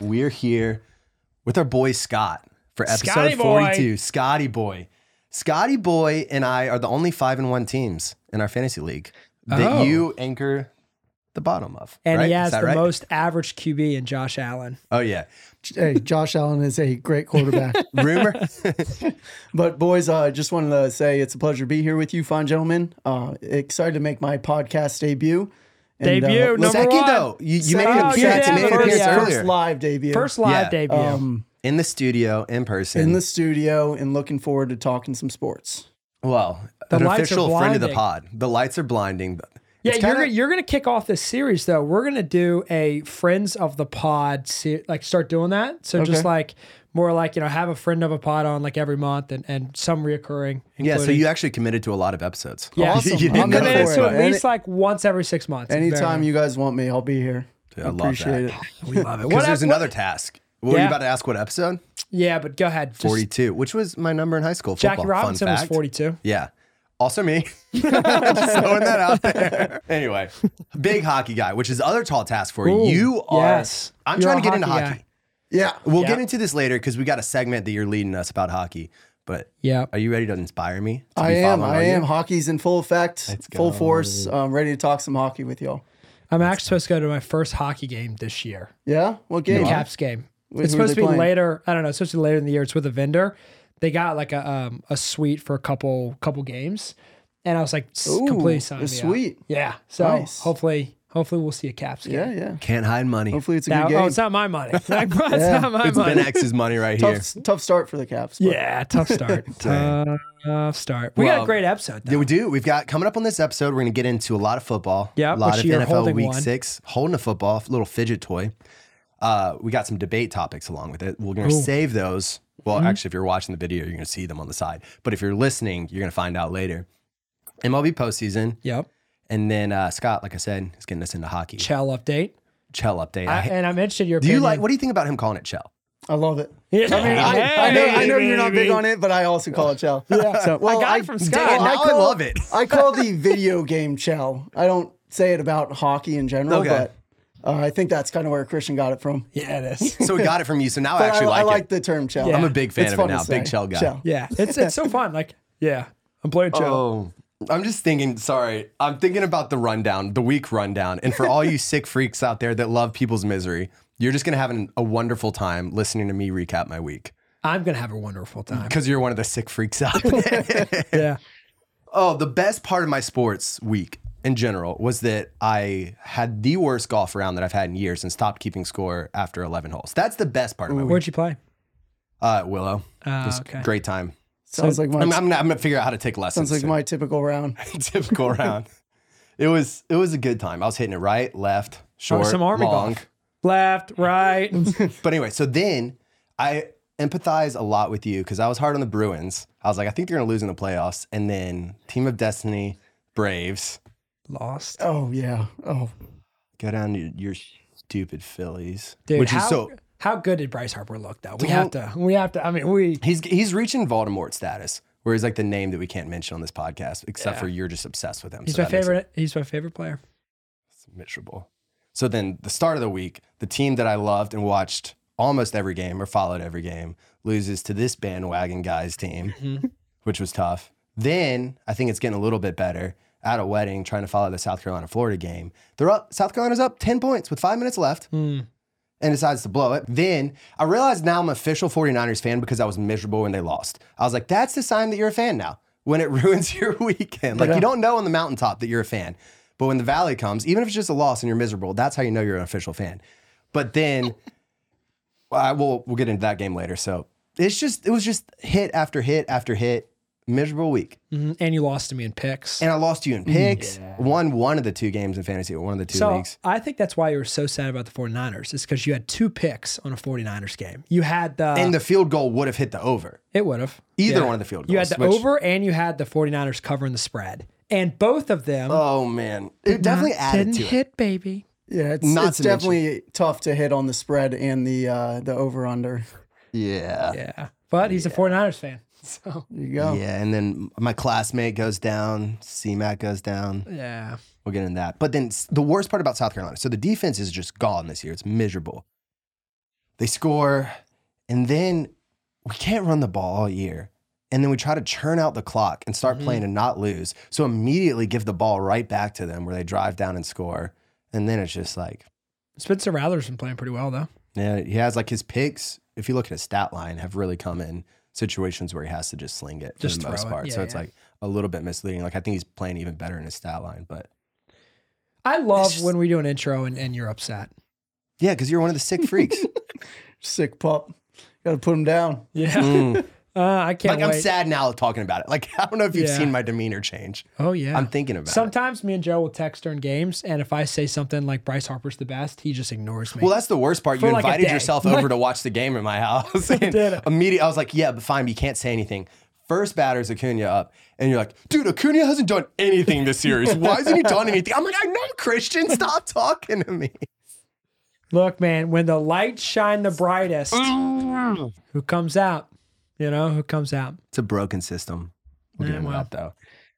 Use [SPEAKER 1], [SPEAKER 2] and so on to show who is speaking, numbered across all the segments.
[SPEAKER 1] We're here with our boy Scott for episode
[SPEAKER 2] Scotty boy.
[SPEAKER 1] 42. Scotty boy. Scotty boy and I are the only 5 and 1 teams in our fantasy league that
[SPEAKER 2] Oh.
[SPEAKER 1] you anchor the bottom of.
[SPEAKER 3] And
[SPEAKER 1] right?
[SPEAKER 3] he
[SPEAKER 1] Is
[SPEAKER 3] has
[SPEAKER 1] that
[SPEAKER 3] the
[SPEAKER 1] right?
[SPEAKER 3] most average QB in Josh Allen.
[SPEAKER 1] Oh yeah.
[SPEAKER 4] hey, Josh Allen is a great quarterback.
[SPEAKER 1] Rumor
[SPEAKER 4] but boys, I uh, just wanted to say it's a pleasure to be here with you, fine gentlemen. Uh, excited to make my podcast debut. And, uh,
[SPEAKER 2] Debut,
[SPEAKER 4] let's-
[SPEAKER 2] number
[SPEAKER 1] second
[SPEAKER 2] one.
[SPEAKER 1] though. You, you made an
[SPEAKER 3] Second. Oh,
[SPEAKER 1] appearance.
[SPEAKER 3] yeah,
[SPEAKER 1] you made an
[SPEAKER 3] first-
[SPEAKER 1] appearance
[SPEAKER 3] yeah.
[SPEAKER 1] earlier.
[SPEAKER 4] first live debut.
[SPEAKER 3] First live
[SPEAKER 1] Yeah,
[SPEAKER 3] debut.
[SPEAKER 4] um,
[SPEAKER 1] in the studio in person.
[SPEAKER 4] in the studio, and looking forward to talking some sports.
[SPEAKER 1] well,
[SPEAKER 3] The
[SPEAKER 1] an
[SPEAKER 3] lights are
[SPEAKER 1] official friend of the
[SPEAKER 3] blinding.
[SPEAKER 1] pod. The lights are blinding.
[SPEAKER 3] yeah,
[SPEAKER 1] It's
[SPEAKER 3] you're,
[SPEAKER 1] kinda-
[SPEAKER 3] gonna you're going to kick off this series, though. We're going to do a Friends of the Pod, se- like start doing that. So just
[SPEAKER 4] Okay.
[SPEAKER 3] like more like, you know, have a friend of a pod on like every month and, and some reoccurring.
[SPEAKER 1] Yeah, so
[SPEAKER 3] including-
[SPEAKER 1] you actually committed to a lot of episodes. You-
[SPEAKER 3] Yeah.
[SPEAKER 1] you
[SPEAKER 4] Awesome.
[SPEAKER 1] didn't
[SPEAKER 3] I'm
[SPEAKER 4] I'm
[SPEAKER 1] know
[SPEAKER 4] gonna
[SPEAKER 3] committed
[SPEAKER 1] this,
[SPEAKER 4] for
[SPEAKER 3] to
[SPEAKER 4] it.
[SPEAKER 3] at
[SPEAKER 4] Any-
[SPEAKER 3] least like once every six months.
[SPEAKER 4] Anytime you guys want me, I'll be here.
[SPEAKER 1] I love
[SPEAKER 4] Appreciate
[SPEAKER 1] that.
[SPEAKER 4] it.
[SPEAKER 3] We love it.
[SPEAKER 1] Because
[SPEAKER 3] What
[SPEAKER 1] Oh, there's
[SPEAKER 3] ep-
[SPEAKER 1] another task. What were you
[SPEAKER 3] Yeah.
[SPEAKER 1] about to ask? What episode?
[SPEAKER 3] Yeah, but go ahead. Just-
[SPEAKER 1] 42, which was my number in high school.
[SPEAKER 3] Jackie
[SPEAKER 1] football. Fun
[SPEAKER 3] Robinson was
[SPEAKER 1] fact.
[SPEAKER 3] 42.
[SPEAKER 1] Yeah. Also me. Just throwing that out there. Anyway, big hockey guy, which is the other tall task for you.
[SPEAKER 3] Ooh,
[SPEAKER 1] You are.
[SPEAKER 3] yes.
[SPEAKER 1] I'm
[SPEAKER 3] You're
[SPEAKER 1] trying
[SPEAKER 3] a
[SPEAKER 1] to get into
[SPEAKER 3] hockey
[SPEAKER 1] hockey.
[SPEAKER 3] guy.
[SPEAKER 4] Yeah.
[SPEAKER 1] We'll
[SPEAKER 3] Yeah.
[SPEAKER 1] get into this later because we got a segment that you're leading us about hockey. But
[SPEAKER 3] Yeah.
[SPEAKER 1] are you ready to inspire me? to be
[SPEAKER 4] I am.
[SPEAKER 1] following
[SPEAKER 4] I
[SPEAKER 1] you?
[SPEAKER 4] am. Hockey's in full effect, full force. I'm ready to talk some hockey with y'all.
[SPEAKER 3] I'm actually supposed to go to my first hockey game this year.
[SPEAKER 4] Yeah. What game?
[SPEAKER 3] Caps game.
[SPEAKER 4] Wait,
[SPEAKER 3] it's
[SPEAKER 4] who are
[SPEAKER 3] supposed to
[SPEAKER 4] they
[SPEAKER 3] be
[SPEAKER 4] playing?
[SPEAKER 3] later. I don't know. It's supposed to be later in the year. It's with a vendor. They got like a um, a suite for a couple couple games, and I was like, "S-
[SPEAKER 4] Ooh,
[SPEAKER 3] completely signed me
[SPEAKER 4] a
[SPEAKER 3] up."
[SPEAKER 4] suite.
[SPEAKER 3] Yeah. So
[SPEAKER 4] Nice.
[SPEAKER 3] hopefully, hopefully we'll see a Caps game.
[SPEAKER 4] Yeah. Yeah.
[SPEAKER 1] Can't hide money.
[SPEAKER 4] Hopefully it's a
[SPEAKER 3] Now-
[SPEAKER 4] good game.
[SPEAKER 3] oh, it's not my money. It's not my
[SPEAKER 1] It's
[SPEAKER 3] money.
[SPEAKER 1] Ben X's money right here.
[SPEAKER 4] tough, tough start for the Caps. but-
[SPEAKER 3] yeah, tough start. tough start. We got
[SPEAKER 1] Well,
[SPEAKER 3] a great episode.
[SPEAKER 1] Yeah,
[SPEAKER 3] Though.
[SPEAKER 1] we do. We've got coming up on this episode. We're going to get into a lot of football.
[SPEAKER 3] Yeah,
[SPEAKER 1] a lot
[SPEAKER 3] which
[SPEAKER 1] of
[SPEAKER 3] you're
[SPEAKER 1] NFL
[SPEAKER 3] holding
[SPEAKER 1] Week
[SPEAKER 3] one.
[SPEAKER 1] Six, holding a football, little fidget toy. Uh, we got some debate topics along with it. We're going to save those. Well, actually, if you're watching the video, you're going to see them on the side. But if you're listening, you're going to find out later. MLB postseason,
[SPEAKER 3] Yep.
[SPEAKER 1] and then uh, Scott, like I said, is getting us into hockey. Chell,
[SPEAKER 3] Chell update.
[SPEAKER 1] update. I
[SPEAKER 3] I,
[SPEAKER 1] ha-
[SPEAKER 3] and I'm interested in your
[SPEAKER 1] do you
[SPEAKER 3] opinion.
[SPEAKER 1] like? What do you think about him calling it Chell?
[SPEAKER 4] I love it.
[SPEAKER 3] Yeah.
[SPEAKER 4] I mean, I, I know, I know you're not big on it, but I also call it Chell. Yeah. So, well,
[SPEAKER 3] got it from Scott.
[SPEAKER 1] Dang it,
[SPEAKER 3] Well,
[SPEAKER 1] now I,
[SPEAKER 4] call,
[SPEAKER 1] love it.
[SPEAKER 4] I call the video game Chell. I don't say it about hockey in general,
[SPEAKER 1] Okay.
[SPEAKER 4] but uh, I think that's kind of where Christian got it from.
[SPEAKER 3] Yeah, it is.
[SPEAKER 1] So we got it from you. So now I
[SPEAKER 4] But
[SPEAKER 1] actually
[SPEAKER 4] I,
[SPEAKER 1] like,
[SPEAKER 4] I like
[SPEAKER 1] it.
[SPEAKER 4] the term Chell.
[SPEAKER 3] Yeah.
[SPEAKER 1] I'm a big fan
[SPEAKER 4] It's
[SPEAKER 1] of it
[SPEAKER 4] fun to
[SPEAKER 1] now. Big
[SPEAKER 4] say.
[SPEAKER 1] Chell guy.
[SPEAKER 3] Yeah, it's it's so fun. Like, yeah, I'm playing Chell.
[SPEAKER 1] Oh, I'm just thinking. Sorry, I'm thinking about the rundown, the week rundown, and for all you sick freaks out there that love people's misery, you're just gonna have an, a wonderful time listening to me recap my week
[SPEAKER 3] I'm gonna have a wonderful time.
[SPEAKER 1] because you're one of the sick freaks out there.
[SPEAKER 3] Yeah,
[SPEAKER 1] oh, the best part of my sports week in general was that I had the worst golf round that I've had in years and stopped keeping score after 11 holes. That's the best part of my week.
[SPEAKER 3] where'd you play?
[SPEAKER 1] Uh, Willow,
[SPEAKER 4] Ah,
[SPEAKER 3] Uh,
[SPEAKER 1] Just great time.
[SPEAKER 4] Sounds like
[SPEAKER 1] I'm,
[SPEAKER 4] my
[SPEAKER 1] I'm, gonna, I'm gonna figure out how to take lessons.
[SPEAKER 4] sounds like
[SPEAKER 1] soon.
[SPEAKER 4] my typical round.
[SPEAKER 1] typical round. It was it was a good time. I was hitting it right, left, short,
[SPEAKER 3] Oh, some army
[SPEAKER 1] long.
[SPEAKER 3] golf. Left, right.
[SPEAKER 1] But anyway, so then I empathize a lot with you because I was hard on the Bruins. I was like, I think they're gonna lose in the playoffs. And then Team of Destiny, Braves,
[SPEAKER 3] Lost.
[SPEAKER 4] Oh yeah. Oh
[SPEAKER 1] go down to your stupid Phillies,
[SPEAKER 3] Dude,
[SPEAKER 1] which
[SPEAKER 3] how,
[SPEAKER 1] is so
[SPEAKER 3] how good did Bryce Harper look though? We have to. We have to. I mean, we.
[SPEAKER 1] he's he's reaching Voldemort status. Where he's like the name that we can't mention on this podcast, except for you're just obsessed with him.
[SPEAKER 3] He's
[SPEAKER 1] so
[SPEAKER 3] my
[SPEAKER 1] that makes it
[SPEAKER 3] favorite. He's my favorite player.
[SPEAKER 1] miserable. So then the start of the week, the team that I loved and watched almost every game or followed every game loses to this bandwagon guys team, which was tough. Then I think it's getting a little bit better at a wedding trying to follow the South Carolina Florida game. They're up South Carolina's up 10 points with 5 minutes left and decides to blow it. Then I realized now I'm an official 49ers fan because I was miserable when they lost. I was like, that's the sign that you're a fan now when it ruins your weekend. Like, you don't know on the mountaintop that you're a fan. But when the valley comes, even if it's just a loss and you're miserable, that's how you know you're an official fan. But then well, I will we'll get into that game later. So it's just it was just hit after hit after hit, miserable week.
[SPEAKER 3] Mhm. And you lost to me in picks.
[SPEAKER 1] And I lost you in picks, won one of the two games in fantasy, one of the two
[SPEAKER 3] Mm-hmm. so
[SPEAKER 1] leagues.
[SPEAKER 3] I think that's why you were so sad about the 49ers. It's because you had two picks on a 49ers game. You had the.
[SPEAKER 1] And the field goal would have hit the over.
[SPEAKER 3] it would have.
[SPEAKER 1] Either one of the field goals.
[SPEAKER 3] You had the
[SPEAKER 1] which-
[SPEAKER 3] over and you had the 49ers covering the spread. And both of them
[SPEAKER 1] Oh man, it definitely added
[SPEAKER 3] didn't
[SPEAKER 1] to it.
[SPEAKER 3] hit, baby.
[SPEAKER 4] yeah. It's,
[SPEAKER 1] Not
[SPEAKER 4] it's
[SPEAKER 1] to mention-
[SPEAKER 4] definitely tough to hit on the spread and the uh, the over under.
[SPEAKER 1] Yeah.
[SPEAKER 3] Yeah. But he's a 49ers fan. So,
[SPEAKER 4] There you go.
[SPEAKER 1] Yeah, and then my classmate goes down, C Mac goes down.
[SPEAKER 3] yeah.
[SPEAKER 1] We'll get into that. But then s- the worst part about South Carolina, so the defense is just gone this year. It's miserable. They score, and then we can't run the ball all year. And then we try to churn out the clock and start playing and not lose. So immediately give the ball right back to them where they drive down and score. And then it's just like,
[SPEAKER 3] Spencer Rattler's been playing pretty well though.
[SPEAKER 1] yeah, he has like his picks. If you look at his stat line, have really come in situations where he has to just sling it
[SPEAKER 3] Just
[SPEAKER 1] for the
[SPEAKER 3] throw
[SPEAKER 1] most
[SPEAKER 3] it.
[SPEAKER 1] part.
[SPEAKER 3] Yeah,
[SPEAKER 1] so it's
[SPEAKER 3] yeah.
[SPEAKER 1] like a little bit misleading. Like I think he's playing even better in his stat line, but
[SPEAKER 3] I love
[SPEAKER 1] just-
[SPEAKER 3] when we do an intro and, and you're upset.
[SPEAKER 1] yeah, because you're one of the sick freaks.
[SPEAKER 4] Sick pup. Got to put him down.
[SPEAKER 3] Yeah.
[SPEAKER 1] Mm.
[SPEAKER 3] Uh, I can't
[SPEAKER 1] Like
[SPEAKER 3] wait.
[SPEAKER 1] I'm sad now talking about it. Like I don't know if you've
[SPEAKER 3] Yeah.
[SPEAKER 1] seen my demeanor change.
[SPEAKER 3] Oh yeah.
[SPEAKER 1] I'm thinking about it.
[SPEAKER 3] Sometimes me and Joe will text during games, and if I say something like Bryce Harper's the best, he just ignores me.
[SPEAKER 1] Well, that's the worst part. You
[SPEAKER 3] For like a
[SPEAKER 1] invited
[SPEAKER 3] day.
[SPEAKER 1] yourself over to watch the game at my house. and
[SPEAKER 3] did.
[SPEAKER 1] immediately, I was like, yeah, but fine, but you can't say anything. First batter's Acuna up, and you're like, dude, Acuna hasn't done anything this series. Why hasn't he done anything? I'm like, I know, Christian, stop talking to me.
[SPEAKER 3] Look, man, when the lights shine the brightest,
[SPEAKER 1] Mm.
[SPEAKER 3] who comes out? You know, who comes out?
[SPEAKER 1] It's a broken system. We'll get
[SPEAKER 3] Yeah,
[SPEAKER 1] into
[SPEAKER 3] well.
[SPEAKER 1] that though.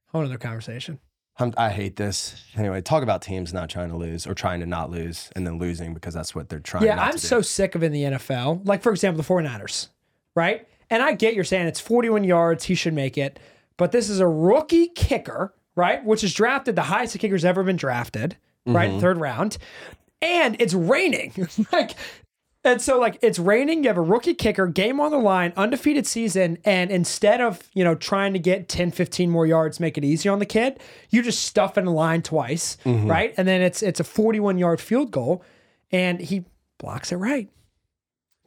[SPEAKER 3] Whole another conversation.
[SPEAKER 1] I'm, I hate this. Anyway, talk about teams not trying to lose or trying to not lose and then losing because that's what they're trying
[SPEAKER 3] Yeah,
[SPEAKER 1] not
[SPEAKER 3] I'm
[SPEAKER 1] to do.
[SPEAKER 3] so sick of in the NFL. Like, for example, the 49ers, right? And I get you're saying it's 41 yards, he should make it. But this is a rookie kicker, right? Which is drafted the highest a kicker's ever been drafted,
[SPEAKER 1] Mm-hmm.
[SPEAKER 3] right? Third round. And it's raining. like, and so like it's raining, you have a rookie kicker, game on the line, undefeated season, and instead of, you know, trying to get 10, 15 more yards, make it easy on the kid, you just stuff in the line twice,
[SPEAKER 1] Mm-hmm.
[SPEAKER 3] right? And then it's it's a 41-yard field goal and he blocks it right.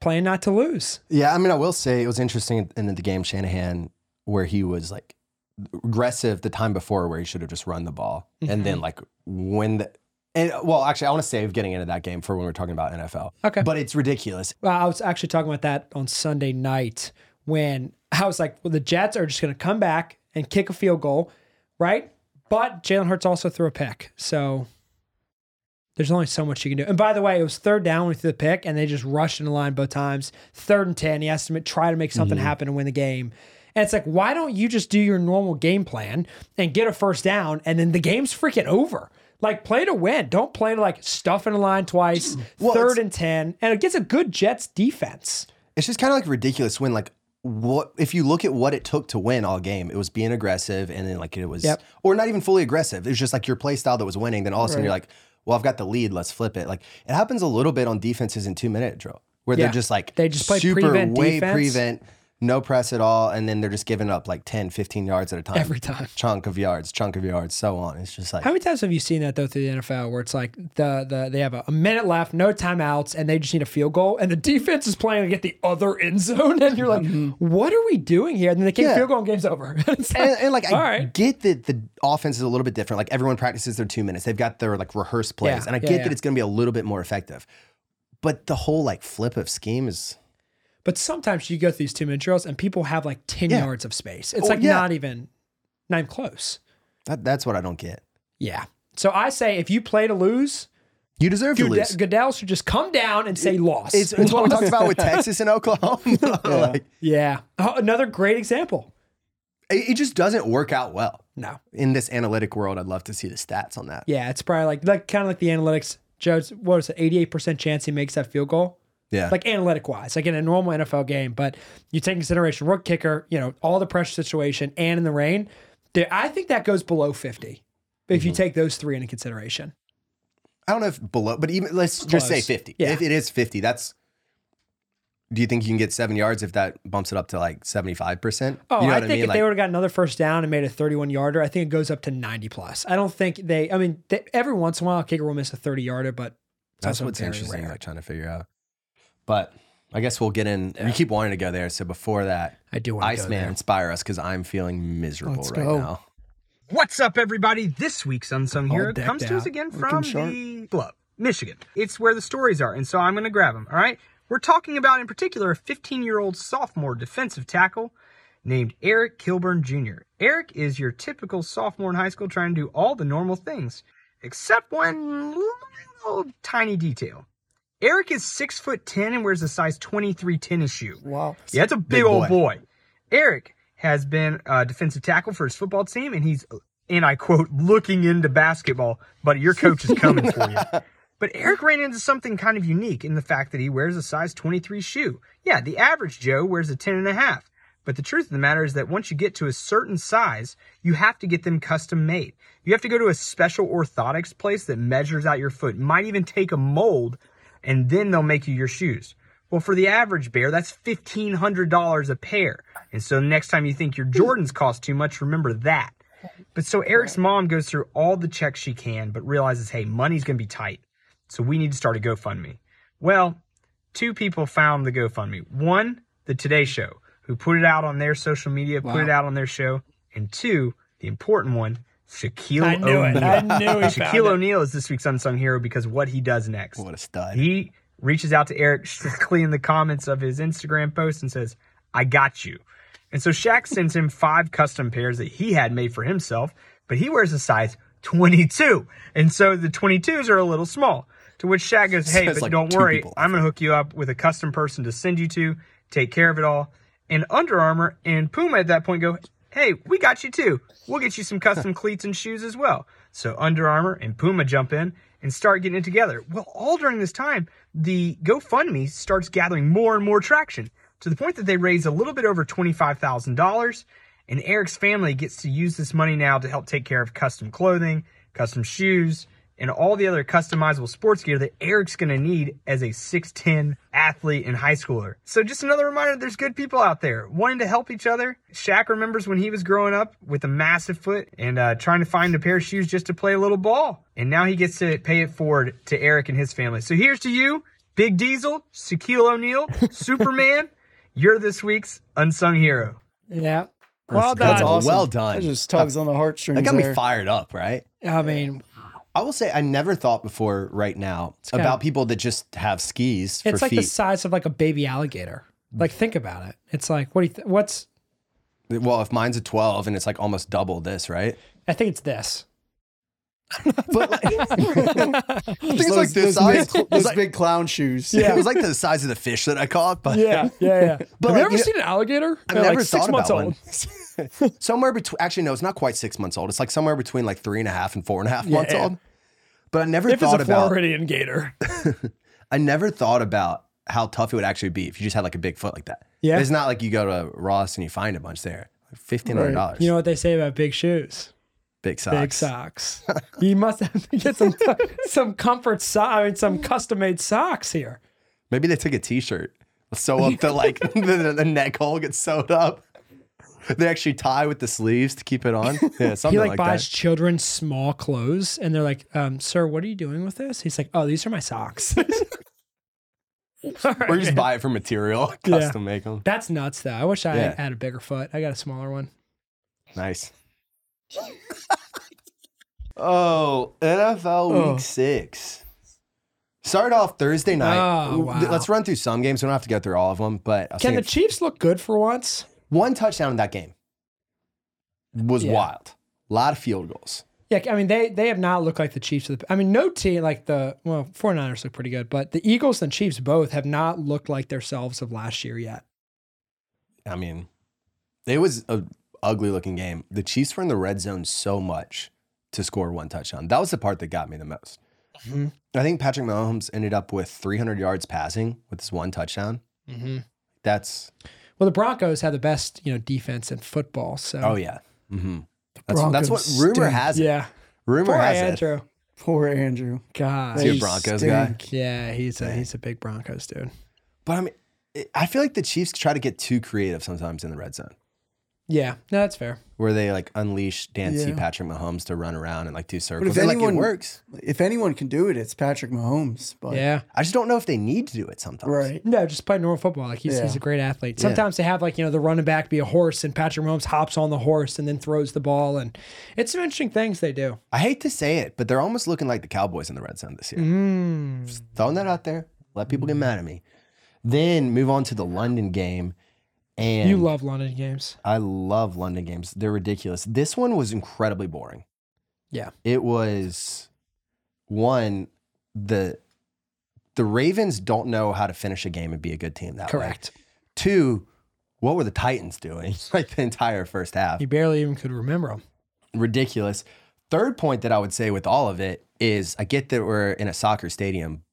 [SPEAKER 3] Playing not to lose.
[SPEAKER 1] Yeah, I mean, I will say it was interesting in the game Shanahan where he was like aggressive the time before where he should have just run the ball, and then like when the and well, actually, I want to save getting into that game for when we're talking about NFL.
[SPEAKER 3] Okay.
[SPEAKER 1] but it's ridiculous.
[SPEAKER 3] Well, I was actually talking about that on Sunday night when I was like, well, the Jets are just going to come back and kick a field goal, right? But Jalen Hurts also threw a pick. So there's only so much you can do. And by the way, it was third down when he threw the pick, and they just rushed in the line both times. Third and 10. He has to ma- try to make something happen to win the game. And it's like, why don't you just do your normal game plan and get a first down, and then the game's freaking over? Like, play to win. Don't play to like stuff in the line twice, third and 10, and it gets a good Jets defense.
[SPEAKER 1] It's just kind of like ridiculous when like what if you look at what it took to win all game, it was being aggressive, and then like it was
[SPEAKER 3] Yep.
[SPEAKER 1] or not even fully aggressive. It was just like your play style that was winning. Then all of a sudden you're like, well, I've got the lead, let's flip it. Like it happens a little bit on defenses in two minute drill where
[SPEAKER 3] Yeah.
[SPEAKER 1] they're just like
[SPEAKER 3] They just play
[SPEAKER 1] super
[SPEAKER 3] prevent
[SPEAKER 1] way
[SPEAKER 3] defense.
[SPEAKER 1] prevent, no press at all, and then they're just giving up like 10, 15 yards at a time.
[SPEAKER 3] Every time.
[SPEAKER 1] Chunk of yards, chunk of yards, so on. It's just like
[SPEAKER 3] How many times have you seen that though through the NFL where it's like the the they have a, a minute left, no timeouts, and they just need a field goal, and the defense is playing to get the other end zone, and you're like, what are we doing here? And then they kick a
[SPEAKER 1] Mm-hmm. Yeah.
[SPEAKER 3] field goal, and game's over. It's like-
[SPEAKER 1] and, and, like I
[SPEAKER 3] All right.
[SPEAKER 1] get that the offense is a little bit different. Like everyone practices their two minutes. They've got their like rehearsed plays,
[SPEAKER 3] Yeah,
[SPEAKER 1] and I
[SPEAKER 3] yeah,
[SPEAKER 1] get
[SPEAKER 3] yeah.
[SPEAKER 1] that it's going to be a little bit more effective. But the whole like flip of scheme is
[SPEAKER 3] but sometimes you go through these two minute drills, and people have like ten
[SPEAKER 1] Yeah.
[SPEAKER 3] yards of space. It's
[SPEAKER 1] Oh,
[SPEAKER 3] like
[SPEAKER 1] yeah.
[SPEAKER 3] not even not even close.
[SPEAKER 1] that, that's what I don't get.
[SPEAKER 3] Yeah. So I say if you play to lose,
[SPEAKER 1] You deserve to
[SPEAKER 3] Goode-
[SPEAKER 1] lose.
[SPEAKER 3] Goodell should just come down and say loss.
[SPEAKER 1] It's, it's what we talked about with Texas and Oklahoma. like
[SPEAKER 3] yeah. Oh, another great example.
[SPEAKER 1] it, it just doesn't work out well
[SPEAKER 3] No.
[SPEAKER 1] in this analytic world. I'd love to see the stats on that.
[SPEAKER 3] Yeah, it's probably like like kind of like the analytics. Joe's what is it? Eighty eight percent chance he makes that field goal.
[SPEAKER 1] Yeah,
[SPEAKER 3] Like analytic wise, like in a normal NFL game, but you take into consideration rook kicker, you know, all the pressure situation and in the rain. There, I think that goes below fifty if
[SPEAKER 1] Mm-hmm.
[SPEAKER 3] you take those three into consideration.
[SPEAKER 1] I don't know if below, but even let's just say
[SPEAKER 3] Close.
[SPEAKER 1] fifty.
[SPEAKER 3] Yeah.
[SPEAKER 1] If it is fifty, that's. Do you think you can get seven yards if that bumps it up to like seventy five percent?
[SPEAKER 3] Oh,
[SPEAKER 1] you know
[SPEAKER 3] I
[SPEAKER 1] what
[SPEAKER 3] think
[SPEAKER 1] I mean?
[SPEAKER 3] if
[SPEAKER 1] like,
[SPEAKER 3] they would have got another first down and made a 31 yarder, I think it goes up to 90 plus. I don't think they, I mean, they, every once in a while, a kicker will miss a 30 yarder, but it's
[SPEAKER 1] That's
[SPEAKER 3] also
[SPEAKER 1] what's
[SPEAKER 3] very
[SPEAKER 1] interesting,
[SPEAKER 3] rare.
[SPEAKER 1] like trying to figure out. But I guess we'll get in. We keep wanting to go there. So before that,
[SPEAKER 3] I do want to go
[SPEAKER 1] Iceman,
[SPEAKER 3] there.
[SPEAKER 1] inspire us because I'm feeling miserable
[SPEAKER 4] Let's
[SPEAKER 1] right
[SPEAKER 4] go.
[SPEAKER 1] now.
[SPEAKER 2] What's up, everybody? This week's Unsung Hero
[SPEAKER 3] decked
[SPEAKER 2] comes to us
[SPEAKER 3] out.
[SPEAKER 2] again
[SPEAKER 4] Looking
[SPEAKER 2] from
[SPEAKER 4] sharp.
[SPEAKER 2] the Globe, Michigan. It's where the stories are, and so I'm going to grab them, all right? We're talking about, in particular, a 15 year old sophomore defensive tackle named Eric Kilburn Jr. Eric is your typical sophomore in high school trying to do all the normal things, except one little tiny detail. Eric is six foot ten and wears a size 23 tennis shoe.
[SPEAKER 4] Wow.
[SPEAKER 2] Yeah, that's a big, old
[SPEAKER 1] boy.
[SPEAKER 2] boy. Eric has been uh, defensive tackle for his football team, and he's and I quote, looking into basketball, but your coach is coming for you. But Eric ran into something kind of unique in the fact that he wears a size 23 shoe. Yeah, the average Joe wears a 10 and a half. But the truth of the matter is that once you get to a certain size, you have to get them custom made. You have to go to a special orthotics place that measures out your foot, might even take a mold, and then they'll make you your shoes. Well, for the average bear, that's $1,500 a pair. And so next time you think your Jordans cost too much, remember that. But so Eric's mom goes through all the checks she can, but realizes, hey, money's going to be tight. So we need to start a GoFundMe. Well, two people found the GoFundMe. One, the Today Show, who put it out on their social media, put it out on their show. And two, the important one, Shaquille
[SPEAKER 3] I knew it.
[SPEAKER 2] O'Neal.
[SPEAKER 3] I knew he found
[SPEAKER 2] Shaquille
[SPEAKER 3] it.
[SPEAKER 2] O'Neal is this week's unsung hero because what he does next.
[SPEAKER 1] What a stud.
[SPEAKER 2] He reaches out to Eric strictly in the comments of his Instagram post and says, I got you. And so Shaq sends him five custom pairs that he had made for himself, but he wears a size 22. And so the 22s are a little small. To which Shaq goes, Hey,
[SPEAKER 1] Says,
[SPEAKER 2] but
[SPEAKER 1] like,
[SPEAKER 2] don't
[SPEAKER 1] two
[SPEAKER 2] worry.
[SPEAKER 1] people.
[SPEAKER 2] I'm going to hook you up with a custom person to send you to, take care of it all. And Under Armour and Puma at that point go, Hey, we got you too. We'll get you some custom cleats and shoes as well. So Under Armour and Puma jump in and start getting it together. Well, all during this time, the GoFundMe starts gathering more and more traction to the point that they raise a little bit over $25,000. And Eric's family gets to use this money now to help take care of custom clothing, custom shoes, and all the other customizable sports gear that Eric's going to need as a 6'10 athlete and high schooler. So, just another reminder there's good people out there wanting to help each other. Shaq remembers when he was growing up with a massive foot and uh, trying to find a pair of shoes just to play a little ball. And now he gets to pay it forward to Eric and his family. So, here's to you, Big Diesel, Shaquille O'Neal, Superman. You're this week's unsung hero.
[SPEAKER 3] Yeah. Well done.
[SPEAKER 1] That's awesome. Well done.
[SPEAKER 4] That just tugs on the heartstrings.
[SPEAKER 1] That got
[SPEAKER 4] there.
[SPEAKER 1] me fired up, right?
[SPEAKER 3] I mean,
[SPEAKER 1] I will say I never thought before right now
[SPEAKER 3] kinda-
[SPEAKER 1] about people that just have skis for
[SPEAKER 3] it's like
[SPEAKER 1] feet.
[SPEAKER 3] the size of like a baby alligator. Like, think about it. It's like, what do you? Th- what's?
[SPEAKER 1] well, if mine's a 12 and it's like almost double this, right?
[SPEAKER 3] I think it's this.
[SPEAKER 1] But like, things
[SPEAKER 4] Those,
[SPEAKER 1] like this
[SPEAKER 4] those big
[SPEAKER 1] size.
[SPEAKER 4] cl- those big clown shoes.
[SPEAKER 1] It was like the size of the fish that I caught, but
[SPEAKER 3] yeah, yeah. But Have
[SPEAKER 1] like,
[SPEAKER 3] you ever
[SPEAKER 1] you know-
[SPEAKER 3] seen an alligator?
[SPEAKER 1] I've
[SPEAKER 3] They're
[SPEAKER 1] never
[SPEAKER 3] like six
[SPEAKER 1] thought
[SPEAKER 3] months
[SPEAKER 1] about
[SPEAKER 3] old.
[SPEAKER 1] one. somewhere between, actually, no, it's not quite six months old. It's like somewhere between like three and a half and four and a half months
[SPEAKER 3] Yeah.
[SPEAKER 1] old. But I never
[SPEAKER 3] If it's
[SPEAKER 1] thought
[SPEAKER 3] a
[SPEAKER 1] about
[SPEAKER 3] Floridian gator,
[SPEAKER 1] I never thought about how tough it would actually be if you just had like a big foot like that.
[SPEAKER 3] Yeah.
[SPEAKER 1] It's not like you go to Ross and you find a bunch there. Fifteen hundred dollars.
[SPEAKER 3] you know what they say about big shoes.
[SPEAKER 1] big socks.
[SPEAKER 3] Big socks. you must have to get some some comfort socks. I mean, some custom made socks here.
[SPEAKER 1] Maybe they took a T-shirt, sew up the like the, the neck hole gets sewed up. They actually tie with the sleeves to keep it on. Yeah, something
[SPEAKER 3] He like,
[SPEAKER 1] like
[SPEAKER 3] buys
[SPEAKER 1] that.
[SPEAKER 3] children small clothes, and they're like, um, "Sir, what are you doing with this?" He's like, "Oh, these are my socks." All right,
[SPEAKER 1] Or you just
[SPEAKER 3] man.
[SPEAKER 1] buy it for material,
[SPEAKER 3] Yeah.
[SPEAKER 1] custom make 'em. make them.
[SPEAKER 3] That's nuts, though. I wish I
[SPEAKER 1] Yeah.
[SPEAKER 3] had a bigger foot. I got a smaller one.
[SPEAKER 1] Nice. oh, NFL Week
[SPEAKER 4] Oh.
[SPEAKER 1] Six. Start off Thursday night.
[SPEAKER 3] Oh,
[SPEAKER 1] W- th-
[SPEAKER 3] wow.
[SPEAKER 1] Let's run through some games. We don't have to go through all of them, but I was
[SPEAKER 3] Can the
[SPEAKER 1] thinking
[SPEAKER 3] Chiefs look good for once?
[SPEAKER 1] one touchdown in that game was
[SPEAKER 3] Yeah.
[SPEAKER 1] wild. A lot of field goals.
[SPEAKER 3] Yeah, I mean they they have not looked like the Chiefs. Of the, I mean, no team like the well, 49ers look pretty good, but the Eagles and Chiefs both have not looked like themselves of last year yet.
[SPEAKER 1] I mean, it was a ugly looking game. The Chiefs were in the red zone so much to score one touchdown. That was the part that got me the most.
[SPEAKER 3] Mhm.
[SPEAKER 1] I think Patrick Mahomes ended up with 300 yards passing with this one touchdown.
[SPEAKER 3] Mm-hmm.
[SPEAKER 1] That's
[SPEAKER 3] Well, the Broncos have the best you know defense in football. So
[SPEAKER 1] oh yeah, hmm that's that's what
[SPEAKER 3] Broncos
[SPEAKER 1] rumor
[SPEAKER 3] stink.
[SPEAKER 1] has it.
[SPEAKER 3] Yeah,
[SPEAKER 1] Rumor
[SPEAKER 3] poor
[SPEAKER 1] has it.
[SPEAKER 3] Andrew.
[SPEAKER 4] Poor Andrew.
[SPEAKER 3] God,
[SPEAKER 1] Is he a
[SPEAKER 4] They
[SPEAKER 1] Broncos
[SPEAKER 4] stink.
[SPEAKER 1] guy?
[SPEAKER 3] yeah, he's a he's a big Broncos dude.
[SPEAKER 1] But I mean, it- I feel like the Chiefs try to get too creative sometimes in the red zone,
[SPEAKER 3] Yeah, no, that's fair.
[SPEAKER 1] where they like unleash Dan C.
[SPEAKER 4] Yeah. Patrick
[SPEAKER 1] Patrick Mahomes to run around and like do circles.
[SPEAKER 4] They're like, it
[SPEAKER 1] like
[SPEAKER 4] anyone-
[SPEAKER 1] it works.
[SPEAKER 4] If anyone can do it, it's Patrick Mahomes. But
[SPEAKER 3] Yeah,
[SPEAKER 1] I just don't know if they need to do it sometimes.
[SPEAKER 4] right.
[SPEAKER 3] no, just play normal football. Like he's
[SPEAKER 4] Yeah.
[SPEAKER 3] he's a great athlete.
[SPEAKER 1] Yeah.
[SPEAKER 3] Sometimes they have like you know the running back be a horse, and Patrick Mahomes hops on the horse and then throws the ball, and it's some interesting things they do.
[SPEAKER 1] I hate to say it, but they're almost looking like the Cowboys in the red zone this year.
[SPEAKER 3] Mm.
[SPEAKER 1] Throwing that out there, let people get mad at me. Then move on to the London game, and
[SPEAKER 3] You love London games.
[SPEAKER 1] I love London games. They're ridiculous. This one was incredibly boring.
[SPEAKER 3] Yeah.
[SPEAKER 1] It was one the the Ravens don't know how to finish a game and be a good team that way.
[SPEAKER 3] Correct.
[SPEAKER 1] Two, what were the Titans doing like the entire first half? uh,
[SPEAKER 3] You barely even could remember them.
[SPEAKER 1] ridiculous. Third point that I would say with all of it is I get that we're in a soccer stadium,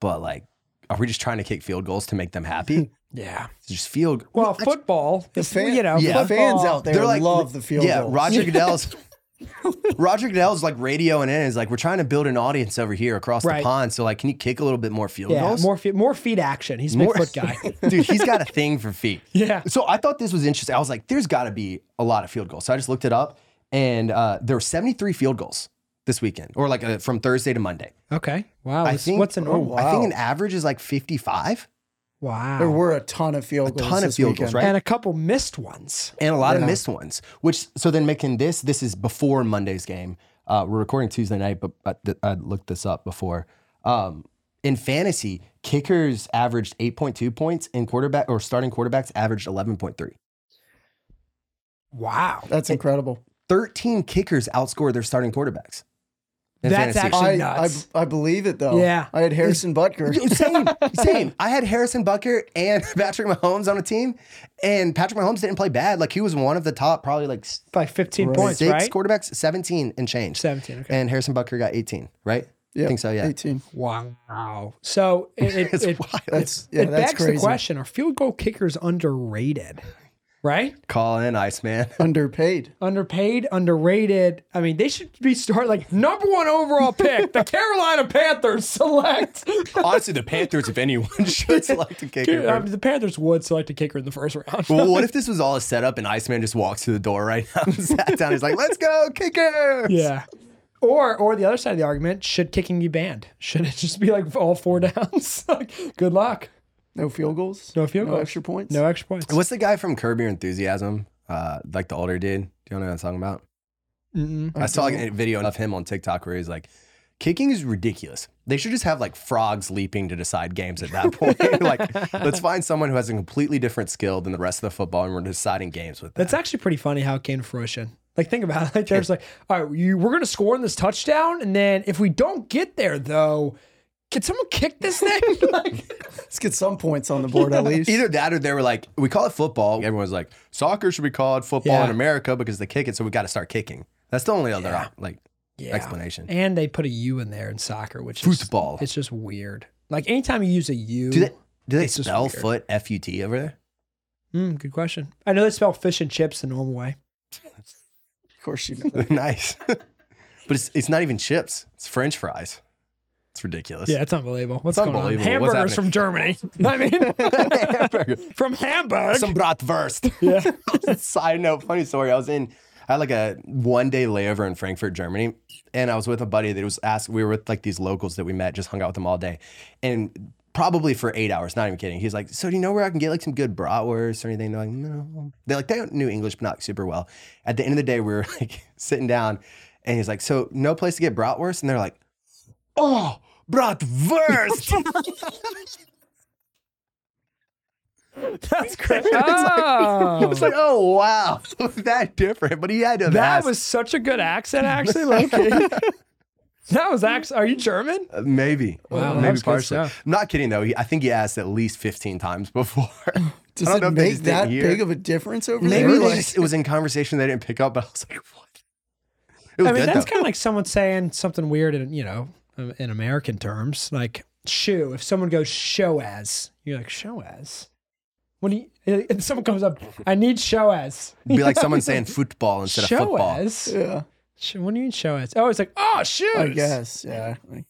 [SPEAKER 1] but like, are we just trying to kick field goals to make them happy?
[SPEAKER 3] Yeah.
[SPEAKER 1] just field.
[SPEAKER 3] Well, football. The
[SPEAKER 4] fan-
[SPEAKER 3] you know,
[SPEAKER 1] yeah.
[SPEAKER 3] football-
[SPEAKER 4] Fans out there
[SPEAKER 1] They're like-
[SPEAKER 4] love the field
[SPEAKER 1] yeah,
[SPEAKER 4] goals.
[SPEAKER 1] Roger Goodell's. Roger Goodell's like radioing in is like, we're trying to build an audience over here across
[SPEAKER 3] Right.
[SPEAKER 1] the pond. So like, can you kick a little bit more field
[SPEAKER 3] Yeah,
[SPEAKER 1] goals?
[SPEAKER 3] more feet, more feet action. He's a big foot guy.
[SPEAKER 1] Dude, he's got a thing for feet.
[SPEAKER 3] Yeah.
[SPEAKER 1] So I thought this was interesting. I was like, there's got to be a lot of field goals. So I just looked it up, and uh, there were 73 field goals this weekend, or like uh, from Thursday to Monday.
[SPEAKER 3] Okay. Wow.
[SPEAKER 1] I
[SPEAKER 3] What's-
[SPEAKER 1] think
[SPEAKER 3] what's a normal?
[SPEAKER 1] I think
[SPEAKER 4] wow.
[SPEAKER 1] an average is like 55,
[SPEAKER 3] Wow.
[SPEAKER 4] There were a ton of field goals.
[SPEAKER 1] ton of
[SPEAKER 4] this
[SPEAKER 1] field
[SPEAKER 4] weekend.
[SPEAKER 1] goals, right?
[SPEAKER 3] and a couple missed ones.
[SPEAKER 1] and a lot of missed ones. Which so then making this this is before Monday's game. Uh, we're recording Tuesday night, but I, th- I looked this up before. Um, in fantasy, kickers averaged 8.2 points, and quarterback or starting quarterbacks averaged 11.3.
[SPEAKER 3] Wow.
[SPEAKER 4] That's incredible.
[SPEAKER 1] 13 kickers outscored their starting quarterbacks. in
[SPEAKER 3] That's
[SPEAKER 1] fantasy.
[SPEAKER 3] actually
[SPEAKER 4] I, I
[SPEAKER 3] nuts.
[SPEAKER 4] I believe it though.
[SPEAKER 3] Yeah.
[SPEAKER 4] I had Harrison Butker.
[SPEAKER 1] same, same. I had Harrison Bucker and Patrick Mahomes on a team, and Patrick Mahomes didn't play bad. Like he was one of the top, probably like s-
[SPEAKER 3] By 15
[SPEAKER 4] Right.
[SPEAKER 3] points,
[SPEAKER 1] six
[SPEAKER 3] right?
[SPEAKER 1] quarterbacks, seventeen and change.
[SPEAKER 3] 17. Okay.
[SPEAKER 1] And Harrison Bucker got eighteen, right?
[SPEAKER 4] Yeah,
[SPEAKER 1] I think so. Yeah,
[SPEAKER 4] Eighteen.
[SPEAKER 3] Wow. So it, it,
[SPEAKER 1] it's
[SPEAKER 3] it,
[SPEAKER 1] wild.
[SPEAKER 4] That's yeah.
[SPEAKER 3] it
[SPEAKER 4] that's
[SPEAKER 3] begs
[SPEAKER 4] crazy.
[SPEAKER 3] the question are field goal kickers underrated? Right?
[SPEAKER 1] Call in Iceman.
[SPEAKER 4] Underpaid.
[SPEAKER 3] Underpaid, underrated. I mean, they should be start like number one overall pick. the Carolina Panthers select.
[SPEAKER 1] Honestly, the Panthers, if anyone, should select a kicker.
[SPEAKER 3] Dude, I mean, the Panthers would select a kicker in the first round.
[SPEAKER 1] well, what if this was all a setup and Iceman just walks through the door right now and sat down? He's like, "Let's go, kicker!"
[SPEAKER 3] yeah. Or, or the other side of the argument, should kicking be banned? Should it just be like all four downs? like, good luck.
[SPEAKER 4] No field goals.
[SPEAKER 3] No field
[SPEAKER 4] No
[SPEAKER 3] goals.
[SPEAKER 4] extra points.
[SPEAKER 3] No extra points.
[SPEAKER 1] What's the guy from Curb Your Enthusiasm? Uh, like the older dude. Do you know what I'm talking about?
[SPEAKER 3] Mm-mm.
[SPEAKER 1] I, saw like, a video of him on TikTok where he's like, kicking is ridiculous. They should just have like frogs leaping to decide games at that point. like, let's find someone who has a completely different skill than the rest of the football and we're deciding games with that.
[SPEAKER 3] That's actually pretty funny how it came to fruition. Like, think about it. Like, there's like, all right, you, we're going to score on this touchdown. And then if we don't get there, though, can someone kick this thing? like,
[SPEAKER 4] Let's get some points on the board at least.
[SPEAKER 1] Either that or they were like, we call it football. Everyone's like, soccer should be called football
[SPEAKER 3] Yeah.
[SPEAKER 1] in America because they kick it. So we got to start kicking. That's the only other uh, like
[SPEAKER 3] yeah.
[SPEAKER 1] explanation.
[SPEAKER 3] And they put a U in there in soccer, which is,
[SPEAKER 1] Football.
[SPEAKER 3] it's just weird. Like, anytime you use a U,
[SPEAKER 1] Do they, do they
[SPEAKER 3] It's just
[SPEAKER 1] spell
[SPEAKER 3] weird.
[SPEAKER 1] foot F U T over there?
[SPEAKER 3] Mm, good question. I know they spell fish and chips the normal way.
[SPEAKER 4] Of course you know.
[SPEAKER 1] nice. but it's, it's not even chips, it's French fries. It's ridiculous.
[SPEAKER 3] Yeah, it's unbelievable. What's
[SPEAKER 1] It's
[SPEAKER 3] going
[SPEAKER 1] unbelievable.
[SPEAKER 3] on?
[SPEAKER 1] What's
[SPEAKER 3] Hamburgers from Germany. I mean, from Hamburg.
[SPEAKER 1] some bratwurst. Yeah. Side note, funny story. I was in, I had like a one day layover in Frankfurt, Germany, and I was with a buddy that was asked. We were with like these locals that we met, just hung out with them all day, and probably for eight hours. Not even kidding. He's like, "So do you know where I can get like some good bratwurst or anything?" They're like, "No." They like they knew English, but not super well. At the end of the day, we were like sitting down, and he's like, "So no place to get bratwurst?" And they're like, "Oh." Bratwurst.
[SPEAKER 3] That's crazy. Oh.
[SPEAKER 1] it's like, oh wow, that different. But he had to. have
[SPEAKER 3] That
[SPEAKER 1] asked.
[SPEAKER 3] was such a good accent, actually. Like, that was actually. Are you German?
[SPEAKER 1] Uh, Maybe.
[SPEAKER 3] Wow, that
[SPEAKER 1] maybe
[SPEAKER 3] was good
[SPEAKER 1] partially.
[SPEAKER 3] stuff.
[SPEAKER 1] Not kidding though. He, I think he asked at least 15 times before.
[SPEAKER 4] Does
[SPEAKER 1] I don't
[SPEAKER 4] it
[SPEAKER 1] know if they
[SPEAKER 4] make
[SPEAKER 1] just didn't
[SPEAKER 4] that
[SPEAKER 1] hear.
[SPEAKER 4] big of a difference over
[SPEAKER 1] maybe they
[SPEAKER 4] there? Like,
[SPEAKER 1] just- it was in conversation they didn't pick up, but I was like, what? It was
[SPEAKER 3] I mean,
[SPEAKER 1] good
[SPEAKER 3] that's
[SPEAKER 1] though.
[SPEAKER 3] kind of like someone saying something weird in you know um, in American terms, like shoe. If someone goes show as, you're like show as. When he and someone comes up, I need show as.
[SPEAKER 1] Be like someone saying football instead of
[SPEAKER 3] show
[SPEAKER 1] football.
[SPEAKER 3] as.
[SPEAKER 4] yeah,
[SPEAKER 3] Sh- What do you mean show as? Oh, it's like oh shoes.
[SPEAKER 4] I guess. Yeah. Like,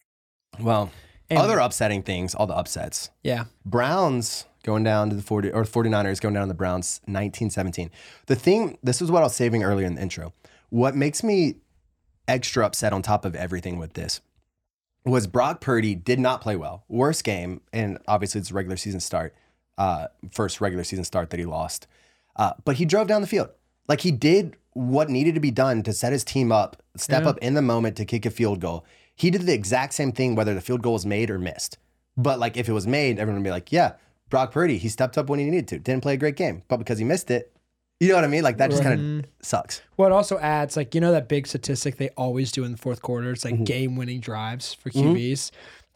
[SPEAKER 1] Well,
[SPEAKER 3] And-
[SPEAKER 1] other upsetting things, all the upsets.
[SPEAKER 3] Yeah.
[SPEAKER 1] Browns going down to the 40 or 49ers going down to the Browns 1917. The thing, this is what I was saving earlier in the intro. What makes me extra upset on top of everything with this was Brock Purdy did not play well. Worst game, and obviously it's a regular season start, uh, first regular season start that he lost. Uh, but he drove down the field. Like he did what needed to be done to set his team up, step
[SPEAKER 3] Yeah.
[SPEAKER 1] up in the moment to kick a field goal. He did the exact same thing whether the field goal was made or missed. But like if it was made, everyone would be like, yeah, Brock Purdy, he stepped up when he needed to. Didn't play a great game, but because he missed it, you know what I mean? Like that just kind of sucks.
[SPEAKER 3] Well, it also adds
[SPEAKER 1] Mm-hmm.
[SPEAKER 3] like you know that big statistic they always do in the fourth quarter. It's like game winning drives for QBs.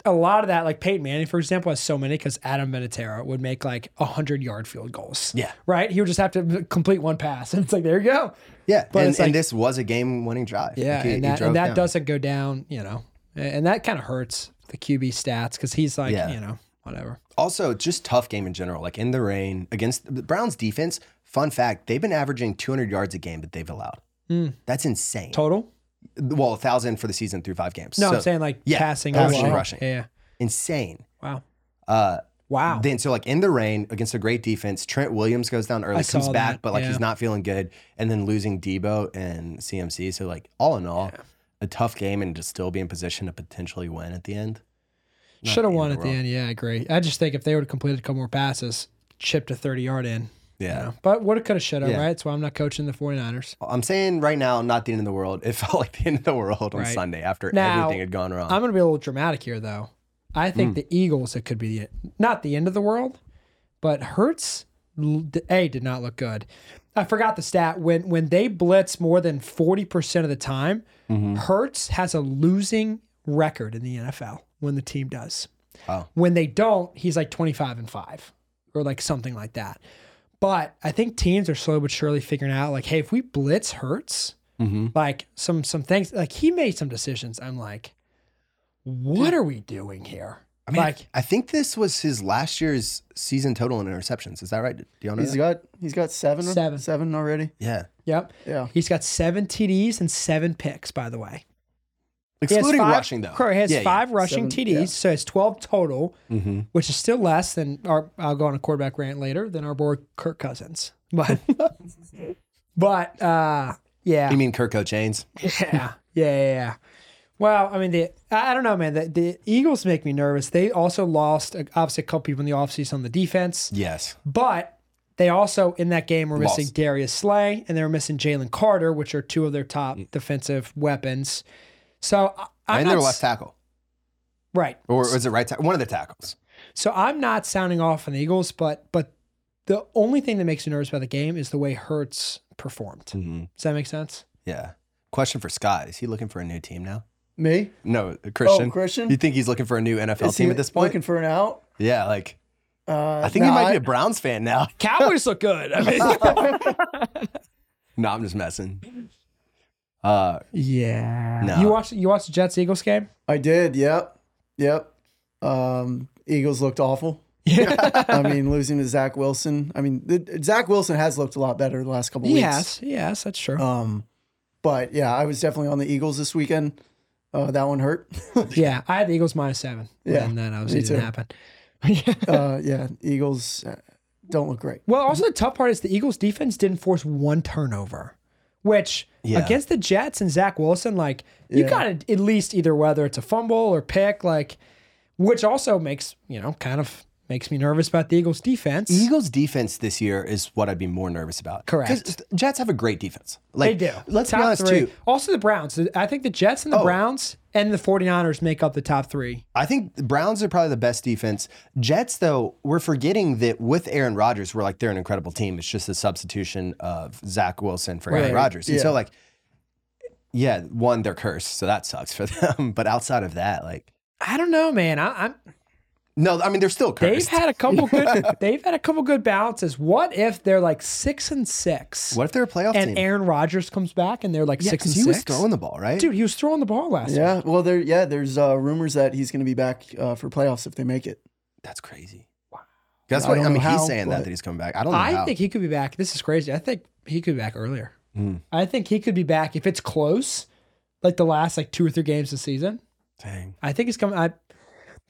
[SPEAKER 3] a lot of that, like Peyton Manning, for example, has so many because Adam Vinatieri would make like hundred yard field goals.
[SPEAKER 1] Yeah.
[SPEAKER 3] right. He would just have to complete one pass, and it's like there you go.
[SPEAKER 1] Yeah,
[SPEAKER 3] But
[SPEAKER 1] and,
[SPEAKER 3] it's
[SPEAKER 1] and
[SPEAKER 3] like-
[SPEAKER 1] this was a game-winning drive.
[SPEAKER 3] Yeah,
[SPEAKER 1] Like, he-
[SPEAKER 3] and
[SPEAKER 1] he
[SPEAKER 3] that,
[SPEAKER 1] drove
[SPEAKER 3] and that
[SPEAKER 1] down.
[SPEAKER 3] doesn't go down, you know, and that kind of hurts the QB stats because he's like,
[SPEAKER 1] Yeah.
[SPEAKER 3] you know, whatever.
[SPEAKER 1] Also, just tough game in general. Like in the rain against the Browns defense. Fun fact: they've been averaging 200 yards a game that they've allowed.
[SPEAKER 3] Hmm.
[SPEAKER 1] That's insane.
[SPEAKER 3] Total?
[SPEAKER 1] Well, a thousand for the season through five games.
[SPEAKER 3] No,
[SPEAKER 1] So,
[SPEAKER 3] I'm saying like
[SPEAKER 1] yeah,
[SPEAKER 3] passing,
[SPEAKER 1] passing,
[SPEAKER 3] rushing.
[SPEAKER 1] rushing.
[SPEAKER 3] Yeah.
[SPEAKER 1] insane.
[SPEAKER 3] Wow.
[SPEAKER 1] Uh,
[SPEAKER 3] Wow.
[SPEAKER 1] Then so like in the rain against a great defense, Trent Williams goes down early,
[SPEAKER 3] I
[SPEAKER 1] comes
[SPEAKER 3] saw
[SPEAKER 1] back,
[SPEAKER 3] that,
[SPEAKER 1] but like
[SPEAKER 3] yeah.
[SPEAKER 1] he's not feeling good, and then losing Debo and CMC. So like all in all, a tough game and to still be in position to potentially win at the end. Not
[SPEAKER 3] Should have
[SPEAKER 1] the
[SPEAKER 3] won
[SPEAKER 1] end
[SPEAKER 3] at
[SPEAKER 1] of
[SPEAKER 3] the
[SPEAKER 1] the world.
[SPEAKER 3] end. Yeah, I agree. I just think if they would have completed a couple more passes, chipped a 30 yard in.
[SPEAKER 1] Yeah.
[SPEAKER 3] But what it could have should have,
[SPEAKER 1] Yeah.
[SPEAKER 3] right? That's why I'm not coaching the 49ers.
[SPEAKER 1] I'm saying right now, not the end of the world. It felt like the end of the world on
[SPEAKER 3] Right.
[SPEAKER 1] Sunday after
[SPEAKER 3] Now,
[SPEAKER 1] everything had gone wrong.
[SPEAKER 3] I'm going to be a little dramatic here, though. I
[SPEAKER 1] Hmm.
[SPEAKER 3] think the Eagles, it could be the, not the end of the world, but Hurts, l- d- A, did not look good. I forgot the stat. When when they blitz more than 40% of the time,
[SPEAKER 1] Mm-hmm.
[SPEAKER 3] Hertz has a losing record in the NFL when the team does.
[SPEAKER 1] Oh.
[SPEAKER 3] When they don't, he's like 25 and 5 or like something like that. But I think teams are slow but surely figuring out like, hey, if we blitz Hertz,
[SPEAKER 1] Mm-hmm.
[SPEAKER 3] like some some things like he made some decisions. I'm like, what are we doing here?
[SPEAKER 1] I mean,
[SPEAKER 3] like
[SPEAKER 1] I think this was his last year's season total in interceptions. Is that right? Do you know
[SPEAKER 4] He's
[SPEAKER 1] that?
[SPEAKER 4] got he's got seven
[SPEAKER 3] Seven.
[SPEAKER 4] seven already.
[SPEAKER 1] yeah.
[SPEAKER 3] Yep.
[SPEAKER 4] Yeah.
[SPEAKER 3] He's got seven TDs and seven picks, by the way. He has
[SPEAKER 1] Excluding
[SPEAKER 3] five-
[SPEAKER 1] rushing, though.
[SPEAKER 3] Correct. He has
[SPEAKER 1] Yeah, Mm-hmm. yeah.
[SPEAKER 3] five rushing
[SPEAKER 4] Seven,
[SPEAKER 3] TDs,
[SPEAKER 4] yeah.
[SPEAKER 3] so it's 12 total, which is still less than our, I'll go on a quarterback rant later, than our boy Kirk Cousins. But, but, uh, yeah.
[SPEAKER 1] You mean Kirko Chains?
[SPEAKER 3] Yeah, yeah, yeah. yeah. Well, I mean, the I I don't know, man. The, the Eagles make me nervous. They also lost, uh, obviously, a couple people in the offseason on the defense,
[SPEAKER 1] Yes.
[SPEAKER 3] but they also, in that game, were missing
[SPEAKER 1] Lost.
[SPEAKER 3] Darius Slay and they were missing Jalen Carter, which are two of their top defensive weapons. So I- I'm
[SPEAKER 1] Mm. and
[SPEAKER 3] not
[SPEAKER 1] their
[SPEAKER 3] s-
[SPEAKER 1] left tackle.
[SPEAKER 3] right.
[SPEAKER 1] Or was it right tackle? One of the tackles.
[SPEAKER 3] So I'm not sounding off on the Eagles, but but the only thing that makes me nervous about the game is the way Hertz performed.
[SPEAKER 1] Mm.
[SPEAKER 3] Does that make sense?
[SPEAKER 1] Yeah. Question for Scott. Is he looking for a new team now?
[SPEAKER 4] Me?
[SPEAKER 1] No, uh,
[SPEAKER 3] Oh,
[SPEAKER 1] Christian.
[SPEAKER 4] Oh, Christian?
[SPEAKER 1] You think he's looking for a new NFL
[SPEAKER 4] Is
[SPEAKER 1] team
[SPEAKER 4] he
[SPEAKER 1] at this point?
[SPEAKER 4] looking for an out?
[SPEAKER 1] yeah, like
[SPEAKER 4] Uh,
[SPEAKER 1] I think he
[SPEAKER 4] nah,
[SPEAKER 1] might
[SPEAKER 4] I-
[SPEAKER 1] be a Browns fan now.
[SPEAKER 3] Cowboys look good. I mean,
[SPEAKER 1] no, I'm just messing. Uh,
[SPEAKER 3] yeah.
[SPEAKER 1] No.
[SPEAKER 3] You watched you watched the Jets Eagles game?
[SPEAKER 4] I did. Yep. Yep. Um, Eagles looked awful. I mean, losing to Zach Wilson. I mean, the, Zach Wilson has looked a lot better the last couple weeks.
[SPEAKER 3] Yes, yes, that's true.
[SPEAKER 4] Um, but yeah, I was definitely on the Eagles this weekend. Uh, that one hurt.
[SPEAKER 3] yeah, I had the Eagles minus seven.
[SPEAKER 4] Yeah,
[SPEAKER 3] and that
[SPEAKER 4] me
[SPEAKER 3] obviously didn't
[SPEAKER 4] too.
[SPEAKER 3] happen.
[SPEAKER 4] uh, yeah, Eagles uh, don't look great.
[SPEAKER 3] Well, also the tough part is the Eagles defense didn't force one turnover, which
[SPEAKER 1] Yeah.
[SPEAKER 3] against the Jets and Zach Wilson, like you
[SPEAKER 4] Yeah.
[SPEAKER 3] got to at least either whether it's a fumble or pick, like which also makes you know kind of makes me nervous about the Eagles defense.
[SPEAKER 1] Eagles defense this year is what I'd be more nervous about.
[SPEAKER 3] Correct.
[SPEAKER 1] 'Cause the Jets have a great defense.
[SPEAKER 3] they
[SPEAKER 1] Like,
[SPEAKER 3] do.
[SPEAKER 1] Let's
[SPEAKER 3] Top
[SPEAKER 1] be honest
[SPEAKER 3] three.
[SPEAKER 1] too. Oh.
[SPEAKER 3] Also the Browns. I think the Jets and the Browns and the 49ers make up the top three.
[SPEAKER 1] I think the Browns are probably the best defense. Jets, though, we're forgetting that with Aaron Rodgers, we're like they're an incredible team. It's just a substitution of Zach Wilson for Aaron
[SPEAKER 3] Right.
[SPEAKER 1] Rodgers. And so,
[SPEAKER 4] Yeah.
[SPEAKER 1] like, yeah, one, they're cursed, so that sucks for them. But outside of that, like,
[SPEAKER 3] I don't know, man. I, I'm
[SPEAKER 1] no, I mean they're still
[SPEAKER 3] they've
[SPEAKER 1] cursed.
[SPEAKER 3] had a couple good they've had a couple good balances. What if they're like six and six?
[SPEAKER 1] what if they're a playoff
[SPEAKER 3] and
[SPEAKER 1] team?
[SPEAKER 3] Aaron Rodgers comes back and they're like
[SPEAKER 1] yeah,
[SPEAKER 3] six
[SPEAKER 1] because
[SPEAKER 3] and
[SPEAKER 1] he
[SPEAKER 3] six.
[SPEAKER 1] was throwing the ball, right?
[SPEAKER 3] Dude, he was throwing the ball last year.
[SPEAKER 4] Yeah. Well, there. Yeah, there's uh, rumors that he's going to be back uh, for playoffs if they make it.
[SPEAKER 1] that's crazy. Wow. That's
[SPEAKER 4] I
[SPEAKER 1] what I,
[SPEAKER 4] don't know
[SPEAKER 1] mean.
[SPEAKER 4] how,
[SPEAKER 1] he's saying that
[SPEAKER 4] but-
[SPEAKER 1] that he's coming back. I don't know.
[SPEAKER 3] I
[SPEAKER 1] how.
[SPEAKER 3] think he could be back. This is crazy. I think he could be back earlier.
[SPEAKER 1] Hmm.
[SPEAKER 3] I think he could be back if it's close, like the last like two or three games this season.
[SPEAKER 1] Dang.
[SPEAKER 3] I think he's coming. I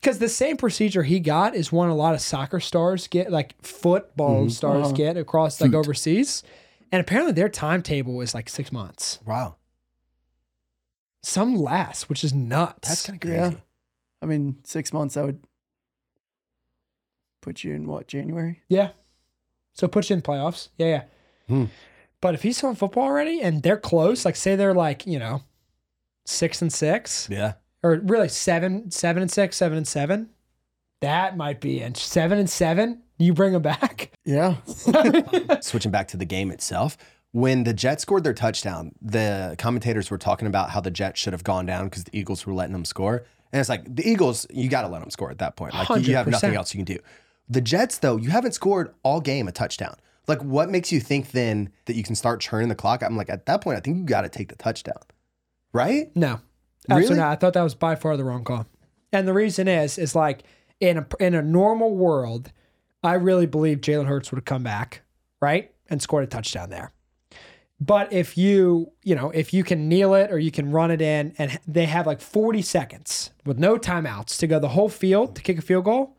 [SPEAKER 3] because the same procedure he got is one a lot of soccer stars get, like football
[SPEAKER 1] Mm-hmm.
[SPEAKER 3] stars
[SPEAKER 1] Uh-huh.
[SPEAKER 3] get across like overseas, and apparently their timetable is like six months,
[SPEAKER 1] Wow.
[SPEAKER 3] some less, which is nuts.
[SPEAKER 1] That's kind of crazy.
[SPEAKER 4] Yeah. I mean, six months. I would put you in what January?
[SPEAKER 3] Yeah. So put you in playoffs. Yeah, yeah.
[SPEAKER 1] Hmm.
[SPEAKER 3] But if he's on football already and they're close, like say they're like, you know, six and six,
[SPEAKER 1] Yeah.
[SPEAKER 3] or really seven, seven and six, seven and seven, that might be in seven and seven. You bring him back.
[SPEAKER 4] Yeah.
[SPEAKER 1] switching back to the game itself, when the Jets scored their touchdown, the commentators were talking about how the Jets should have gone down because the Eagles were letting them score. And it's like the Eagles, you got to let them score at that point. Like you- you have nothing
[SPEAKER 3] 100%.
[SPEAKER 1] else you can do. The Jets, though, you haven't scored all game a touchdown. Like, what makes you think then that you can start churning the clock? I'm like, at that point, I think you got to take the touchdown, right?
[SPEAKER 3] No, absolutely
[SPEAKER 1] Really?
[SPEAKER 3] not. I thought that was by far the wrong call. And the reason is, is like in a in a normal world, I really believe Jalen Hurts would have come back, right, and scored a touchdown there. But if you, you know, if you can kneel it or you can run it in, and they have like 40 seconds with no timeouts to go the whole field to kick a field goal,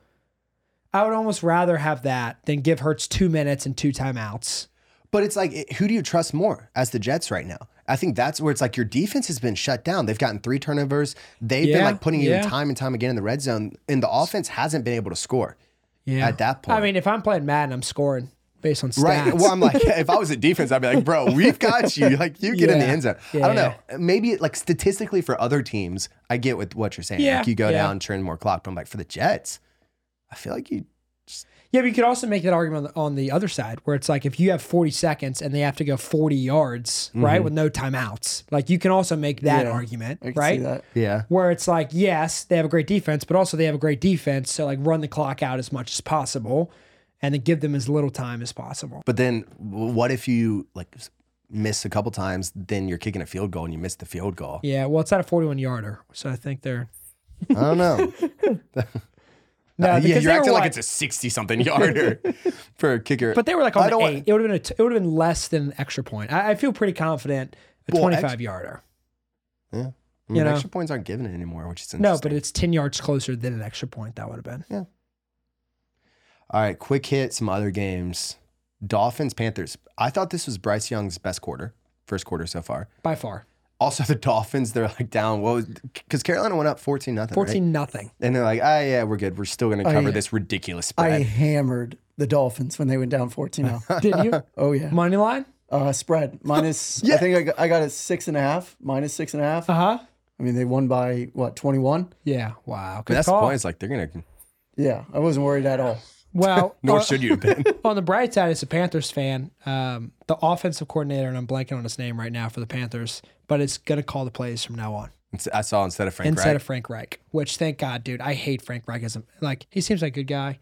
[SPEAKER 3] I would almost rather have that than give Hurts two minutes and two timeouts.
[SPEAKER 1] But it's like, it- who do you trust more as the Jets right now? I think that's where it's like your defense has been shut down. They've gotten three turnovers. They've been
[SPEAKER 3] Yeah,
[SPEAKER 1] like putting you
[SPEAKER 3] yeah.
[SPEAKER 1] in time and time again in the red zone, and the offense hasn't been able to score.
[SPEAKER 3] Yeah.
[SPEAKER 1] At that
[SPEAKER 3] I
[SPEAKER 1] point.
[SPEAKER 3] mean, if I'm playing Madden, I'm scoring based on stats.
[SPEAKER 1] Right. Well, I'm like, if I was at defense, I'd be like, bro, we've got you. Like, you get in the
[SPEAKER 3] Yeah.
[SPEAKER 1] end zone. I don't
[SPEAKER 3] Yeah.
[SPEAKER 1] know. Maybe like statistically for other teams, I get with what you're saying.
[SPEAKER 3] Yeah.
[SPEAKER 1] Like, you go
[SPEAKER 3] Yeah.
[SPEAKER 1] down, turn more clock. But I'm like, for the Jets, I feel like you.
[SPEAKER 3] Yeah, but you could also make that argument on the, on the other side where it's like if you have 40 seconds and they have to go 40 yards,
[SPEAKER 1] Mm-hmm.
[SPEAKER 3] right, with no timeouts, like you can also make that
[SPEAKER 4] Yeah,
[SPEAKER 3] argument,
[SPEAKER 4] I can
[SPEAKER 3] right?
[SPEAKER 4] see that.
[SPEAKER 1] Yeah.
[SPEAKER 3] Where it's like, yes, they have a great defense, but also they have a great defense. So, like, run the clock out as much as possible and then give them as little time as possible.
[SPEAKER 1] But then w- what if you like s- miss a couple times, then you're kicking a field goal and you miss the field goal?
[SPEAKER 3] Yeah, well, it's not a 41 yarder. So I think they're.
[SPEAKER 1] I don't know.
[SPEAKER 3] No,
[SPEAKER 1] Uh, yeah,
[SPEAKER 3] because
[SPEAKER 1] you're
[SPEAKER 3] they were
[SPEAKER 1] acting like
[SPEAKER 3] what?
[SPEAKER 1] it's a 60 something yarder for a kicker.
[SPEAKER 3] But they were like
[SPEAKER 1] I
[SPEAKER 3] on
[SPEAKER 1] don't
[SPEAKER 3] the
[SPEAKER 1] want-
[SPEAKER 3] eight. It would have been a t- it would have been less than an extra point. I, I feel pretty confident a
[SPEAKER 1] Well, ex-
[SPEAKER 3] 25 yarder.
[SPEAKER 1] yeah. I mean,
[SPEAKER 3] you know.
[SPEAKER 1] extra mm, points aren't given anymore, which is interesting.
[SPEAKER 3] No, but it's 10 yards closer than an extra point. That would have been.
[SPEAKER 1] All right, quick hit some other games. Dolphins, Panthers. I thought this was Bryce Young's best quarter, first quarter so far.
[SPEAKER 3] By far.
[SPEAKER 1] Also, the Dolphins, they're like down. What was because Carolina went up 14 nothing. 14.
[SPEAKER 3] 14 nothing.
[SPEAKER 1] And they're like, ah, yeah, we're good. We're still going to
[SPEAKER 4] I-
[SPEAKER 1] cover this ridiculous
[SPEAKER 4] I
[SPEAKER 1] spread.
[SPEAKER 4] hammered the Dolphins when they went down 14 0.
[SPEAKER 3] Did you?
[SPEAKER 4] oh, yeah.
[SPEAKER 3] Money line?
[SPEAKER 4] Uh, spread minus, I think I got, I got it six and a half, minus six and a half.
[SPEAKER 1] Uh-huh.
[SPEAKER 3] Uh huh.
[SPEAKER 4] I mean, they won by what, 21?
[SPEAKER 3] Yeah. Wow.
[SPEAKER 1] But
[SPEAKER 3] Good
[SPEAKER 1] that's
[SPEAKER 3] call.
[SPEAKER 1] the point. It's like they're going to,
[SPEAKER 4] Yeah, I wasn't worried at all.
[SPEAKER 3] Well,
[SPEAKER 1] nor
[SPEAKER 3] uh,
[SPEAKER 1] should you have been.
[SPEAKER 3] on the bright side, as a Panthers fan, um, the offensive coordinator, and I'm blanking on his name right now for the Panthers, but it's going to call the plays from now on
[SPEAKER 1] It's- I saw instead of Frank
[SPEAKER 3] instead
[SPEAKER 1] Reich.
[SPEAKER 3] of Frank Reich, which thank God, dude. I hate Frank Reich. As a, like, he seems like a good guy.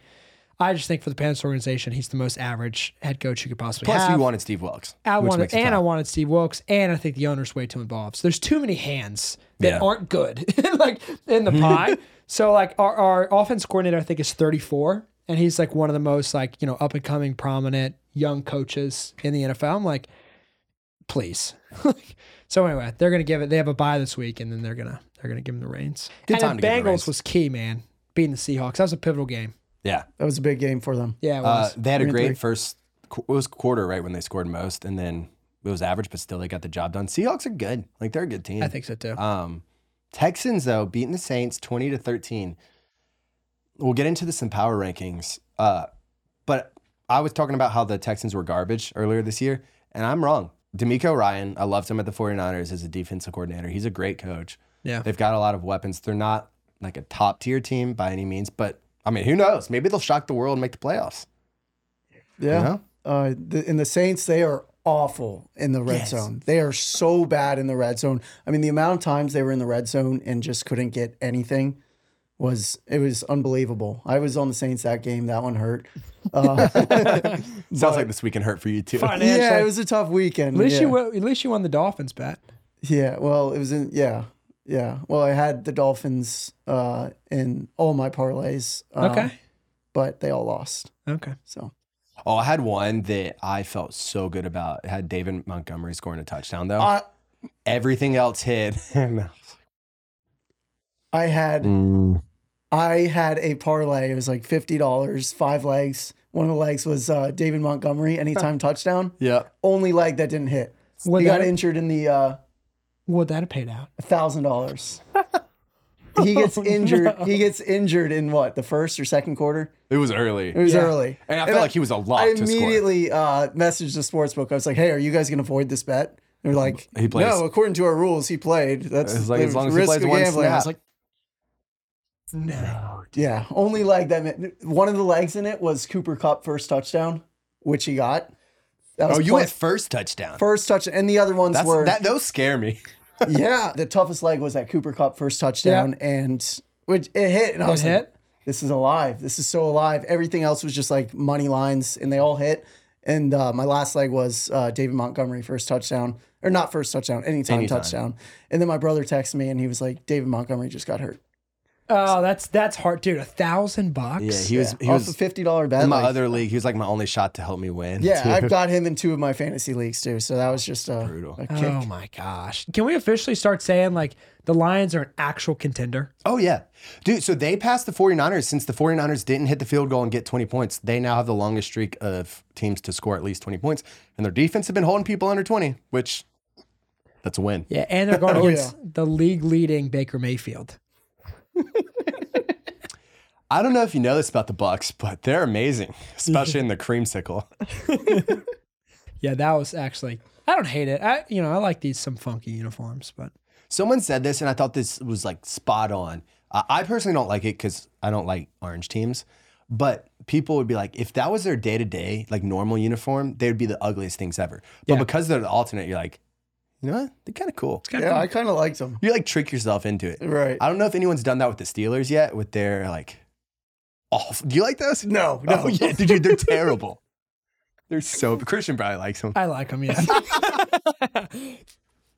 [SPEAKER 3] I just think for the Panthers organization, he's the most average head coach you could possibly
[SPEAKER 1] Plus,
[SPEAKER 3] have.
[SPEAKER 1] you wanted Steve Wilkes.
[SPEAKER 3] I
[SPEAKER 1] which
[SPEAKER 3] wanted,
[SPEAKER 1] makes it
[SPEAKER 3] and I
[SPEAKER 1] tough.
[SPEAKER 3] wanted Steve Wilkes, and I think the owner's way too involved. So there's too many hands that
[SPEAKER 1] Yeah.
[SPEAKER 3] aren't good, like in the pie. so like our, our offense coordinator, I think is 34, and he's like one of the most like you know up and coming, prominent young coaches in the NFL. I'm like, please. so anyway, they're gonna give it. They have a bye this week, and then they're gonna they're gonna give them the reins.
[SPEAKER 1] Good
[SPEAKER 3] and
[SPEAKER 1] time
[SPEAKER 3] the
[SPEAKER 1] to give the
[SPEAKER 3] Bengals
[SPEAKER 1] reins.
[SPEAKER 3] was key, man. Beating the Seahawks, that was a pivotal game.
[SPEAKER 1] yeah.
[SPEAKER 4] That was a big game for them.
[SPEAKER 3] Yeah, it
[SPEAKER 1] Uh,
[SPEAKER 3] was.
[SPEAKER 1] they had a
[SPEAKER 4] Three and
[SPEAKER 1] great
[SPEAKER 4] three.
[SPEAKER 1] first. qu- It was quarter right when they scored most, and then it was average, but still they got the job done. Seahawks are good. Like they're a good team.
[SPEAKER 3] I think so too.
[SPEAKER 1] Um, Texans though beating the Saints twenty to thirteen. We'll get into this in power rankings, uh, but I was talking about how the Texans were garbage earlier this year, and I'm wrong. D'Amico Ryan, I loved him at the 49ers as a defensive coordinator. He's a great coach.
[SPEAKER 3] Yeah.
[SPEAKER 1] They've got a lot of weapons. They're not like a top tier team by any means, but I mean, who knows? Maybe they'll shock the world and make the playoffs.
[SPEAKER 4] Yeah.
[SPEAKER 1] know?
[SPEAKER 4] Uh, the, and the Saints, they are awful in the red
[SPEAKER 1] Yes.
[SPEAKER 4] zone. They are so bad in the red zone. I mean, the amount of times they were in the red zone and just couldn't get anything was it was unbelievable. I was on the Saints that game. That one hurt. Uh,
[SPEAKER 1] Sounds like this weekend hurt for you too.
[SPEAKER 3] Financially,
[SPEAKER 4] yeah, it was a tough weekend.
[SPEAKER 3] at least
[SPEAKER 4] yeah.
[SPEAKER 3] you won- at least you won the Dolphins bet.
[SPEAKER 4] Yeah, well, it was in yeah. Yeah. Well, I had the Dolphins uh, in all my parlays. um,
[SPEAKER 3] Okay.
[SPEAKER 4] But they all lost.
[SPEAKER 3] Okay.
[SPEAKER 4] So
[SPEAKER 1] Oh, I had one that I felt so good about. It had David Montgomery scoring a touchdown
[SPEAKER 3] Oh.
[SPEAKER 1] though.
[SPEAKER 4] I
[SPEAKER 1] Everything else hit. And-
[SPEAKER 4] I had
[SPEAKER 1] Mm.
[SPEAKER 4] I had a parlay. It was like fifty dollars, five legs. One of the legs was uh, David Montgomery anytime touchdown.
[SPEAKER 1] Yeah.
[SPEAKER 4] Only leg that didn't hit.
[SPEAKER 3] Would
[SPEAKER 4] he got
[SPEAKER 3] that-
[SPEAKER 4] injured in the uh,
[SPEAKER 3] Would that have paid out?
[SPEAKER 4] thousand dollars.
[SPEAKER 1] Oh,
[SPEAKER 4] He gets injured. He gets injured in what the first or second quarter.
[SPEAKER 1] It was early.
[SPEAKER 4] It was
[SPEAKER 3] Yeah.
[SPEAKER 4] early,
[SPEAKER 1] and I felt like he was a lot
[SPEAKER 4] I
[SPEAKER 1] to score.
[SPEAKER 4] immediately uh, messaged the sports book. I was like, "Hey, are you guys going to void this bet?" They're like,
[SPEAKER 1] He plays.
[SPEAKER 4] "No, according to our rules, he played." That's
[SPEAKER 1] It's like,
[SPEAKER 4] the
[SPEAKER 1] as long as he
[SPEAKER 4] risk
[SPEAKER 1] plays
[SPEAKER 4] of
[SPEAKER 1] one
[SPEAKER 4] gambling. I was
[SPEAKER 1] snap.
[SPEAKER 4] like, Yeah, only leg that ma- one of the legs in it was Cooper Cup first touchdown, which he got. That
[SPEAKER 1] Oh,
[SPEAKER 4] was
[SPEAKER 1] you
[SPEAKER 4] plus-
[SPEAKER 1] went first touchdown.
[SPEAKER 4] first touchdown, and the other ones
[SPEAKER 1] That's,
[SPEAKER 4] were
[SPEAKER 1] that, those scare me.
[SPEAKER 4] yeah, the toughest leg was that Cooper Cup first touchdown, and which it hit, and I was like,
[SPEAKER 3] hit?
[SPEAKER 4] "This is alive. This is so alive." Everything else was just like money lines, and they all hit. And uh, my last leg was uh, David Montgomery first touchdown, or not first touchdown, anytime, touchdown. And then my brother texted me, and he was like, "David Montgomery just got hurt."
[SPEAKER 3] Oh, that's that's hard, dude. A thousand bucks.
[SPEAKER 1] Yeah, he was he
[SPEAKER 4] Off a
[SPEAKER 1] was
[SPEAKER 4] fifty dollar bet.
[SPEAKER 1] in my
[SPEAKER 4] like-
[SPEAKER 1] other league. He was like my only shot to help me win.
[SPEAKER 4] yeah,
[SPEAKER 1] too.
[SPEAKER 4] I've got him in two of my fantasy leagues too. So that was just a,
[SPEAKER 1] Brutal.
[SPEAKER 4] a kick.
[SPEAKER 3] Oh my gosh! Can we officially start saying like the Lions are an actual contender?
[SPEAKER 1] Oh yeah. Dude, so they passed the 49ers since the 49ers didn't hit the field goal and get 20 points. They now have the longest streak of teams to score at least 20 points and their defense have been holding people under 20, which that's a win.
[SPEAKER 3] Yeah, and they're going against
[SPEAKER 4] yeah.
[SPEAKER 3] the league leading Baker Mayfield.
[SPEAKER 1] I don't know if you know this about the Bucks, but they're amazing, especially in the creamsicle.
[SPEAKER 3] Yeah, that was actually I don't hate it. I you know I like these some funky uniforms, but
[SPEAKER 1] Someone said this, and I thought this was like spot on. I I personally don't like it because I don't like orange teams, but people would be like, if that was their day to day, like normal uniform, they would be the ugliest things ever. But
[SPEAKER 3] Yeah.
[SPEAKER 1] because they're the alternate, you're like, you know what? They're kind of cool.
[SPEAKER 4] Yeah, I kind of liked him.
[SPEAKER 1] You like trick yourself into it.
[SPEAKER 4] Right.
[SPEAKER 1] I don't know if anyone's done that with the Steelers yet, with their like awful. Do you like those?
[SPEAKER 4] No, no.
[SPEAKER 1] Oh, yeah, dude, they're terrible. They're so Christian probably likes them.
[SPEAKER 3] I like them. Yeah,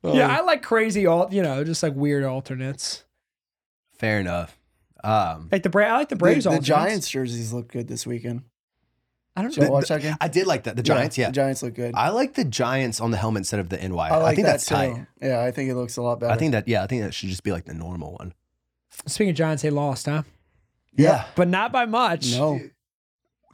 [SPEAKER 3] yeah, I like crazy alt. You know, just like weird alternates.
[SPEAKER 1] Fair enough. Um,
[SPEAKER 3] Like the Bra- I like the Braves.
[SPEAKER 4] the, the
[SPEAKER 3] alternates.
[SPEAKER 4] Giants jerseys look good this weekend.
[SPEAKER 3] I don't
[SPEAKER 4] Did
[SPEAKER 3] know.
[SPEAKER 4] you watch that game?
[SPEAKER 1] I did like that. The Giants, yeah.
[SPEAKER 4] The Giants look good. I,
[SPEAKER 1] I like the Giants on the helmet instead of the NY. I,
[SPEAKER 4] like
[SPEAKER 1] think
[SPEAKER 4] that
[SPEAKER 1] that's
[SPEAKER 4] too.
[SPEAKER 1] tight.
[SPEAKER 4] Yeah, I think it looks a lot better.
[SPEAKER 1] I think that yeah, I think that should just be like the normal one.
[SPEAKER 3] Speaking of Giants, they lost, huh?
[SPEAKER 1] Yeah.
[SPEAKER 3] But not by much.
[SPEAKER 4] no.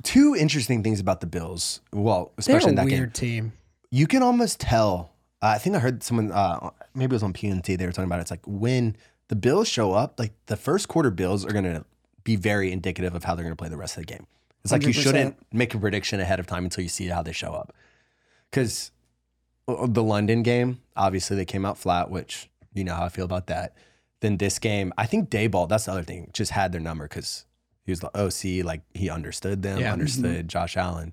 [SPEAKER 1] Two interesting things about the Bills. Well,
[SPEAKER 3] they're
[SPEAKER 1] especially
[SPEAKER 3] a
[SPEAKER 1] in that game.
[SPEAKER 3] weird team.
[SPEAKER 1] You can almost tell. I think I heard someone uh, maybe it was on PNT they were talking about it. it's like when the Bills show up, like the first quarter Bills are going to be very indicative of how they're going to play the rest of the game. It's like you
[SPEAKER 4] 100%.
[SPEAKER 1] shouldn't make a prediction ahead of time until you see how they show up. Cuz the London game, obviously they came out flat, which you know how I feel about that. Then this game, I think Dayball, that's the other thing, just had their number because he was the OC, like he understood them,
[SPEAKER 3] Yeah.
[SPEAKER 1] understood Josh Allen.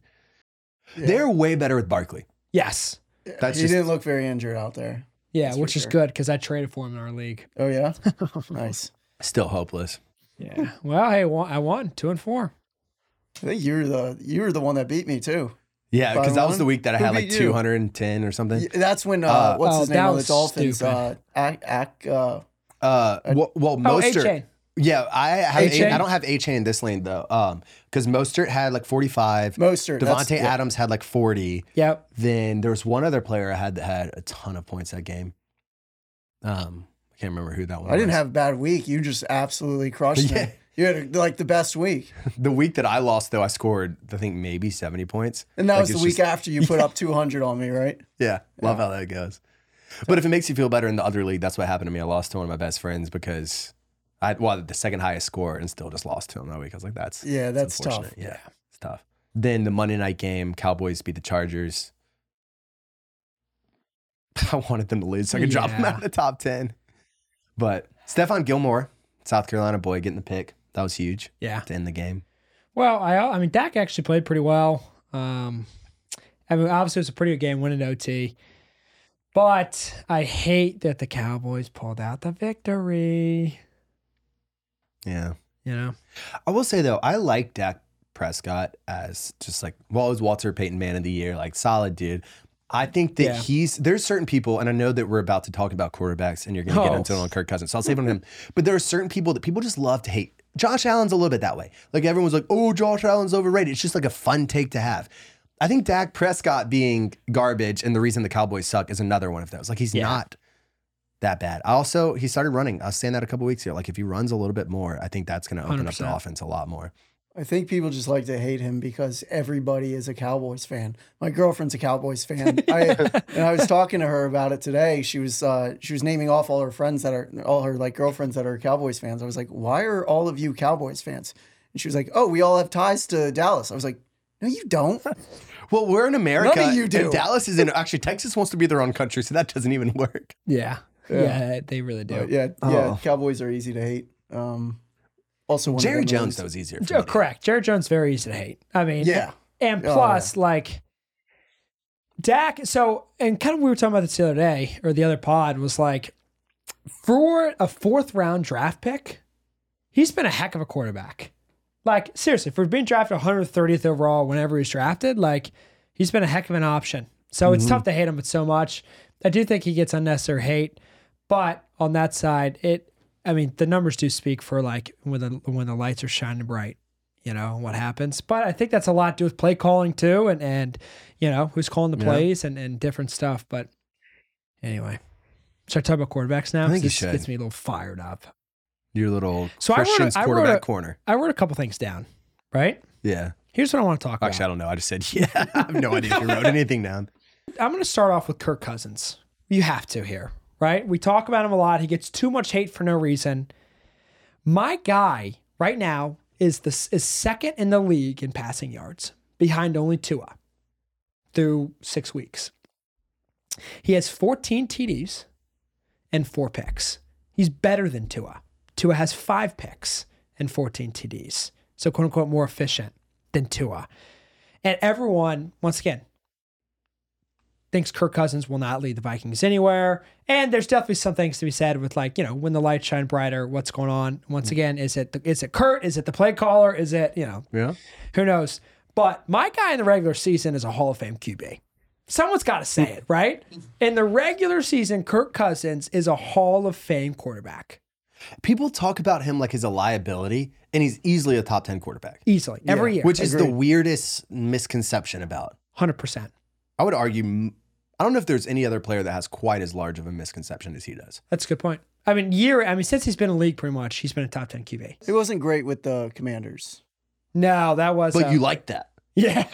[SPEAKER 4] Yeah.
[SPEAKER 1] They're way better with Barkley.
[SPEAKER 3] Yes.
[SPEAKER 1] That's
[SPEAKER 4] he
[SPEAKER 1] just-
[SPEAKER 4] didn't look very injured out there.
[SPEAKER 3] Yeah,
[SPEAKER 4] That's for
[SPEAKER 3] which is
[SPEAKER 4] sure.
[SPEAKER 3] good because I traded for him in our league.
[SPEAKER 4] Oh yeah, nice.
[SPEAKER 1] Still hopeless.
[SPEAKER 3] Yeah. Well, hey, wa- I won two and four.
[SPEAKER 4] I think you were the you were the one that beat me too.
[SPEAKER 1] Yeah,
[SPEAKER 4] By
[SPEAKER 1] because that was
[SPEAKER 4] one?
[SPEAKER 1] the week that I
[SPEAKER 4] Who
[SPEAKER 1] had like
[SPEAKER 4] beat you?
[SPEAKER 1] 210 or something.
[SPEAKER 4] Y- That's when uh,
[SPEAKER 1] Uh,
[SPEAKER 4] what's
[SPEAKER 3] Oh,
[SPEAKER 4] his
[SPEAKER 3] that
[SPEAKER 4] name? on The
[SPEAKER 3] was
[SPEAKER 4] Dolphins.
[SPEAKER 3] stupid.
[SPEAKER 4] Uh, Ak, Ak, uh,
[SPEAKER 1] Uh, well, well
[SPEAKER 3] Oh,
[SPEAKER 1] Mostert.
[SPEAKER 3] A-Chain.
[SPEAKER 1] yeah, I have. A-
[SPEAKER 3] A-Chain?
[SPEAKER 1] I don't have A chain in this lane though. Um, because Mostert had like 45.
[SPEAKER 4] Mostert. that's-
[SPEAKER 1] Devonte Adams had like 40.
[SPEAKER 3] Yep.
[SPEAKER 1] Then there was one other player I had that had a ton of points that game. Um, I can't remember who that one.
[SPEAKER 4] I didn't
[SPEAKER 1] was.
[SPEAKER 4] have a bad week. You just absolutely crushed
[SPEAKER 1] Yeah.
[SPEAKER 4] me. You had like the best week,
[SPEAKER 1] the week that I lost though. I scored I think maybe 70 points.
[SPEAKER 4] and that
[SPEAKER 1] Like,
[SPEAKER 4] was the
[SPEAKER 1] it's
[SPEAKER 4] week
[SPEAKER 1] just-
[SPEAKER 4] after you put up 200 on me, right?
[SPEAKER 1] Yeah, love how that goes. But if it makes you feel better in the other league, that's what happened to me. I lost to one of my best friends because I well the second highest score and still just lost to him that week. I was like, that's
[SPEAKER 4] Yeah, that's tough.
[SPEAKER 1] unfortunate. Yeah, it's tough. Then the Monday night game, Cowboys beat the Chargers. I wanted them to lose so I could drop them
[SPEAKER 3] Yeah.
[SPEAKER 1] out of the top ten. But Stefan Gilmore, South Carolina boy, getting the pick. That was huge
[SPEAKER 3] Yeah.
[SPEAKER 1] to end the game.
[SPEAKER 3] Well, I I mean Dak actually played pretty well. Um, I mean obviously it was a pretty good game, winning OT. But I hate that the Cowboys pulled out the victory.
[SPEAKER 1] Yeah.
[SPEAKER 3] You know,
[SPEAKER 1] I will say though, I like Dak Prescott as just like well, it was Walter Payton Man of the Year, like solid dude. I think that
[SPEAKER 3] Yeah.
[SPEAKER 1] he's there's certain people, and I know that we're about to talk about quarterbacks, and you're going to get
[SPEAKER 3] Oh.
[SPEAKER 1] into it on Kirk Cousins, so I'll save it on him. But there are certain people that people just love to hate. Josh Allen's a little bit that way. Like everyone's like, oh, Josh Allen's overrated. It's just like a fun take to have. I think Dak Prescott being garbage and the reason the Cowboys suck is another one of those. Like he's
[SPEAKER 3] Yeah.
[SPEAKER 1] not that bad. I also he started running. I was saying that a couple weeks ago. Like if he runs a little bit more, I think that's going to open up the
[SPEAKER 3] 100%.
[SPEAKER 1] offense a lot more.
[SPEAKER 4] I think people just like to hate him because everybody is a Cowboys fan. My girlfriend's a Cowboys fan. I, and I was talking to her about it today. She was uh, she was naming off all her friends that are all her like girlfriends that are Cowboys fans. I was like, why are all of you Cowboys fans? And she was like, oh, we all have ties to Dallas. I was like, no, you don't.
[SPEAKER 1] Well, we're in America.
[SPEAKER 4] None of you
[SPEAKER 1] and
[SPEAKER 4] do.
[SPEAKER 1] Dallas is in actually Texas wants to be their own country, so that doesn't even work.
[SPEAKER 3] yeah,
[SPEAKER 4] Yeah.
[SPEAKER 3] yeah, they really do.
[SPEAKER 4] But yeah,
[SPEAKER 1] Oh.
[SPEAKER 4] yeah, Cowboys are easy to hate. Um, also, one of
[SPEAKER 1] Jerry
[SPEAKER 4] them
[SPEAKER 1] Jones though
[SPEAKER 4] is-
[SPEAKER 1] is easier. for
[SPEAKER 3] Oh,
[SPEAKER 1] me to-
[SPEAKER 3] correct. Jared Jones very easy to hate. I mean,
[SPEAKER 4] Yeah.
[SPEAKER 3] And
[SPEAKER 4] Oh,
[SPEAKER 3] plus, like Dak, so and kind of we were talking about this the other day or the other pod was like for a fourth round draft pick, he's been a heck of a quarterback. Like seriously, for being drafted 130th overall, whenever he's drafted, like he's been a heck of an option. So it's
[SPEAKER 1] Mm-hmm.
[SPEAKER 3] tough to hate him so much. I do think he gets unnecessary hate, but on that side, it. I mean, the numbers do speak for like when the when the lights are shining bright, you know what happens. But I think that's a lot to do with play calling too, and and you know who's calling the
[SPEAKER 1] Yeah.
[SPEAKER 3] plays and and different stuff. But anyway, start talking about quarterbacks now.
[SPEAKER 1] I think
[SPEAKER 3] 'cause
[SPEAKER 1] you
[SPEAKER 3] this
[SPEAKER 1] should.
[SPEAKER 3] gets me a little fired up.
[SPEAKER 1] Your little
[SPEAKER 3] So I wrote a-
[SPEAKER 1] Christian's
[SPEAKER 3] I wrote
[SPEAKER 1] quarterback
[SPEAKER 3] a-
[SPEAKER 1] corner.
[SPEAKER 3] I wrote a couple things down, right?
[SPEAKER 1] Yeah.
[SPEAKER 3] Here's what I want to talk
[SPEAKER 1] Actually, I
[SPEAKER 3] about.
[SPEAKER 1] don't know. I just said yeah. I have no idea if you wrote anything down.
[SPEAKER 3] I'm going to start off with Kirk Cousins. You have to here, right? We talk about him a lot. He gets too much hate for no reason. My guy right now is the is second in the league in passing yards, behind only Tua through 6 weeks. He has 14 TDs and 4 picks. He's better than Tua. Tua has 5 picks and 14 TDs. So quote unquote more efficient than Tua. And everyone, once again, thinks Kirk Cousins will not lead the Vikings anywhere. And there's definitely some things to be said with like, you know, when the lights shine brighter, what's going on?
[SPEAKER 1] Mm.
[SPEAKER 3] Once again, is it the, is it Kurt? Is it the play caller? Is it, you know,
[SPEAKER 1] Yeah.
[SPEAKER 3] who knows? But my guy in the regular season is a Hall of Fame QB. Someone's got to say it, right? In the regular season, Kirk Cousins is a Hall of Fame quarterback.
[SPEAKER 1] People talk about him like he's a liability, and he's easily a top 10 quarterback,
[SPEAKER 3] Easily. Every year.
[SPEAKER 1] which is the
[SPEAKER 4] Agreed.
[SPEAKER 1] weirdest misconception about.
[SPEAKER 3] 100%.
[SPEAKER 1] I would argue, m- I don't know if there's any other player that has quite as large of a misconception as he does.
[SPEAKER 3] That's a good point. I mean, year, I mean, since he's been in the league pretty much, he's been a top 10 QB.
[SPEAKER 4] It wasn't great with the Commanders.
[SPEAKER 3] No, that was.
[SPEAKER 1] But
[SPEAKER 3] uh,
[SPEAKER 1] you like that.
[SPEAKER 3] Yeah.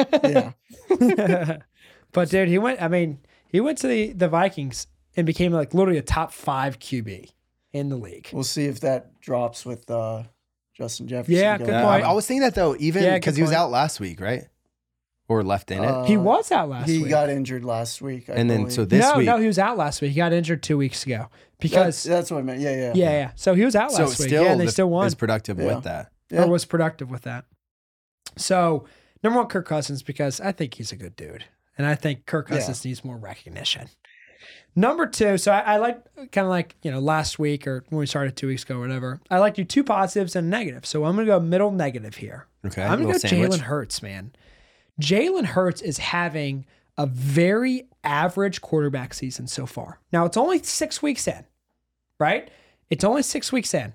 [SPEAKER 4] Yeah,
[SPEAKER 3] but dude, he went. I mean, he went to the the Vikings and became like literally a top five QB in the league.
[SPEAKER 4] we'll see if that drops with uh, Justin Jefferson.
[SPEAKER 3] Yeah,
[SPEAKER 4] going
[SPEAKER 3] good
[SPEAKER 1] Yeah,
[SPEAKER 4] down.
[SPEAKER 3] point.
[SPEAKER 1] I, I was thinking that though, even
[SPEAKER 3] Yeah, good
[SPEAKER 1] because he was
[SPEAKER 3] point.
[SPEAKER 1] out last week, right? Or left in it.
[SPEAKER 4] Uh,
[SPEAKER 3] he was out last
[SPEAKER 4] he
[SPEAKER 3] week.
[SPEAKER 4] got injured last week, I
[SPEAKER 1] and then
[SPEAKER 4] believe.
[SPEAKER 1] so this
[SPEAKER 3] no,
[SPEAKER 1] week,
[SPEAKER 3] no, he was out last week. He got injured two weeks ago
[SPEAKER 4] that's,
[SPEAKER 3] because
[SPEAKER 4] that's what I meant. Yeah, yeah,
[SPEAKER 3] yeah, yeah. So he was out
[SPEAKER 1] so
[SPEAKER 3] last week.
[SPEAKER 1] still
[SPEAKER 3] yeah, and they
[SPEAKER 1] the-
[SPEAKER 3] still won
[SPEAKER 1] is productive
[SPEAKER 4] Yeah.
[SPEAKER 1] with that.
[SPEAKER 4] Yeah.
[SPEAKER 3] or was productive with that. So number one, Kirk Cousins because I think he's a good dude, and I think Kirk
[SPEAKER 4] Yeah.
[SPEAKER 3] Cousins needs more recognition. Number two, so I, I like kind of like you know last week or when we started two weeks ago, or whatever. I like you two positives and a negative. So I'm gonna go middle negative here.
[SPEAKER 1] Okay,
[SPEAKER 3] I'm gonna
[SPEAKER 1] little
[SPEAKER 3] go
[SPEAKER 1] sandwich.
[SPEAKER 3] Jalen Hurts, man. Jalen Hurts is having a very average quarterback season so far. Now it's only six weeks in, right? It's only six weeks in,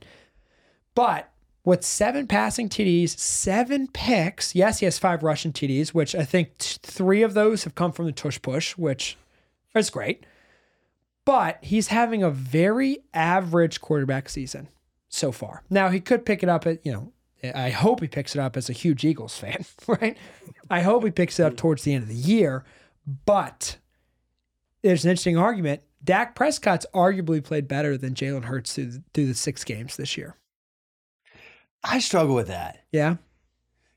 [SPEAKER 3] but with seven passing TDs, seven picks. Yes, he has five rushing TDs, which I think t- three of those have come from the tush push, which is great. But he's having a very average quarterback season so far. Now he could pick it up at you know. I hope he picks it up as a huge Eagles fan, right? I hope he picks it up towards the end of the year. But there's an interesting argument. Dak Prescott's arguably played better than Jalen Hurts through the, through the six games this year.
[SPEAKER 1] I struggle with that
[SPEAKER 3] Yeah,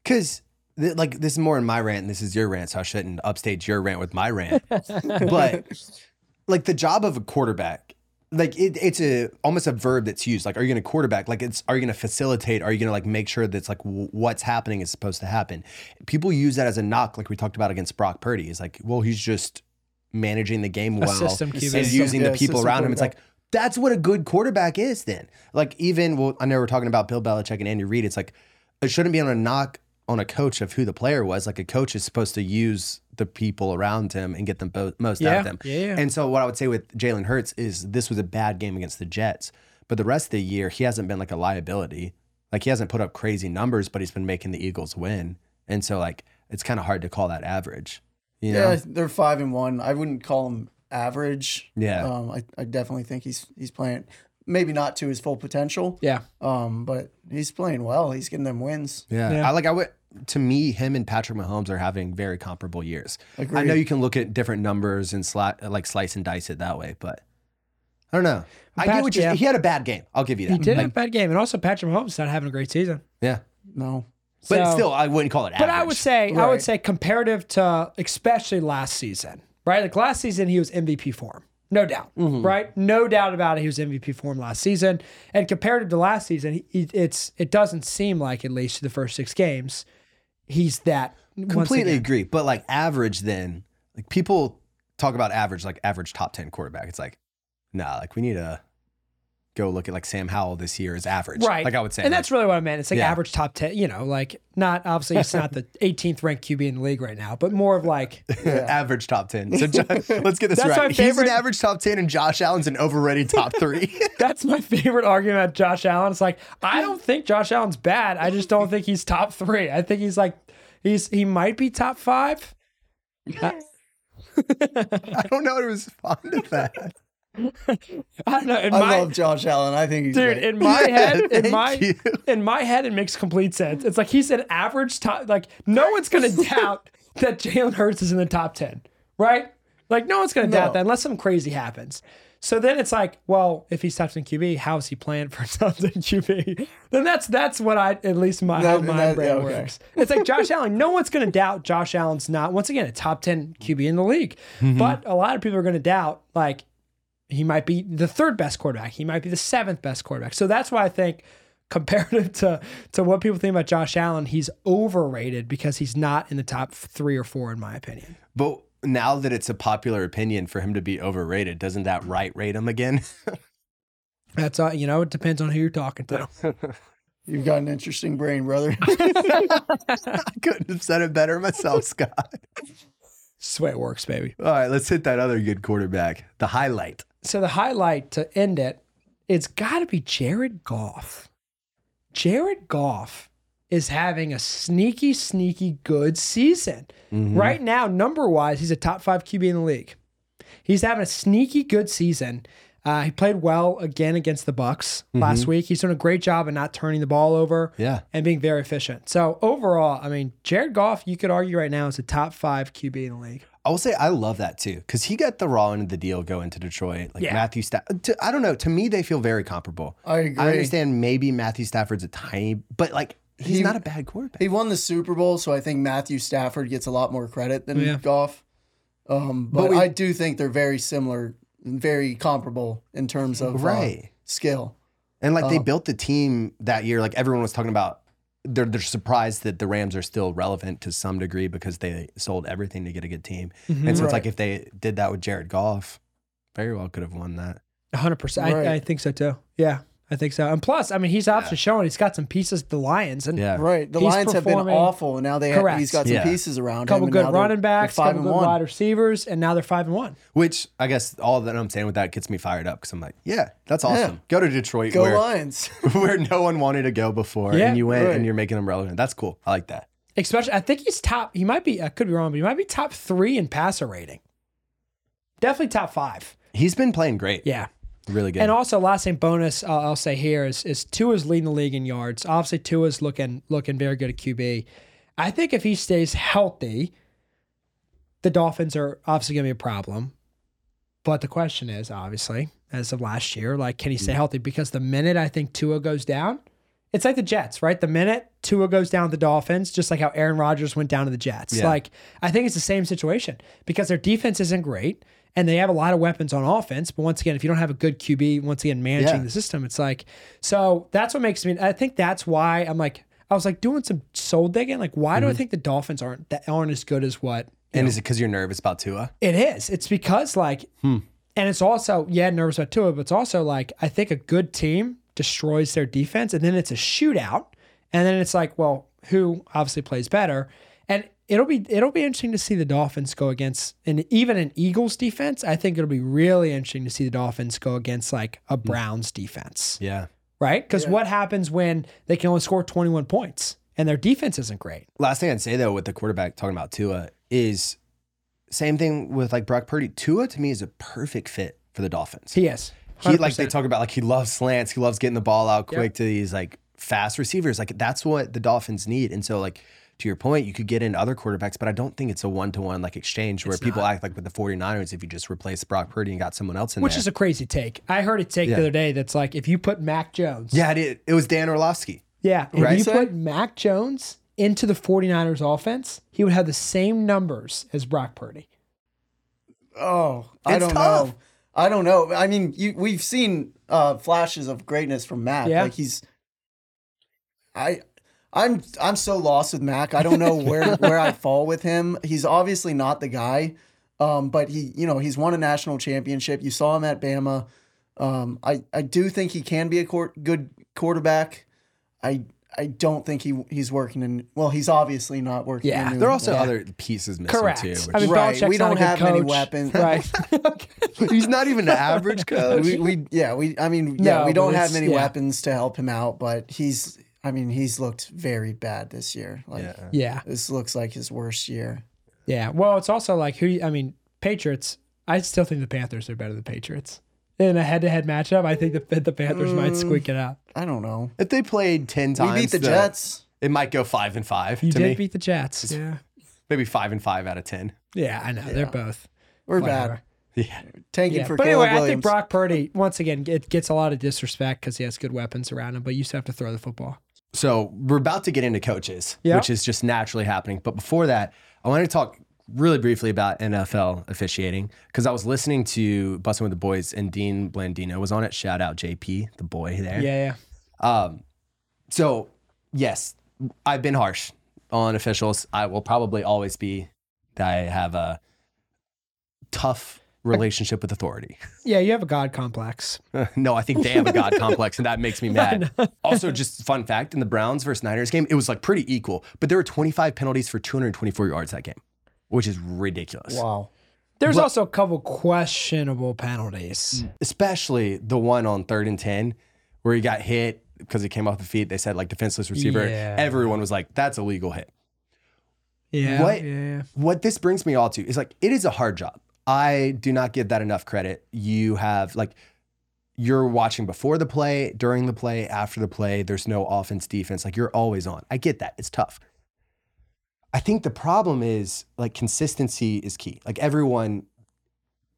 [SPEAKER 1] because. like this is more in my rant, and this is your rant, so I shouldn't upstage your rant with my rant. but like the job of a quarterback, like it, it's a almost a verb that's used. Like, are you going to quarterback? Like, it's are you going to facilitate? Are you going to like make sure that's like w- what's happening is supposed to happen? People use that as a knock, like we talked about against Brock Purdy. It's like, well, he's just managing the game
[SPEAKER 3] a
[SPEAKER 1] well
[SPEAKER 3] system
[SPEAKER 1] and
[SPEAKER 3] QB.
[SPEAKER 4] you-
[SPEAKER 1] using
[SPEAKER 4] yeah,
[SPEAKER 1] the people
[SPEAKER 4] system
[SPEAKER 1] around him. It's like
[SPEAKER 4] quarterback.
[SPEAKER 1] that's what a good quarterback is. Then, like even well, I know we're talking about Bill Belichick and Andy Reid. It's like it shouldn't be on a knock on a coach of who the player was. Like a coach is supposed to use the people around him and get them bo- most out
[SPEAKER 3] Yeah,
[SPEAKER 1] of them.
[SPEAKER 3] yeah, yeah.
[SPEAKER 1] And so what I would say with Jalen Hurts is this was a bad game against the Jets, but the rest of the year he hasn't been like a liability. Like he hasn't put up crazy numbers, but he's been making the Eagles win. And so like it's kind of hard to call that average. You know?
[SPEAKER 4] Yeah, they're five and one. I wouldn't call him average.
[SPEAKER 1] Yeah.
[SPEAKER 4] Um, I, I definitely think he's he's playing maybe not to his full potential.
[SPEAKER 3] yeah.
[SPEAKER 4] Um, but he's playing well. He's getting them wins.
[SPEAKER 1] Yeah.
[SPEAKER 3] Yeah.
[SPEAKER 1] I like I would to me, him and Patrick Mahomes are having very comparable years. I know
[SPEAKER 4] Agreed.
[SPEAKER 1] you can look at different numbers and sli- like slice and dice it that way, but I don't know. I
[SPEAKER 3] Pat-
[SPEAKER 1] get what you
[SPEAKER 3] yeah.
[SPEAKER 1] he had a bad game. I'll give you that.
[SPEAKER 3] He did
[SPEAKER 1] Like,
[SPEAKER 3] have a bad game, and also Patrick Mahomes is not having a great season.
[SPEAKER 1] yeah.
[SPEAKER 4] No.
[SPEAKER 1] But
[SPEAKER 3] So-
[SPEAKER 1] still I wouldn't call it average.
[SPEAKER 3] But I would say, I would
[SPEAKER 4] Right.
[SPEAKER 3] say comparative to especially last season, right? Like last season, he was MVP form, no doubt,
[SPEAKER 1] Mm-hmm.
[SPEAKER 3] right? No doubt about it. He was MVP form last season, and comparative to last season, he- he, it's it doesn't seem like at least the first six games, he's that once
[SPEAKER 1] completely
[SPEAKER 3] again.
[SPEAKER 1] agree. But like average then, like people talk about average, like average top ten quarterback. It's like, nah, like we need a go look at like Sam Howell this year is average.
[SPEAKER 3] Right.
[SPEAKER 1] Like I would say.
[SPEAKER 3] And
[SPEAKER 1] like,
[SPEAKER 3] that's really what I meant. It's like
[SPEAKER 1] Yeah.
[SPEAKER 3] average top 10, you know, like not obviously it's not the 18th ranked QB in the league right now, but more of like,
[SPEAKER 1] average top 10. So Jo- let's get this
[SPEAKER 3] That's my
[SPEAKER 1] right. He's an
[SPEAKER 3] favorite-
[SPEAKER 1] average top 10 and Josh Allen's an overrated top three.
[SPEAKER 3] that's my favorite argument about Josh Allen. It's like, I don't think Josh Allen's bad. I just don't think he's top three. I think he's like, he's, he might be top five.
[SPEAKER 1] I don't know who was fond of that.
[SPEAKER 3] I don't know. In
[SPEAKER 4] I
[SPEAKER 3] my,
[SPEAKER 4] love Josh Allen. I think he's
[SPEAKER 3] dude
[SPEAKER 4] great.
[SPEAKER 3] in my head in
[SPEAKER 1] thank
[SPEAKER 3] my
[SPEAKER 1] you.
[SPEAKER 3] in my head it makes complete sense it's like he's an average top like no one's gonna doubt that jalen hurts is in the top 10 right like no one's gonna doubt
[SPEAKER 4] No.
[SPEAKER 3] that unless something crazy happens so then it's like well if he's top 10 qb how is he playing for top 10 qb then that's that's what i at least my how
[SPEAKER 4] That-
[SPEAKER 3] my
[SPEAKER 4] that-
[SPEAKER 3] brain
[SPEAKER 4] yeah, okay.
[SPEAKER 3] works it's like josh allen no one's gonna doubt josh allen's not once again a top 10 qb in the league
[SPEAKER 4] Mm-hmm.
[SPEAKER 3] but a lot of people are gonna doubt like he might be the third best quarterback. He might be the seventh best quarterback. So that's why I think, comparative to to what people think about Josh Allen, he's overrated because he's not in the top three or four, in my opinion.
[SPEAKER 1] But now that it's a popular opinion for him to be overrated, doesn't that right rate him again?
[SPEAKER 3] That's all. You know, it depends on who you're talking to.
[SPEAKER 4] You've got an interesting brain, brother.
[SPEAKER 1] I couldn't have said it better myself, Scott.
[SPEAKER 3] That's the way it works, baby.
[SPEAKER 1] All right, let's hit that other good quarterback, the highlight.
[SPEAKER 3] So the highlight to end it, it's got to be Jared Goff. Jared Goff is having a sneaky, sneaky good season. Right now, number wise, he's a top five QB in the league. He's having a sneaky good season. Uh, he played well again against the Bucks last week. He's doing a great job of not turning the ball over
[SPEAKER 1] Yeah.
[SPEAKER 3] and being very efficient. So overall, I mean, Jared Goff, you could argue right now is a top five QB in the league.
[SPEAKER 1] I will say I love that too because he got the raw end of the deal going to Detroit. Like
[SPEAKER 3] Yeah.
[SPEAKER 1] Matthew Stafford, I don't know. To me, they feel very comparable.
[SPEAKER 4] I agree.
[SPEAKER 1] I understand maybe Matthew Stafford's a tiny, but like he's
[SPEAKER 4] He-
[SPEAKER 1] not a bad quarterback.
[SPEAKER 4] He won the Super Bowl, so I think Matthew Stafford gets a lot more credit than
[SPEAKER 3] Yeah.
[SPEAKER 4] Goff. Um, but
[SPEAKER 1] But we-
[SPEAKER 4] I do think they're very similar, and very comparable in terms of uh,
[SPEAKER 1] right.
[SPEAKER 4] skill.
[SPEAKER 1] And like they built the team that year, like everyone was talking about. They're, they're surprised that the Rams are still relevant to some degree because they sold everything to get a good team. And so it's
[SPEAKER 4] Right.
[SPEAKER 1] like if they did that with Jared Goff, very well could have won that.
[SPEAKER 3] hundred percent.
[SPEAKER 4] Right.
[SPEAKER 3] I, I think so too. Yeah, I think so. And plus, I mean, he's obviously showing he's got some pieces. to The Lions and
[SPEAKER 1] Yeah.
[SPEAKER 4] Right. The
[SPEAKER 3] He's
[SPEAKER 4] Lions have been
[SPEAKER 3] performing-
[SPEAKER 4] awful, and now they have,
[SPEAKER 3] Correct.
[SPEAKER 4] he's got some
[SPEAKER 1] Yeah.
[SPEAKER 4] pieces around
[SPEAKER 3] a
[SPEAKER 4] him.
[SPEAKER 3] couple
[SPEAKER 4] and
[SPEAKER 3] good
[SPEAKER 4] now they're-
[SPEAKER 3] running backs,
[SPEAKER 4] they're
[SPEAKER 3] couple good wide receivers, and now they're five and one.
[SPEAKER 1] Which I guess all that I'm saying with that gets me fired up because I'm like, yeah, that's awesome. Go to Detroit
[SPEAKER 4] Go
[SPEAKER 1] where,
[SPEAKER 4] Lions.
[SPEAKER 1] where no one wanted to go before
[SPEAKER 3] Yeah.
[SPEAKER 1] and you went
[SPEAKER 4] Right.
[SPEAKER 1] and you're making them relevant. That's cool. I like that.
[SPEAKER 3] Especially, I think he's top. He might be. I could be wrong, but he might be top three in passer rating. Definitely top five.
[SPEAKER 1] He's been playing great.
[SPEAKER 3] Yeah.
[SPEAKER 1] Really good.
[SPEAKER 3] And also, last thing bonus I'll, I'll say here is is Tua's leading the league in yards. Obviously, Tua's looking looking very good at QB. I think if he stays healthy, the Dolphins are obviously going to be a problem. But the question is, obviously, as of last year, like can he
[SPEAKER 1] Mm.
[SPEAKER 3] stay healthy? Because the minute I think Tua goes down, it's like the Jets, right? The minute Tua goes down to the Dolphins, just like how Aaron Rodgers went down to the Jets.
[SPEAKER 1] Yeah.
[SPEAKER 3] Like, I think it's the same situation because their defense isn't great and they have a lot of weapons on offense. But once again, if you don't have a good QB, once again, managing
[SPEAKER 1] Yeah.
[SPEAKER 3] the system, it's like, so that's what makes me, I think that's why I'm like, I was like doing some soul digging. Like, why
[SPEAKER 1] Mm-hmm.
[SPEAKER 3] do I think the Dolphins aren't that aren't as good as what
[SPEAKER 1] and is it because you're nervous about Tua?
[SPEAKER 3] it is. It's because like,
[SPEAKER 1] Hmm.
[SPEAKER 3] and it's also yeah, nervous about Tua, but it's also like I think a good team destroys their defense, and then it's a shootout, and then it's like, well, who obviously plays better, and it'll be it'll be interesting to see the Dolphins go against and even an Eagles defense. I think it'll be really interesting to see the Dolphins go against like a Browns defense,
[SPEAKER 1] Hmm. Yeah.
[SPEAKER 3] right? Because what happens when they can only score twenty one points and their defense isn't great?
[SPEAKER 1] Last thing I'd say though with the quarterback talking about Tua is same thing with like Brock Purdy. Tua to me is a perfect fit for the Dolphins.
[SPEAKER 3] He is.
[SPEAKER 1] he like
[SPEAKER 3] 100%.
[SPEAKER 1] they talk about like he loves slants, he loves getting the ball out quick to these like fast receivers. Like that's what the Dolphins need. And so like to your point, you could get in other quarterbacks, but I don't think it's a one to one like exchange where people act like with the 49ers if you just replace Brock Purdy and got someone else in
[SPEAKER 3] Which
[SPEAKER 1] there.
[SPEAKER 3] is a crazy take. I heard a take
[SPEAKER 1] Yeah.
[SPEAKER 3] the other day that's like if you put Mac Jones.
[SPEAKER 1] yeah, it, is- it was Dan Orlovsky.
[SPEAKER 3] Yeah. If
[SPEAKER 1] Right.
[SPEAKER 3] you
[SPEAKER 1] So-
[SPEAKER 3] put Mac Jones into the 49ers offense, he would have the same numbers as Brock Purdy.
[SPEAKER 4] Oh, I
[SPEAKER 1] It's
[SPEAKER 4] don't
[SPEAKER 1] tough.
[SPEAKER 4] know. I don't know. I mean, you, we've seen uh, flashes of greatness from Mac.
[SPEAKER 3] Yeah.
[SPEAKER 4] Like he's, I, I'm, I'm so lost with Mac. I don't know where where I fall with him. He's obviously not the guy, um, but he, you know, he's won a national championship. You saw him at Bama. Um, I, I do think he can be a quar good quarterback. I I don't think he he's working in. Well, he's obviously not working.
[SPEAKER 3] Yeah.
[SPEAKER 4] in New
[SPEAKER 1] There are also
[SPEAKER 4] England.
[SPEAKER 1] other pieces missing
[SPEAKER 3] Correct.
[SPEAKER 1] too.
[SPEAKER 3] I mean,
[SPEAKER 1] which-
[SPEAKER 4] Right,
[SPEAKER 3] Belichick's
[SPEAKER 4] we
[SPEAKER 3] not a
[SPEAKER 4] don't
[SPEAKER 3] good
[SPEAKER 4] have many
[SPEAKER 3] coach.
[SPEAKER 4] weapons.
[SPEAKER 3] Right.
[SPEAKER 1] he's not even an average coach.
[SPEAKER 4] we, we yeah we I mean yeah
[SPEAKER 3] No,
[SPEAKER 4] we
[SPEAKER 3] but
[SPEAKER 4] don't
[SPEAKER 3] it's-
[SPEAKER 4] have many
[SPEAKER 3] yeah.
[SPEAKER 4] weapons to help him out, but he's I mean he's looked very bad this year. Like
[SPEAKER 1] Yeah.
[SPEAKER 3] yeah.
[SPEAKER 4] this looks like his worst year.
[SPEAKER 3] Yeah. Well, it's also like who I mean, Patriots. I still think the Panthers are better than Patriots. In a head-to-head matchup, I think the the Panthers
[SPEAKER 4] Mm.
[SPEAKER 3] might squeak it out.
[SPEAKER 4] I don't know.
[SPEAKER 1] If they played ten
[SPEAKER 4] We
[SPEAKER 1] times,
[SPEAKER 4] beat the Jets.
[SPEAKER 1] It might go five and five
[SPEAKER 3] You
[SPEAKER 1] to
[SPEAKER 3] did
[SPEAKER 1] me.
[SPEAKER 3] beat the Jets. Yeah.
[SPEAKER 1] Maybe five and five out of ten.
[SPEAKER 3] Yeah, I know. They're both.
[SPEAKER 4] We're
[SPEAKER 3] Whatever.
[SPEAKER 4] bad.
[SPEAKER 1] Yeah.
[SPEAKER 4] Tanking
[SPEAKER 3] Yeah.
[SPEAKER 4] for
[SPEAKER 3] But
[SPEAKER 4] Caleb
[SPEAKER 3] anyway, I think
[SPEAKER 4] Williams.
[SPEAKER 3] Brock Purdy once again it gets a lot of disrespect because he has good weapons around him, but you just have to throw the football.
[SPEAKER 1] So we're about to get into coaches,
[SPEAKER 3] Yeah.
[SPEAKER 1] which is just naturally happening. But before that, I wanted to talk really briefly about NFL officiating because I was listening to Busting with the Boys and Dean Blandino was on it. Shout out JP, the boy there. Um,
[SPEAKER 3] Yeah. Yeah.
[SPEAKER 1] So, yes, I've been harsh on officials. I will probably always be. I have a tough relationship with authority.
[SPEAKER 3] Yeah. You have a god complex.
[SPEAKER 1] no, I think they have a god complex, and that makes me mad. also, just fun fact: in the Browns versus Niners game, it was like pretty equal, but there were 25 penalties for 224 yards that game, which is ridiculous.
[SPEAKER 4] wow.
[SPEAKER 3] There's also a couple questionable penalties.
[SPEAKER 1] Hmm. Especially the one on third and ten, where he got hit because he came off the feet. They said like defenseless receiver.
[SPEAKER 3] Yeah.
[SPEAKER 1] Everyone was like, "That's a legal hit."
[SPEAKER 3] Yeah.
[SPEAKER 1] What-
[SPEAKER 3] Yeah.
[SPEAKER 1] what this brings me all to is like it is a hard job. I do not give that enough credit. You have like you're watching before the play, during the play, after the play. There's no offense, defense. Like you're always on. I get that. It's tough. I think the problem is like consistency is key. Like everyone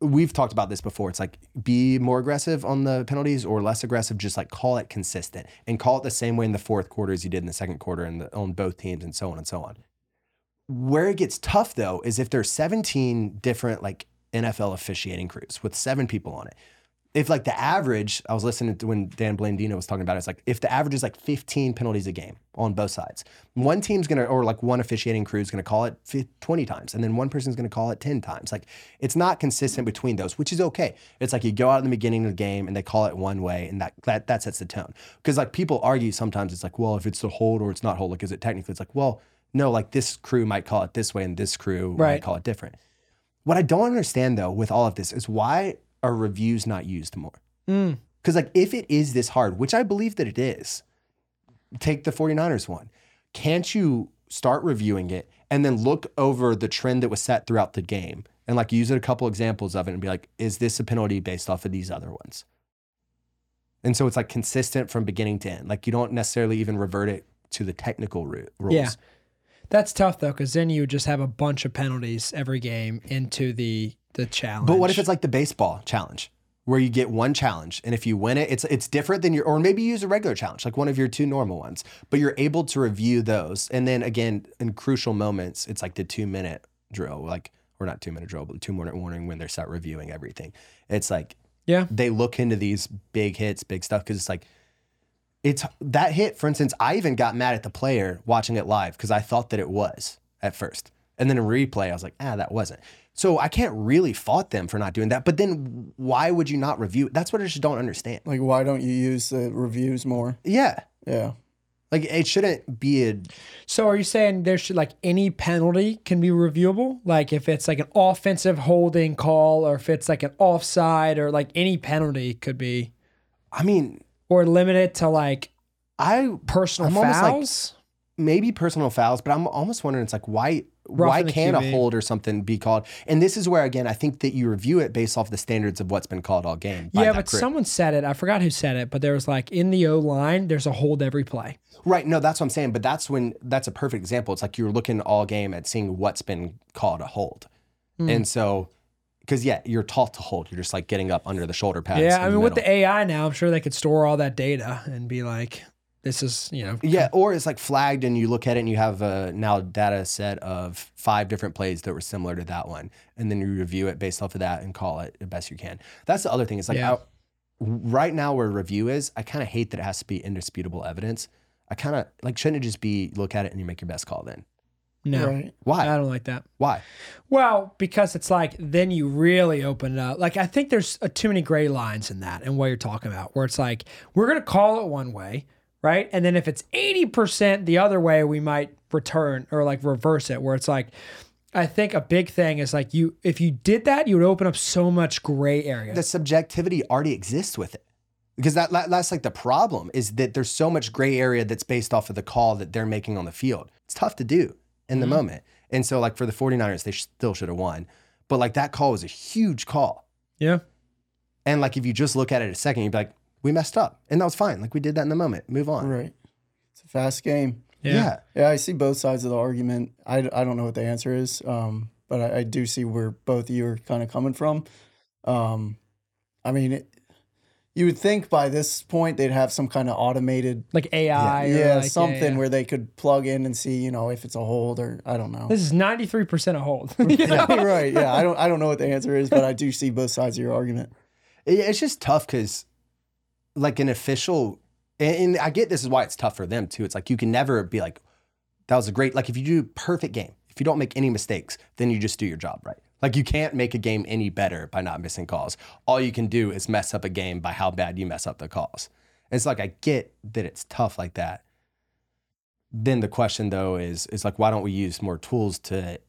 [SPEAKER 1] we've talked about this before. It's like be more aggressive on the penalties or less aggressive. Just like call it consistent and call it the same way in the fourth quarter as you did in the second quarter and the, on both teams and so on and so on. Where it gets tough though is if there's 17 different like NFL officiating crews with seven people on it. If like the average, I was listening to when Dan Blandino was talking about it, it's like if the average is like 15 penalties a game on both sides, one team's gonna or like one officiating crew is gonna call it fif- 20 times, and then one person's gonna call it 10 times. Like it's not consistent between those, which is okay. It's like you go out in the beginning of the game and they call it one way, and that that, that sets the tone. Because like people argue sometimes it's like, well, if it's a hold or it's not hold, like is it technically? It's like, well, no, like this crew might call it this way and this crew
[SPEAKER 3] Right.
[SPEAKER 1] might call it different. What I don't understand though with all of this is why are reviews not used more?
[SPEAKER 3] Mm.
[SPEAKER 1] Because like if it is this hard, which I believe that it is, take the 49ers one. Can't you start reviewing it and then look over the trend that was set throughout the game and like use a couple examples of it and be like, is this a penalty based off of these other ones? And so it's like consistent from beginning to end. Like you don't necessarily even revert it to the technical ru- rules.
[SPEAKER 3] Yeah. That's tough though, because then you would just have a bunch of penalties every game into the the challenge.
[SPEAKER 1] But what if it's like the baseball challenge where you get one challenge and if you win it, it's it's different than your or maybe you use a regular challenge, like one of your two normal ones, but you're able to review those. And then again, in crucial moments, it's like the two minute drill, like or not two minute drill, but two minute warning when they start reviewing everything. It's like
[SPEAKER 3] yeah,
[SPEAKER 1] they look into these big hits, big stuff, because it's like it's that hit, for instance, I even got mad at the player watching it live because I thought that it was at first. And then in replay, I was like, ah, that wasn't. So I can't really fault them for not doing that. But then why would you not review it? That's what I just don't understand.
[SPEAKER 4] Like why don't you use the reviews more?
[SPEAKER 1] Yeah.
[SPEAKER 4] Yeah.
[SPEAKER 1] Like it shouldn't be a
[SPEAKER 3] So are you saying there should like any penalty can be reviewable? Like if it's like an offensive holding call or if it's like an offside or like any penalty could be
[SPEAKER 1] I mean,
[SPEAKER 3] or limit it to like
[SPEAKER 1] I
[SPEAKER 3] personal
[SPEAKER 1] I'm almost like-
[SPEAKER 3] fouls?
[SPEAKER 1] maybe personal fouls, but I'm almost wondering it's like why why
[SPEAKER 3] Roughing the
[SPEAKER 1] can't a
[SPEAKER 3] QB.
[SPEAKER 1] hold or something be called? And this is where again I think that you review it based off the standards of what's been called all game. by
[SPEAKER 3] yeah,
[SPEAKER 1] that
[SPEAKER 3] but
[SPEAKER 1] crew.
[SPEAKER 3] someone said it. I forgot who said it, but there was like in the O line, there's a hold every play.
[SPEAKER 1] Right. No, that's what I'm saying. But that's when that's a perfect example. It's like you're looking all game at seeing what's been called a hold.
[SPEAKER 3] Hmm.
[SPEAKER 1] And so, because yeah, you're taught to hold. You're just like getting up under the shoulder pads.
[SPEAKER 3] yeah,
[SPEAKER 1] in
[SPEAKER 3] I mean with
[SPEAKER 1] middle.
[SPEAKER 3] the AI now, I'm sure they could store all that data and be like, this is you know
[SPEAKER 1] Yeah, or it's like flagged and you look at it and you have a now data set of five different plays that were similar to that one. And then you review it based off of that and call it the best you can. That's the other thing. It's like
[SPEAKER 3] Yeah.
[SPEAKER 1] I- right now where review is, I kind of hate that it has to be indisputable evidence. I kind of like, shouldn't it just be look at it and you make your best call then?
[SPEAKER 3] No,
[SPEAKER 4] Right.
[SPEAKER 3] I
[SPEAKER 1] Why?
[SPEAKER 3] don't like that.
[SPEAKER 1] Why?
[SPEAKER 3] Well, because it's like then you really open it up. Like I think there's uh too many gray lines in that and what you're talking about, where it's like we're gonna call it one way, right? And then if it's eighty percent the other way, we might return or like reverse it, where it's like. I think a big thing is like you if you did that you would open up so much gray area.
[SPEAKER 1] The subjectivity already exists with it. Because that, that that's like the problem is that there's so much gray area that's based off of the call that they're making on the field. It's tough to do in the moment. And so like for the 49ers, they still should have won. But like that call was a huge call.
[SPEAKER 3] yeah.
[SPEAKER 1] And like if you just look at it a second, you'd be like, we messed up. And that was fine. Like we did that in the moment. Move on.
[SPEAKER 4] Right. It's a fast game.
[SPEAKER 1] Yeah.
[SPEAKER 4] Yeah, I see both sides of the argument. I, I don't know what the answer is, um, but I, I do see where both of you are kind of coming from. Um, I mean, it, you would think by this point they'd have some kind of automated,
[SPEAKER 3] Like AI or
[SPEAKER 4] yeah,
[SPEAKER 3] like-
[SPEAKER 4] something
[SPEAKER 3] yeah.
[SPEAKER 4] where they could plug in and see, you know, if it's a hold or I don't know.
[SPEAKER 3] This is 93% a hold.
[SPEAKER 4] right? Yeah, I don't I don't know what the answer is, but I do see both sides of your argument.
[SPEAKER 1] It- it's just tough because like an official and, and i get this is why it's tough for them too it's like you can never be like that was a great like if you do perfect game if you don't make any mistakes then you just do your job right like you can't make a game any better by not missing calls all you can do is mess up a game by how bad you mess up the calls it's like i get that it's tough like that then the question though is is like why don't we use more tools to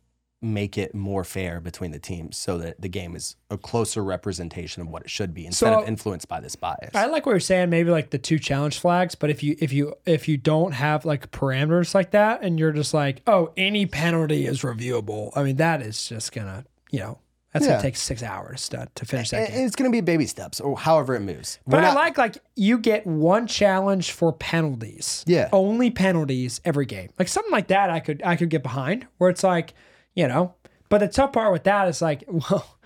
[SPEAKER 1] make it more fair between the teams so that the game is a closer representation of what it should be instead
[SPEAKER 3] So-
[SPEAKER 1] of influenced by this bias.
[SPEAKER 3] I like what you're saying, maybe like the two challenge flags, but if you if you if you don't have like parameters like that and you're just like, oh, any penalty is reviewable, I mean that is just gonna, you know, that's
[SPEAKER 1] Yeah.
[SPEAKER 3] gonna take six hours to, to finish that
[SPEAKER 1] And
[SPEAKER 3] game.
[SPEAKER 1] it's going to be baby steps or however it moves. We're
[SPEAKER 3] But I
[SPEAKER 1] not-
[SPEAKER 3] like like you get one challenge for penalties.
[SPEAKER 1] Yeah.
[SPEAKER 3] Only penalties every game. Like something like that I could I could get behind where it's like, you know, but the tough part with that is like, well,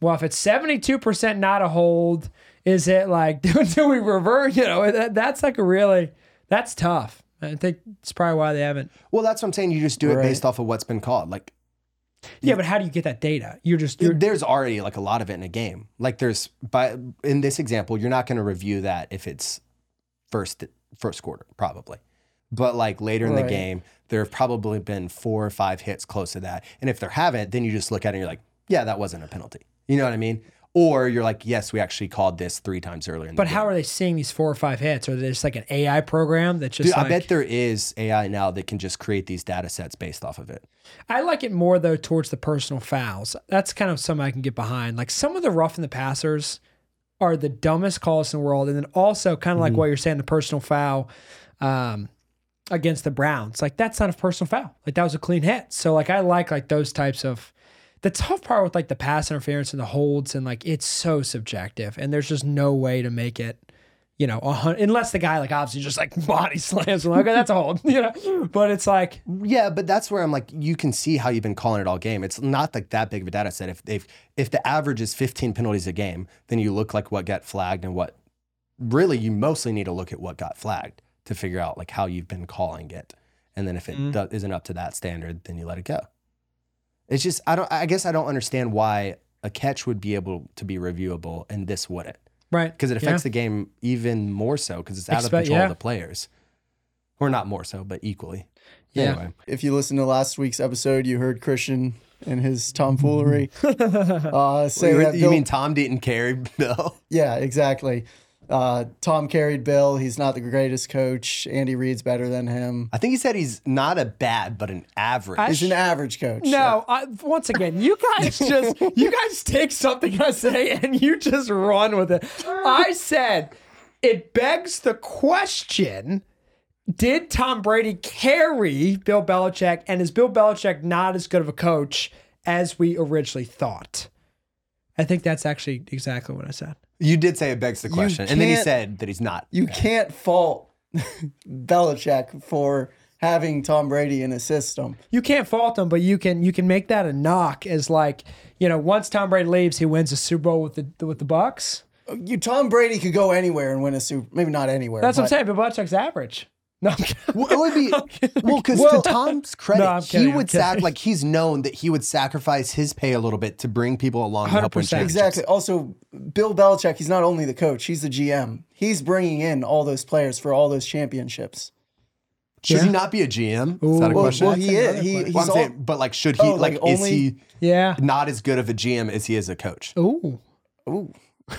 [SPEAKER 3] well, if it's 72% not a hold, is it like do, do we revert, you know, that, that's like a really that's tough. I think it's probably why they haven't.
[SPEAKER 1] well, that's what I'm saying. You just do it
[SPEAKER 4] Right.
[SPEAKER 1] based off of what's been called. Like
[SPEAKER 3] Yeah, but how do you get that data? You're just you're,
[SPEAKER 1] there's already like a lot of it in a game. Like there's by in this example, you're not going to review that if it's first first quarter probably. But like later in the
[SPEAKER 4] Right.
[SPEAKER 1] game, there have probably been four or five hits close to that. And if there haven't, then you just look at it and you're like, yeah, that wasn't a penalty. You know what I mean? Or you're like, yes, we actually called this three times earlier. In
[SPEAKER 3] but
[SPEAKER 1] the
[SPEAKER 3] how
[SPEAKER 1] game.
[SPEAKER 3] are they seeing these four or five hits? Or there's like an AI program that just
[SPEAKER 1] Dude, I
[SPEAKER 3] like-
[SPEAKER 1] bet there is AI now that can just create these data sets based off of it.
[SPEAKER 3] I like it more though towards the personal fouls. That's kind of something I can get behind. Like some of the rough in the passers are the dumbest calls in the world, and then also kind
[SPEAKER 1] Mm-hmm.
[SPEAKER 3] of like what you're saying, the personal foul um, against the Browns. Like that's not a personal foul. Like that was a clean hit. So like I like like those types of. The tough part with like the pass interference and the holds and like it's so subjective, and there's just no way to make it you know, a hun- unless the guy like obviously just like body slams him. Like, Okay, that's a hold, you know. But it's like
[SPEAKER 1] Yeah, but that's where I'm like, you can see how you've been calling it all game. It's not like that big of a data set. If if if the average is 15 penalties a game, then you look like what got flagged and what. Really, you mostly need to look at what got flagged to figure out like how you've been calling it, and then if it
[SPEAKER 3] Mm-hmm.
[SPEAKER 1] do- isn't up to that standard, then you let it go. It's just I don't. I guess I don't understand why a catch would be able to be reviewable and this wouldn't
[SPEAKER 3] right
[SPEAKER 1] because it
[SPEAKER 3] yeah.
[SPEAKER 1] affects the game even more so because it's out of
[SPEAKER 3] Expect-
[SPEAKER 1] control
[SPEAKER 3] yeah.
[SPEAKER 1] of the players, or not more so, but equally.
[SPEAKER 3] Yeah.
[SPEAKER 1] Anyway.
[SPEAKER 4] If you listened to last week's episode, you heard Christian and his tomfoolery uh, say
[SPEAKER 1] you,
[SPEAKER 4] that
[SPEAKER 1] you
[SPEAKER 4] Bill-
[SPEAKER 1] mean Tom didn't carry Bill?
[SPEAKER 4] Yeah, exactly. Uh, Tom carried Bill. He's not the greatest coach. Andy Reid's better than him.
[SPEAKER 1] I think he said he's not a bad, but an average.
[SPEAKER 3] I-
[SPEAKER 4] He's an average coach.
[SPEAKER 3] No, I, once again, you guys just you guys take something I say and you just run with it. I said it begs the question: Did Tom Brady carry Bill Belichick, and is Bill Belichick not as good of a coach as we originally thought? I think that's actually exactly what I said.
[SPEAKER 1] you did say it begs the question, and then he
[SPEAKER 4] can't-
[SPEAKER 1] said that he's not.
[SPEAKER 4] You can't fault Belichick for having Tom Brady in his system.
[SPEAKER 3] You can't fault him, but you can you can make that a knock as like you know once Tom Brady leaves, he wins a Super Bowl with the with the Bucks.
[SPEAKER 4] You Tom Brady could go anywhere and win a Super. Maybe not anywhere.
[SPEAKER 3] That's what I'm saying.
[SPEAKER 4] but
[SPEAKER 3] Bill Belichick's average. No, I'm kidding.
[SPEAKER 1] Well, it would be well because
[SPEAKER 3] Well-
[SPEAKER 1] to Tom's credit,
[SPEAKER 3] No, I'm
[SPEAKER 1] he
[SPEAKER 3] kidding, I'm
[SPEAKER 1] would sac-
[SPEAKER 3] kidding.
[SPEAKER 1] like he's known that he would sacrifice his pay a little bit to bring people along to help win
[SPEAKER 3] 100%.
[SPEAKER 1] championships.
[SPEAKER 4] Exactly. Also, Bill Belichick, he's not only the coach, he's the GM. He's bringing in all those players for all those championships.
[SPEAKER 1] Should he
[SPEAKER 3] Yeah.
[SPEAKER 1] not be a GM? Is that a
[SPEAKER 3] Ooh.
[SPEAKER 4] Well,
[SPEAKER 1] question?
[SPEAKER 4] well, he
[SPEAKER 3] That's
[SPEAKER 4] is.
[SPEAKER 3] another
[SPEAKER 4] He,
[SPEAKER 3] question.
[SPEAKER 4] he's
[SPEAKER 1] Well, I'm
[SPEAKER 4] all-
[SPEAKER 1] saying, but like, should he
[SPEAKER 4] Oh,
[SPEAKER 1] like,
[SPEAKER 4] like,
[SPEAKER 1] is
[SPEAKER 4] only-
[SPEAKER 1] he
[SPEAKER 3] Yeah.
[SPEAKER 1] not as good of a GM as he is a coach?
[SPEAKER 3] Ooh.
[SPEAKER 4] Ooh. I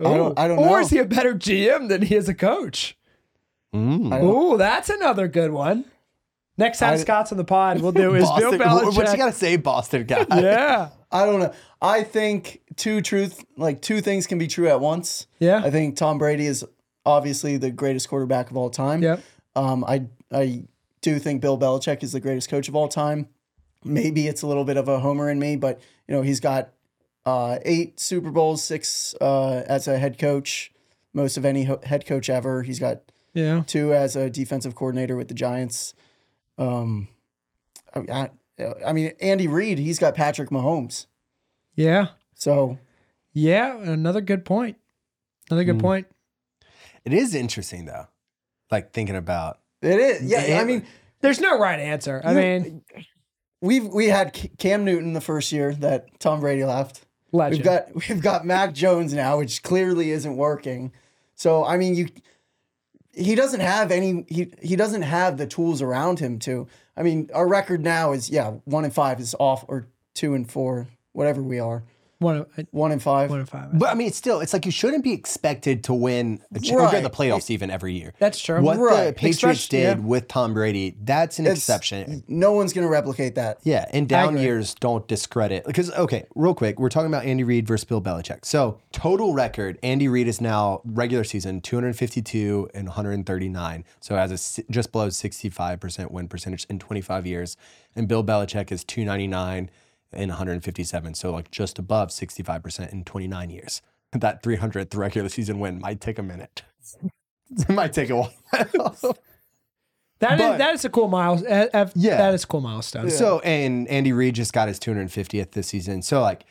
[SPEAKER 4] don't. I don't know.
[SPEAKER 3] Or is he a better GM than he is a coach?
[SPEAKER 1] Mm.
[SPEAKER 4] I don't-
[SPEAKER 3] Ooh, that's another good one. Next time
[SPEAKER 4] I-
[SPEAKER 3] Scott's on the pod, we'll do is Bill
[SPEAKER 1] Boston,
[SPEAKER 3] Belichick.
[SPEAKER 1] wh- what you gotta say, Boston guy?
[SPEAKER 3] yeah.
[SPEAKER 4] I don't know. I think two truth, like two things can be true at once.
[SPEAKER 3] Yeah.
[SPEAKER 4] I think Tom Brady is obviously the greatest quarterback of all time.
[SPEAKER 3] Yep.
[SPEAKER 4] Um, I I do think Bill Belichick is the greatest coach of all time. Maybe it's a little bit of a homer in me, but you know he's got uh, eight Super Bowls, six uh, as a head coach, most of any ho- head coach ever. He's got
[SPEAKER 3] Yeah.
[SPEAKER 4] two as a defensive coordinator with the Giants. Um, I, I, I mean Andy Reid, he's got Patrick Mahomes.
[SPEAKER 3] Yeah.
[SPEAKER 4] So
[SPEAKER 3] Yeah. Another good point. Another
[SPEAKER 4] Mm.
[SPEAKER 3] good point.
[SPEAKER 1] It is interesting though, like thinking about
[SPEAKER 4] it is. Yeah,
[SPEAKER 1] Yeah.
[SPEAKER 4] I mean
[SPEAKER 3] There's no right answer. I mean,
[SPEAKER 4] we've we had C- Cam Newton the first year that Tom Brady left.
[SPEAKER 3] legend.
[SPEAKER 4] We've got we've got Mac Jones now, which clearly isn't working. So I mean, you he doesn't have any he he doesn't have the tools around him to. I mean, our record now is yeah one and five is off or two and four whatever we are
[SPEAKER 3] one of I-
[SPEAKER 4] one and five.
[SPEAKER 3] one of five.
[SPEAKER 1] But I mean, it's still, it's like you shouldn't be expected to win a ch- or go to the
[SPEAKER 4] Right.
[SPEAKER 1] playoffs even every year.
[SPEAKER 3] That's true.
[SPEAKER 1] What the
[SPEAKER 4] Right.
[SPEAKER 1] Patriots
[SPEAKER 3] Especially- yeah.
[SPEAKER 1] did with Tom Brady, that's an
[SPEAKER 4] It's-
[SPEAKER 1] exception.
[SPEAKER 4] No one's gonna replicate that.
[SPEAKER 1] Yeah, and down
[SPEAKER 3] agree.
[SPEAKER 1] years don't discredit because okay, real quick, we're talking about Andy Reid versus Bill Belichick. So total record, Andy Reid is now regular season 252 and 139, so has a s- just below 65 percent win percentage in 25 years, and Bill Belichick is 299 and 157, so like just above 65 percent in 29 years. That 300th regular season win might take a minute. it might take a while.
[SPEAKER 3] That is
[SPEAKER 1] But-
[SPEAKER 3] that is a cool milestone.
[SPEAKER 1] Yeah.
[SPEAKER 3] that is a cool milestone.
[SPEAKER 1] So and Andy Reid just got his 250th this season. So like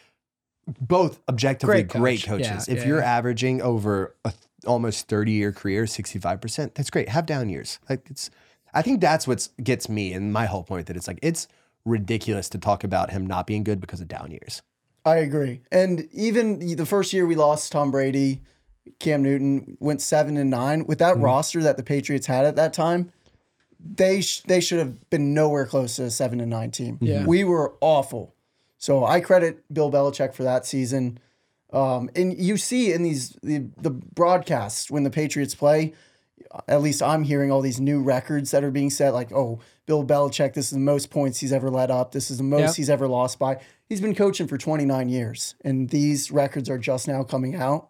[SPEAKER 1] both objectively
[SPEAKER 3] Great
[SPEAKER 1] great,
[SPEAKER 3] coach.
[SPEAKER 1] coaches.
[SPEAKER 3] Yeah,
[SPEAKER 1] if
[SPEAKER 3] yeah,
[SPEAKER 1] you're
[SPEAKER 3] yeah.
[SPEAKER 1] averaging over a th- almost 30 year career 65%, that's great. Have down years. Like it's I think that's what gets me and my whole point that it's like it's ridiculous to talk about him not being good because of down years.
[SPEAKER 4] I agree. And even the first year we lost Tom Brady, Cam Newton went seven and nine with that roster that the Patriots had at that time. They sh- they should have been nowhere close to a seven and nine team.
[SPEAKER 3] Yeah.
[SPEAKER 4] We were awful. So I credit Bill Belichick for that season. Um, and you see in these the, the broadcasts when the Patriots play, at least I'm hearing all these new records that are being set. Like, oh, Bill Belichick, this is the most points he's ever let up. This is the most
[SPEAKER 3] Yeah.
[SPEAKER 4] he's ever lost by. He's been coaching for 29 years, and these records are just now coming out.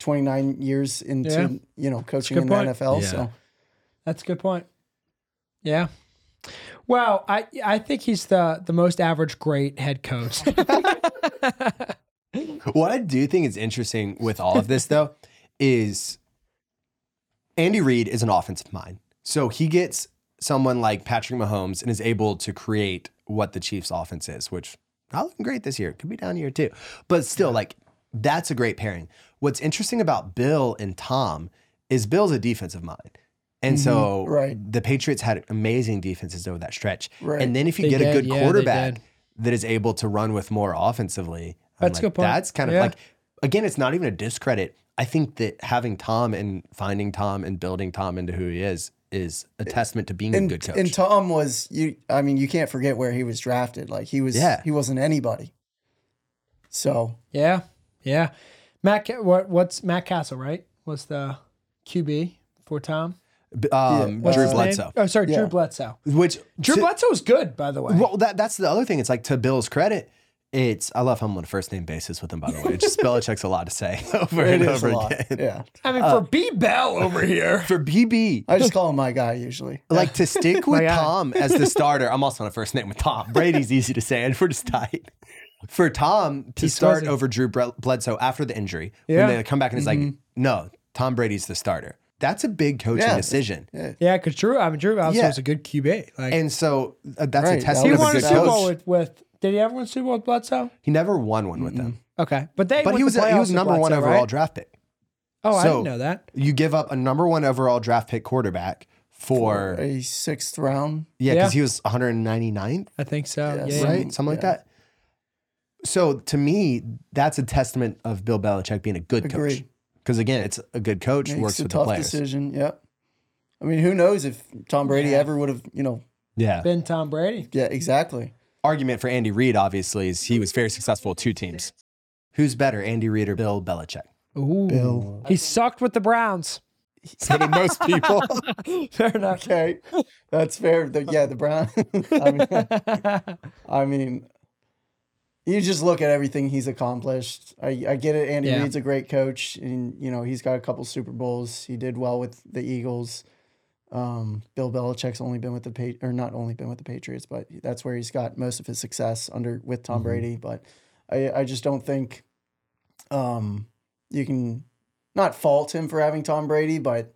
[SPEAKER 4] 29 years into
[SPEAKER 3] Yeah.
[SPEAKER 4] you know coaching
[SPEAKER 3] good
[SPEAKER 4] in the
[SPEAKER 3] point.
[SPEAKER 4] NFL.
[SPEAKER 1] Yeah.
[SPEAKER 4] So
[SPEAKER 3] That's a good point. Yeah. Well, I I think he's the the most average great head coach.
[SPEAKER 1] What I do think is interesting with all of this, though, is Andy Reid is an offensive mind. So he gets someone like Patrick Mahomes and is able to create what the Chiefs' offense is, which not looking great this year. Could be down here too. But still, like, that's a great pairing. What's interesting about Bill and Tom is Bill's a defensive mind. And
[SPEAKER 3] Mm-hmm.
[SPEAKER 1] so
[SPEAKER 4] right.
[SPEAKER 1] the Patriots had amazing defenses over that stretch.
[SPEAKER 4] Right.
[SPEAKER 1] And then if you
[SPEAKER 3] They
[SPEAKER 1] get
[SPEAKER 3] did,
[SPEAKER 1] a good
[SPEAKER 3] yeah, they
[SPEAKER 1] quarterback,
[SPEAKER 3] did.
[SPEAKER 1] that is able to run with more offensively. I'm
[SPEAKER 3] That's a
[SPEAKER 1] like,
[SPEAKER 3] good point.
[SPEAKER 1] That's kind of
[SPEAKER 3] Yeah.
[SPEAKER 1] like again, it's not even a discredit. I think that having Tom and finding Tom and building Tom into who he is is a testament to being a
[SPEAKER 4] and,
[SPEAKER 1] good coach.
[SPEAKER 4] and Tom was you. I mean, you can't forget where he was drafted. Like he was
[SPEAKER 1] Yeah.
[SPEAKER 4] he wasn't anybody. So
[SPEAKER 3] yeah. Yeah. Matt Ca- what what's Matt Castle, right? Was the QB for Tom?
[SPEAKER 1] B- um,
[SPEAKER 3] What's
[SPEAKER 1] Drew
[SPEAKER 3] his name?
[SPEAKER 1] Bledsoe,
[SPEAKER 3] Oh, sorry, Drew
[SPEAKER 4] Yeah.
[SPEAKER 3] Bledsoe.
[SPEAKER 1] which
[SPEAKER 3] Drew
[SPEAKER 1] to-
[SPEAKER 3] Bledsoe was good, by the way.
[SPEAKER 1] well, that that's the other thing. It's like to Bill's credit. It's I love how I'm on a first name basis with him. By the way, it's just Belichick's a lot to say over
[SPEAKER 4] it
[SPEAKER 1] and
[SPEAKER 4] is a
[SPEAKER 1] over
[SPEAKER 4] lot.
[SPEAKER 1] again.
[SPEAKER 4] Yeah,
[SPEAKER 3] I mean, for B Bell over here.
[SPEAKER 1] For BB,
[SPEAKER 4] I just call him my guy usually.
[SPEAKER 1] like to stick with
[SPEAKER 3] My God.
[SPEAKER 1] Tom as the starter. I'm also on a first name with Tom. Brady's easy to say, and we're just tight. For Tom to
[SPEAKER 3] He's
[SPEAKER 1] start
[SPEAKER 3] fuzzy.
[SPEAKER 1] over Drew Bre- Bledsoe after the injury,
[SPEAKER 3] Yeah. Mm-hmm.
[SPEAKER 1] when they come back and it's like, no, Tom Brady's the starter. That's a big coaching
[SPEAKER 4] Yeah.
[SPEAKER 1] decision.
[SPEAKER 3] Yeah, because Drew, I mean, Drew Bledsoe
[SPEAKER 1] Yeah.
[SPEAKER 3] was a good QB. Like
[SPEAKER 1] And so uh, that's
[SPEAKER 4] Right,
[SPEAKER 1] a
[SPEAKER 4] that
[SPEAKER 1] testament
[SPEAKER 3] he
[SPEAKER 1] of a
[SPEAKER 4] was
[SPEAKER 3] won a
[SPEAKER 1] good
[SPEAKER 4] good
[SPEAKER 3] Super
[SPEAKER 1] coach.
[SPEAKER 3] Bowl with, with did he ever win a Super Bowl with Bledsoe?
[SPEAKER 1] He never won one with them,
[SPEAKER 3] Okay, but they
[SPEAKER 1] but
[SPEAKER 3] went
[SPEAKER 1] he
[SPEAKER 3] to
[SPEAKER 1] was a, he
[SPEAKER 3] playoffs
[SPEAKER 1] was
[SPEAKER 3] Mm-hmm. with
[SPEAKER 1] number one
[SPEAKER 3] Bledsoe,
[SPEAKER 1] overall
[SPEAKER 3] right?
[SPEAKER 1] draft pick.
[SPEAKER 3] Oh, I
[SPEAKER 1] So-
[SPEAKER 3] didn't know that.
[SPEAKER 1] You give up a number one overall draft pick quarterback for,
[SPEAKER 4] A sixth round.
[SPEAKER 1] yeah, because
[SPEAKER 3] Yeah.
[SPEAKER 1] he was 199th.
[SPEAKER 3] I think so.
[SPEAKER 4] Yes.
[SPEAKER 3] Yeah,
[SPEAKER 1] right?
[SPEAKER 3] yeah.
[SPEAKER 4] Something-
[SPEAKER 1] Something like
[SPEAKER 4] yeah.
[SPEAKER 1] that. So to me, that's a testament of Bill Belichick being a good coach.
[SPEAKER 4] Agreed.
[SPEAKER 1] Because again, it's a good coach
[SPEAKER 4] Makes
[SPEAKER 1] works
[SPEAKER 4] a
[SPEAKER 1] with the
[SPEAKER 4] tough
[SPEAKER 1] players.
[SPEAKER 4] decision. Yep. I mean, who knows if Tom Brady ever would have, you know,
[SPEAKER 1] Yeah.
[SPEAKER 3] Ben Tom Brady.
[SPEAKER 4] yeah, exactly.
[SPEAKER 1] Argument for Andy Reid, obviously, is he was very successful at two teams. Who's better, Andy Reid or Bill Belichick?
[SPEAKER 3] Ooh.
[SPEAKER 4] Bill.
[SPEAKER 3] He sucked with the Browns.
[SPEAKER 1] So do most people.
[SPEAKER 3] Fair enough.
[SPEAKER 4] Okay, that's fair. The, yeah, the Brown. I, mean, I mean, you just look at everything he's accomplished. I, I get it. Andy
[SPEAKER 3] Yeah.
[SPEAKER 4] Reid's a great coach, and you know he's got a couple Super Bowls. He did well with the Eagles. Um, Bill Belichick's only been with the pa- or not only been with the Patriots, but that's where he's got most of his success under with Tom Brady. But I, I just don't think um, you can not fault him for having Tom Brady, but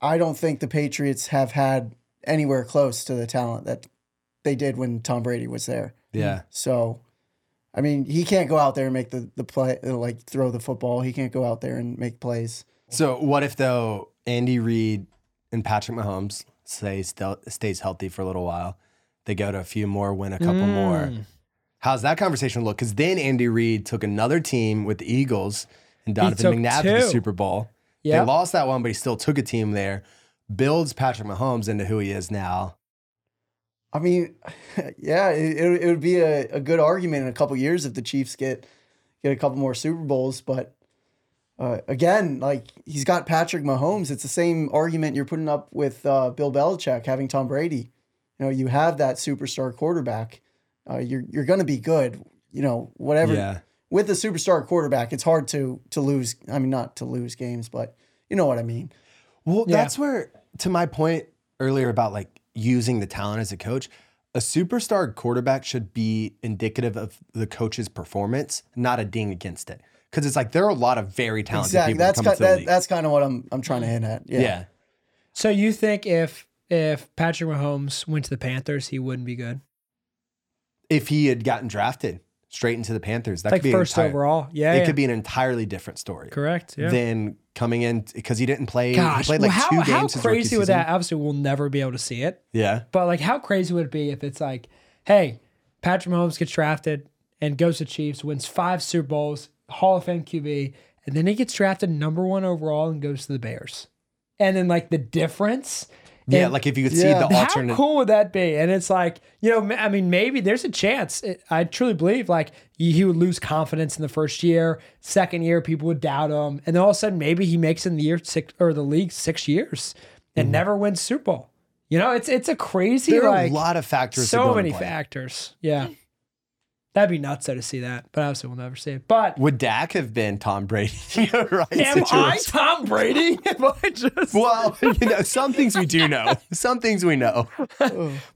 [SPEAKER 4] I don't think the Patriots have had anywhere close to the talent that they did when Tom Brady was there.
[SPEAKER 1] yeah.
[SPEAKER 4] So, I mean, he can't go out there and make the the play like throw the football. He can't go out there and make plays.
[SPEAKER 1] So what if though Andy Reid and Patrick Mahomes say still stays healthy for a little while, they go to a few more, win a couple
[SPEAKER 3] Mm.
[SPEAKER 1] more. How's that conversation look? Because then Andy Reid took another team with the Eagles and
[SPEAKER 3] took
[SPEAKER 1] Donovan McNabb to the
[SPEAKER 3] two.
[SPEAKER 1] Super Bowl.
[SPEAKER 3] Yep.
[SPEAKER 1] They lost that one, but he still took a team there, builds Patrick Mahomes into who he is now.
[SPEAKER 4] I mean, yeah, it, it, it would be a, a good argument in a couple years if the Chiefs get get a couple more Super Bowls. But uh, again, like he's got Patrick Mahomes. It's the same argument you're putting up with uh, Bill Belichick having Tom Brady. You know, you have that superstar quarterback. Uh, you're you're going to be good. You know, whatever
[SPEAKER 1] Yeah.
[SPEAKER 4] with a superstar quarterback, it's hard to to lose. I mean, not to lose games, but you know what I mean.
[SPEAKER 1] Well,
[SPEAKER 3] Yeah.
[SPEAKER 1] that's where to my point earlier about like using the talent as a coach, a superstar quarterback should be indicative of the coach's performance, not a ding against it. Because it's like there are a lot of very talented
[SPEAKER 4] Exactly.
[SPEAKER 1] people that
[SPEAKER 4] That's
[SPEAKER 1] come into
[SPEAKER 4] kind,
[SPEAKER 1] the
[SPEAKER 4] that,
[SPEAKER 1] league.
[SPEAKER 4] that's kind of what I'm I'm trying to hint at. Yeah.
[SPEAKER 1] yeah.
[SPEAKER 3] So you think if if Patrick Mahomes went to the Panthers, he wouldn't be good?
[SPEAKER 1] If he had gotten drafted straight into the Panthers, that
[SPEAKER 3] like
[SPEAKER 1] could be an
[SPEAKER 3] first
[SPEAKER 1] entire-
[SPEAKER 3] overall. Yeah.
[SPEAKER 1] It
[SPEAKER 3] yeah.
[SPEAKER 1] could be an entirely different story.
[SPEAKER 3] correct. Yeah.
[SPEAKER 1] Than coming in because he didn't play. he
[SPEAKER 3] Gosh,
[SPEAKER 1] played like
[SPEAKER 3] well, how,
[SPEAKER 1] two games.
[SPEAKER 3] how
[SPEAKER 1] his rookie
[SPEAKER 3] crazy would
[SPEAKER 1] season.
[SPEAKER 3] that? Obviously, we'll never be able to see it.
[SPEAKER 1] Yeah,
[SPEAKER 3] But like, how crazy would it be if it's like, hey, Patrick Mahomes gets drafted and goes to Chiefs, wins five Super Bowls, Hall of Fame QB, and then he gets drafted number one overall and goes to the Bears, and then like the difference.
[SPEAKER 1] yeah.
[SPEAKER 3] in-
[SPEAKER 1] Like if you could
[SPEAKER 4] Yeah.
[SPEAKER 1] see the
[SPEAKER 3] how
[SPEAKER 1] alternate.
[SPEAKER 3] cool would that be? And it's like, you know, ma- I mean, maybe there's a chance. It- I truly believe like he he would lose confidence in the first year, second year, people would doubt him, and then all of a sudden, maybe he makes it in the year six or the league six years and never wins Super Bowl. You know, it's it's a crazy
[SPEAKER 1] Mm-hmm. there are
[SPEAKER 3] like
[SPEAKER 1] a lot of factors. that go
[SPEAKER 3] so
[SPEAKER 1] into
[SPEAKER 3] many
[SPEAKER 1] play.
[SPEAKER 3] factors. Yeah, that'd be nuts though to see that, but obviously we'll never see it. But
[SPEAKER 1] Would Dak have been Tom Brady? in the right
[SPEAKER 3] am I
[SPEAKER 1] situation?
[SPEAKER 3] Tom Brady? Am I just?
[SPEAKER 1] Well, you know, some things we do know. Some things we know.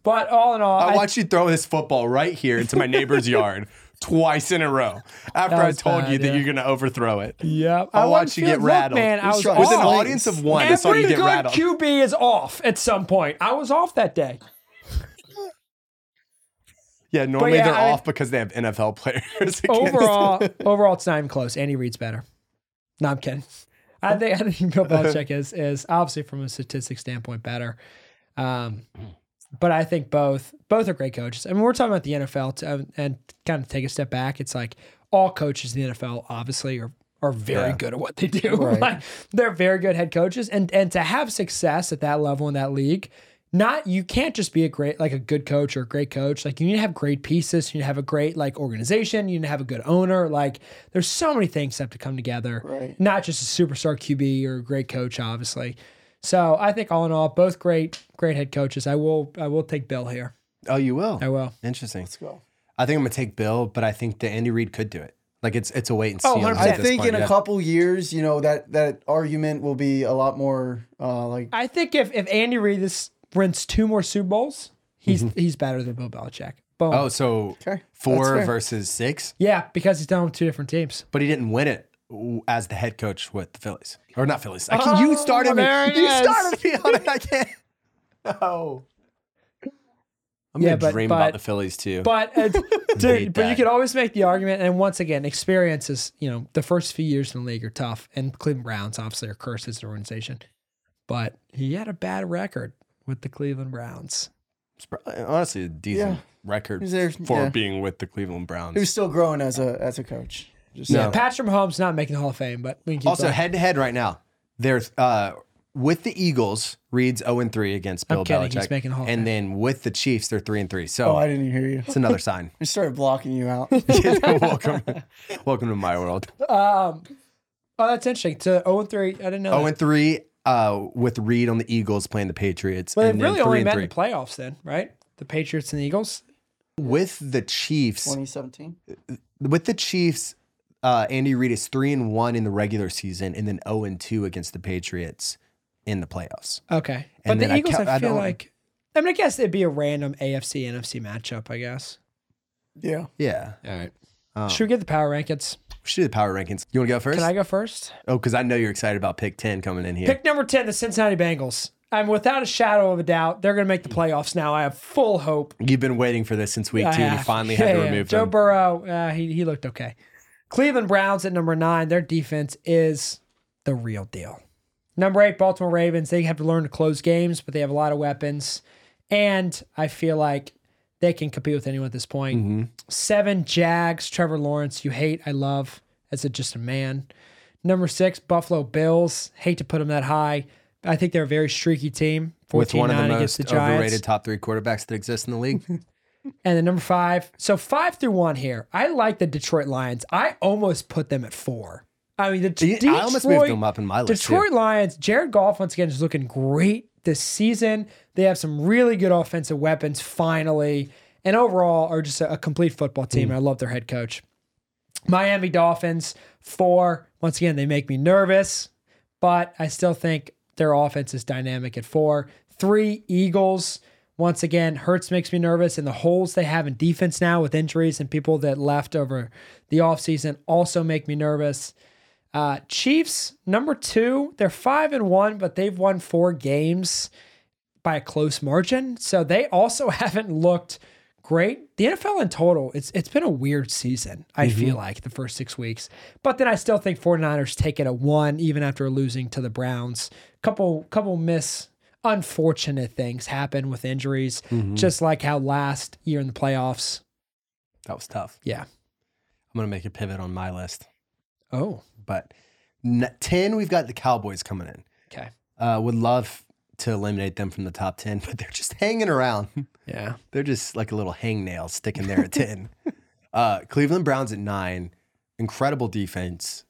[SPEAKER 3] But all in all,
[SPEAKER 1] I
[SPEAKER 3] I
[SPEAKER 1] watched you throw this football right here into my neighbor's yard twice in a row after
[SPEAKER 3] That
[SPEAKER 1] I
[SPEAKER 3] was
[SPEAKER 1] told
[SPEAKER 3] bad,
[SPEAKER 1] you that
[SPEAKER 3] yeah.
[SPEAKER 1] you're going to overthrow it.
[SPEAKER 3] yeah,
[SPEAKER 1] I
[SPEAKER 3] wouldn't
[SPEAKER 1] watched you
[SPEAKER 3] feel-
[SPEAKER 1] Oh, get
[SPEAKER 3] look,
[SPEAKER 1] rattled.
[SPEAKER 3] man, I
[SPEAKER 4] He's
[SPEAKER 3] was
[SPEAKER 4] trying-
[SPEAKER 1] With an
[SPEAKER 3] off.
[SPEAKER 4] Oh.
[SPEAKER 1] audience of one, I saw
[SPEAKER 3] Every
[SPEAKER 1] you get
[SPEAKER 3] good
[SPEAKER 1] rattled.
[SPEAKER 3] QB is off at some point. I was off that day.
[SPEAKER 1] yeah, normally
[SPEAKER 3] yeah,
[SPEAKER 1] they're
[SPEAKER 3] I-
[SPEAKER 1] off because they have NFL players. against-
[SPEAKER 3] Overall, overall, it's not even close. Andy Reid's better. No, I'm kidding. I think I think Bill Belichick is is obviously from a statistic standpoint better. Um, but I think both both are great coaches. I mean, we're talking about the NFL to, um, and kind of take a step back. It's like all coaches in the NFL obviously are are very
[SPEAKER 1] Yeah.
[SPEAKER 3] good at what they do.
[SPEAKER 4] Right.
[SPEAKER 3] Like, they're very good head coaches, and and to have success at that level in that league, not you can't just be a great like a good coach or a great coach. Like you need to have great pieces. You need to have a great like organization. You need to have a good owner. Like there's so many things that have to come together.
[SPEAKER 4] Right.
[SPEAKER 3] Not just a superstar QB or a great coach, obviously. So I think all in all, both great, great head coaches. I will, I will take Bill here.
[SPEAKER 1] oh, you will.
[SPEAKER 3] I will.
[SPEAKER 1] Interesting. Let's
[SPEAKER 4] go.
[SPEAKER 1] I think I'm going to take Bill, but I think that Andy Reid could do it. Like it's it's a wait and see.
[SPEAKER 3] Oh,
[SPEAKER 1] on this
[SPEAKER 3] 100%.
[SPEAKER 4] I
[SPEAKER 1] at this
[SPEAKER 4] think
[SPEAKER 1] point,
[SPEAKER 4] in a
[SPEAKER 1] yeah.
[SPEAKER 4] couple years, you know that that argument will be a lot more uh, like
[SPEAKER 3] I think if if Andy Reid this wins two more Super Bowls, he's he's better than Bill Belichick. Boom.
[SPEAKER 1] Mm-hmm. Oh, so
[SPEAKER 4] Okay, that's
[SPEAKER 1] four
[SPEAKER 4] fair.
[SPEAKER 1] versus six,
[SPEAKER 3] Yeah, because he's done with two different teams.
[SPEAKER 1] but he didn't win it w- as the head coach with the Phillies or not Phillies. I can't, you
[SPEAKER 3] Oh,
[SPEAKER 1] started me.
[SPEAKER 3] there it
[SPEAKER 1] You
[SPEAKER 3] is.
[SPEAKER 1] started me on it. I can't. No. I'm
[SPEAKER 3] Yeah,
[SPEAKER 1] gonna
[SPEAKER 3] but-
[SPEAKER 1] dream
[SPEAKER 3] but-
[SPEAKER 1] about the Phillies too.
[SPEAKER 3] But uh, dude,
[SPEAKER 1] Hate
[SPEAKER 3] but you
[SPEAKER 1] that.
[SPEAKER 3] could always make the argument, and once again, experience is you know the first few years in the league are tough, and Cleveland Browns obviously are cursed as an organization, but he had a bad record with the Cleveland Browns.
[SPEAKER 1] it's probably, honestly a decent
[SPEAKER 4] Yeah.
[SPEAKER 1] record
[SPEAKER 4] Is there-
[SPEAKER 1] for
[SPEAKER 4] yeah.
[SPEAKER 1] being with the Cleveland Browns.
[SPEAKER 4] who's still growing as a as a coach. Just
[SPEAKER 1] No.
[SPEAKER 3] Patrick Mahomes not making the Hall of Fame, but we can keep
[SPEAKER 1] also
[SPEAKER 3] going.
[SPEAKER 1] head to head right now. Their uh, with the Eagles, Reed's 0 and 3 against Bill
[SPEAKER 3] kidding.
[SPEAKER 1] Belichick.
[SPEAKER 3] He's making Hall of Fame.
[SPEAKER 1] and then with the Chiefs, they're 3 and 3. So
[SPEAKER 4] Oh, I didn't hear you.
[SPEAKER 1] it's another sign.
[SPEAKER 4] I started blocking you out.
[SPEAKER 1] welcome, welcome to my world.
[SPEAKER 3] Oh, that's interesting. To 0 and 3. I didn't know.
[SPEAKER 1] 0
[SPEAKER 3] that.
[SPEAKER 1] and 3 uh, with Reed on the Eagles playing the Patriots.
[SPEAKER 3] Well,
[SPEAKER 1] and
[SPEAKER 3] they
[SPEAKER 1] then
[SPEAKER 3] really
[SPEAKER 1] 3
[SPEAKER 3] only
[SPEAKER 1] and
[SPEAKER 3] met
[SPEAKER 1] 3.
[SPEAKER 3] in the playoffs then, right? The Patriots and the Eagles.
[SPEAKER 1] With the Chiefs,
[SPEAKER 4] 2017.
[SPEAKER 1] with the Chiefs, uh, Andy Reid is three and one in the regular season, and then zero and two against the Patriots in the playoffs.
[SPEAKER 3] Okay.
[SPEAKER 1] And
[SPEAKER 3] but
[SPEAKER 1] then
[SPEAKER 3] the
[SPEAKER 1] I
[SPEAKER 3] Eagles, I,
[SPEAKER 1] kept- I
[SPEAKER 3] feel
[SPEAKER 1] don't-
[SPEAKER 3] like. I mean, I guess it'd be a random AFC NFC matchup, I guess.
[SPEAKER 4] Yeah.
[SPEAKER 1] Yeah,
[SPEAKER 5] All right.
[SPEAKER 1] um,
[SPEAKER 3] Should we get the power rankings?
[SPEAKER 1] We should do the power rankings. You want to go first?
[SPEAKER 3] Can I go first?
[SPEAKER 1] oh, because I know you're excited about pick ten coming in here.
[SPEAKER 3] Pick number 10, the Cincinnati Bengals. I'm without a shadow of a doubt, they're going to make the playoffs now. I have full hope.
[SPEAKER 1] You've been waiting for this since week two, and you
[SPEAKER 3] have-
[SPEAKER 1] finally
[SPEAKER 3] yeah,
[SPEAKER 1] had to
[SPEAKER 3] yeah.
[SPEAKER 1] remove
[SPEAKER 3] Joe
[SPEAKER 1] them.
[SPEAKER 3] Burrow, uh, he, he looked okay. Cleveland Browns at number nine. Their defense is the real deal. Number eight, Baltimore Ravens. They have to learn to close games, but they have a lot of weapons. And I feel like they can compete with anyone at this point.
[SPEAKER 1] Mm-hmm.
[SPEAKER 3] Seven, Jags. Trevor Lawrence, you hate, I love, as a, just a man. Number six, Buffalo Bills. Hate to put them that high. I think they're a very streaky team. 14
[SPEAKER 1] with one of the most
[SPEAKER 3] against the Giants.
[SPEAKER 1] overrated top three quarterbacks that exist in the league.
[SPEAKER 3] And then number five. So five through one here. I like the Detroit Lions. I almost put them at four. I mean, the
[SPEAKER 1] I
[SPEAKER 3] Detroit,
[SPEAKER 1] almost moved them up in my list. too.
[SPEAKER 3] Detroit Lions, Jared Goff, once again, is looking great this season. They have some really good offensive weapons, finally, and overall are just a, a complete football
[SPEAKER 1] Hmm.
[SPEAKER 3] team. I love their head coach. Miami Dolphins, four. Once again, they make me nervous, but I still think their offense is dynamic at four. Three, Eagles. Once again, Hertz makes me nervous, and the holes they have in defense now with injuries and people that left over the offseason also make me nervous. Uh, Chiefs, number two, they're five and one, but they've won four games by a close margin. So they also haven't looked great. The NFL in total, it's it's been a weird season, I feel like, the first six weeks. But then I still think 49ers take it at one, even after losing to the Browns. Couple couple miss unfortunate things happen with injuries, just like how last year in the playoffs.
[SPEAKER 1] That was tough.
[SPEAKER 3] Yeah.
[SPEAKER 1] I'm gonna make a pivot on my list,
[SPEAKER 3] Oh,
[SPEAKER 1] but n- ten we've got the Cowboys coming in.
[SPEAKER 3] okay.
[SPEAKER 1] Uh, would love to eliminate them from the top 10, but they're just hanging around.
[SPEAKER 3] Yeah.
[SPEAKER 1] They're just like a little hangnail sticking there at 10. uh, Cleveland Browns at nine. Incredible defense.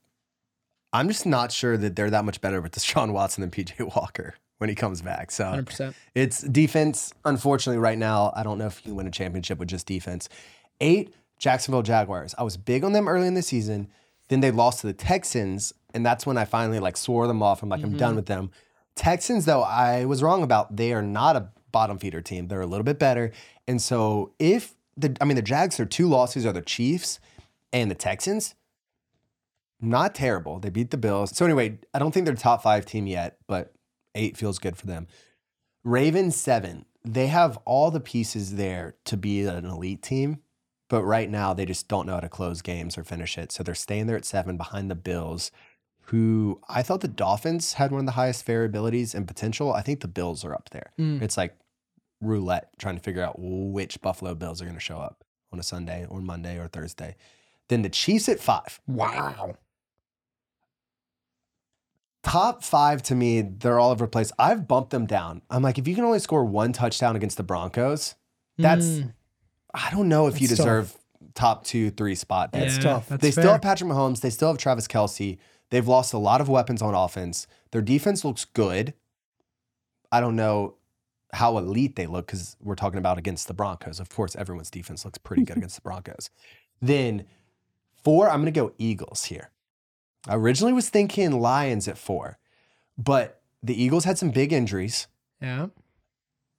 [SPEAKER 1] I'm just not sure that they're that much better with Deshaun Watson than PJ Walker when he comes back. So
[SPEAKER 3] 100%.
[SPEAKER 1] it's defense. Unfortunately, right now, I don't know if you can win a championship with just defense. Eight, Jacksonville Jaguars. I was big on them early in the season. Then they lost to the Texans, and that's when I finally like swore them off. I'm like, I'm done with them. Texans, though, I was wrong about. They are not a bottom feeder team. They're a little bit better. And so if the, I mean, the Jags, their two losses are the Chiefs and the Texans. Not terrible. They beat the Bills. So anyway, I don't think they're a top five team yet, but eight feels good for them. Ravens seven. They have all the pieces there to be an elite team, but right now they just don't know how to close games or finish it. So they're staying there at seven behind the Bills, who I thought the Dolphins had one of the highest variabilities and potential. I think the Bills are up there.
[SPEAKER 3] Mm.
[SPEAKER 1] It's like roulette trying to figure out which Buffalo Bills are going to show up on a Sunday or Monday or Thursday. Then the Chiefs at five.
[SPEAKER 3] Wow.
[SPEAKER 1] top five to me, they're all over the place. I've bumped them down. I'm like, if you can only score one touchdown against the Broncos, that's
[SPEAKER 3] Mm.
[SPEAKER 1] I don't know if you
[SPEAKER 3] That's tough.
[SPEAKER 1] deserve top two, three spot. there.
[SPEAKER 4] That's tough.
[SPEAKER 3] that's
[SPEAKER 1] they
[SPEAKER 3] fair.
[SPEAKER 1] still have Patrick Mahomes. They still have Travis Kelsey. They've lost a lot of weapons on offense. Their defense looks good. I don't know how elite they look because we're talking about against the Broncos. Of course, everyone's defense looks pretty good against the Broncos. Then four, I'm going to go Eagles here. I originally was thinking Lions at four, but the Eagles had some big injuries
[SPEAKER 3] Yeah.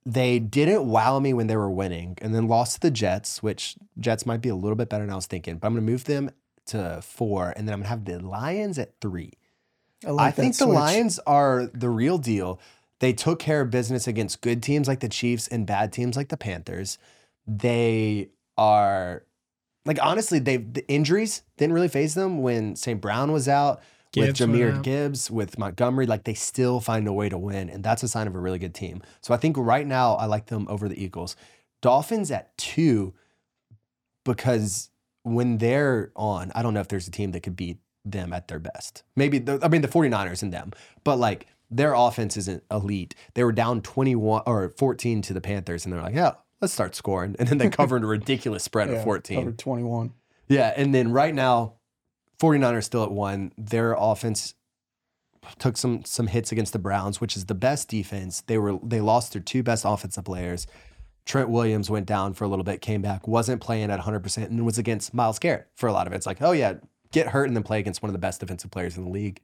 [SPEAKER 1] they didn't wow me when they were winning and then lost to the Jets, which Jets might be a little bit better than I was thinking, but I'm going to move them to four and then I'm going to have the Lions at three.
[SPEAKER 4] I, like
[SPEAKER 1] I think
[SPEAKER 4] that
[SPEAKER 1] the
[SPEAKER 4] switch.
[SPEAKER 1] Lions are the real deal. They took care of business against good teams like the Chiefs and bad teams like the Panthers. They are like honestly, they the injuries didn't really phase them when St. Brown was out
[SPEAKER 3] Gibbs
[SPEAKER 1] with
[SPEAKER 3] went
[SPEAKER 1] Jameer
[SPEAKER 3] out.
[SPEAKER 1] Gibbs with Montgomery. Like they still find a way to win, and that's a sign of a really good team. So I think right now I like them over the Eagles. Dolphins at two because when they're on, I don't know if there's a team that could beat them at their best. Maybe, the, I mean, the 49ers and them, but like their offense isn't elite. They were down 21 or 14 to the Panthers, and they're like, yeah, let's start scoring. And then they covered a ridiculous spread of
[SPEAKER 4] Yeah,
[SPEAKER 1] 14.
[SPEAKER 4] covered 21.
[SPEAKER 1] Yeah. And then right now, 49ers still at one. Their offense took some some hits against the Browns, which is the best defense. They were they lost their two best offensive players. Trent Williams went down for a little bit, came back, wasn't playing at 100%, and was against Miles Garrett for a lot of it. It's like, oh, yeah, get hurt and then play against one of the best defensive players in the league.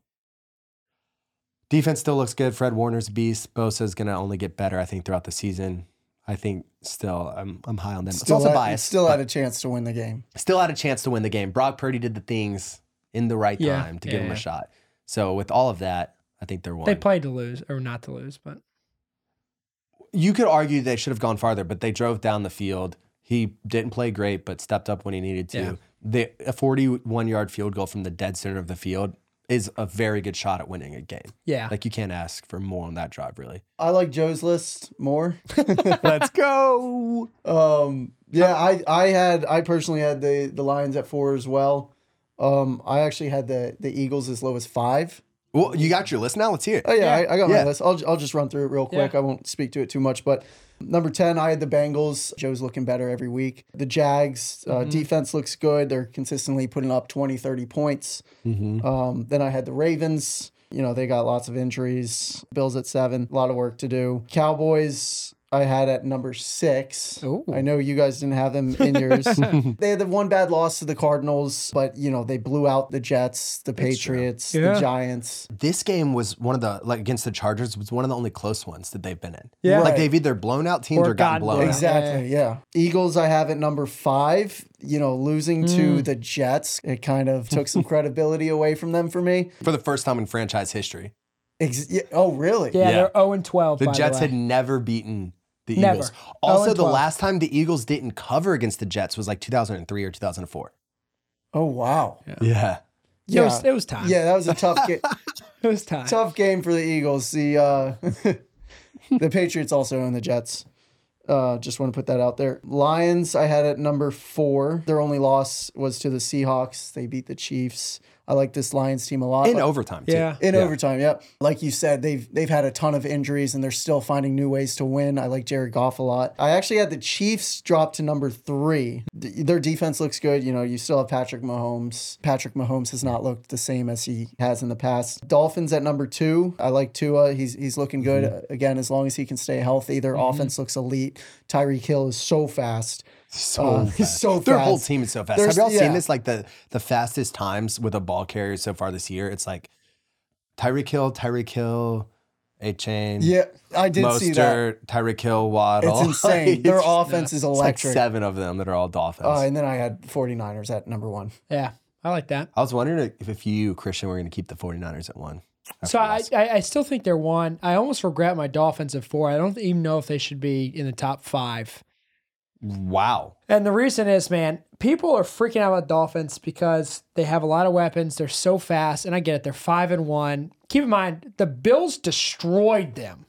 [SPEAKER 1] Defense still looks good. Fred Warner's a beast. Bosa's going to only get better, I think, throughout the season. I think still, I'm, I'm high on them. it's
[SPEAKER 4] Still,
[SPEAKER 1] also
[SPEAKER 4] had,
[SPEAKER 1] biased.
[SPEAKER 4] still
[SPEAKER 1] but-
[SPEAKER 4] had a chance to win the game.
[SPEAKER 1] still had a chance to win the game. Brock Purdy did the things in the right
[SPEAKER 3] Yeah.
[SPEAKER 1] time to
[SPEAKER 3] Yeah,
[SPEAKER 1] give him
[SPEAKER 3] yeah.
[SPEAKER 1] a shot. So with all of that, I think they're one.
[SPEAKER 3] They played to lose or not to lose, but
[SPEAKER 1] you could argue they should have gone farther, but they drove down the field. He didn't play great, but stepped up when he needed to.
[SPEAKER 3] Yeah.
[SPEAKER 1] The, a 41 yard field goal from the dead center of the field is a very good shot at winning a game.
[SPEAKER 3] yeah.
[SPEAKER 1] Like you can't ask for more on that drive, really.
[SPEAKER 4] I like Joe's list more.
[SPEAKER 1] Let's go.
[SPEAKER 4] Um, yeah, I, I had I personally had the the Lions at four as well. Um, I actually had the the Eagles as low as five.
[SPEAKER 1] Well, you got your list now. Let's hear it.
[SPEAKER 4] Oh yeah, I, I got
[SPEAKER 1] Yeah.
[SPEAKER 4] my list. I'll I'll just run through it real quick. I won't speak to it too much, but. Number 10, I had the Bengals. Joe's looking better every week. The Jags, uh, defense looks good. They're consistently putting up 20, 30 points.
[SPEAKER 1] Mhm.
[SPEAKER 4] Um, then I had the Ravens. You know, they got lots of injuries. Bills at seven, a lot of work to do. Cowboys, I had at number six.
[SPEAKER 3] Ooh.
[SPEAKER 4] I know you guys didn't have them in yours. they had the one bad loss to the Cardinals, but, you know, they blew out the Jets, the Patriots,
[SPEAKER 3] Yeah.
[SPEAKER 4] the Giants.
[SPEAKER 1] This game was one of the like against the Chargers was one of the only close ones that they've been in.
[SPEAKER 3] Yeah.
[SPEAKER 1] like
[SPEAKER 4] Right.
[SPEAKER 1] they've either blown out teams
[SPEAKER 3] Or
[SPEAKER 1] or, gotten
[SPEAKER 3] gotten
[SPEAKER 1] blown. out.
[SPEAKER 3] blown out.
[SPEAKER 4] Exactly. Yeah. Eagles, I have at number five. You know, losing to the Jets, it kind of took some credibility away from them for me.
[SPEAKER 1] for the first time in franchise history.
[SPEAKER 4] Ex- yeah, oh, really?
[SPEAKER 3] Yeah,
[SPEAKER 1] Yeah.
[SPEAKER 3] they're 0 and 12.
[SPEAKER 1] The
[SPEAKER 3] by
[SPEAKER 1] Jets
[SPEAKER 3] the
[SPEAKER 1] had never beaten the
[SPEAKER 3] Never.
[SPEAKER 1] Eagles.
[SPEAKER 3] 0
[SPEAKER 1] Also,
[SPEAKER 3] and
[SPEAKER 1] the
[SPEAKER 3] 12.
[SPEAKER 1] last time the Eagles didn't cover against the Jets was like 2003 or 2004.
[SPEAKER 4] Oh, wow.
[SPEAKER 1] Yeah.
[SPEAKER 3] It was, it was time.
[SPEAKER 4] Yeah, that was a tough game.
[SPEAKER 3] It was time.
[SPEAKER 4] tough game for the Eagles. The uh, the Patriots also own the Jets. Uh, just want to put that out there. Lions, I had at number four. Their only loss was to the Seahawks. They beat the Chiefs. I like this Lions team a lot.
[SPEAKER 1] In
[SPEAKER 4] Like-
[SPEAKER 1] overtime, too.
[SPEAKER 3] Yeah.
[SPEAKER 4] in overtime, yep. Like you said, they've they've had a ton of injuries and they're still finding new ways to win. I like Jared Goff a lot. I actually had the Chiefs drop to number three. Th- their defense looks good. You know, you still have Patrick Mahomes. Patrick Mahomes has not looked the same as he has in the past. Dolphins at number two. I like Tua. He's he's looking good
[SPEAKER 1] Mm-hmm.
[SPEAKER 4] again as long as he can stay healthy. Their offense looks elite. Tyreek Hill is so fast.
[SPEAKER 1] So
[SPEAKER 3] Oh,
[SPEAKER 4] Uh,
[SPEAKER 1] fast.
[SPEAKER 4] so
[SPEAKER 1] Their whole
[SPEAKER 4] fast.
[SPEAKER 1] team is so fast.
[SPEAKER 4] There's-
[SPEAKER 1] Have y'all
[SPEAKER 4] yeah.
[SPEAKER 1] seen this? Like the, the fastest times with a ball carrier so far this year. It's like Tyreek Hill, Tyreek Hill, A Chain,
[SPEAKER 4] Yeah, I did see that.
[SPEAKER 1] Mostert, Tyreek Hill, Waddle.
[SPEAKER 4] It's insane.
[SPEAKER 1] Like,
[SPEAKER 4] Their
[SPEAKER 1] it's-
[SPEAKER 4] offense is
[SPEAKER 1] it's like
[SPEAKER 4] electric.
[SPEAKER 1] seven of them that are all Dolphins.
[SPEAKER 4] uh, and then I had 49ers at number one.
[SPEAKER 3] yeah, I like that.
[SPEAKER 1] I was wondering if, if you, Christian, were going to keep the 49ers at one.
[SPEAKER 3] So I, I, I still think they're one. I almost regret my Dolphins at four. I don't even know if they should be in the top five.
[SPEAKER 1] Wow.
[SPEAKER 3] And the reason is, man, people are freaking out about Dolphins because they have a lot of weapons. They're so fast, and I get it. They're five and one. Keep in mind, the Bills destroyed them.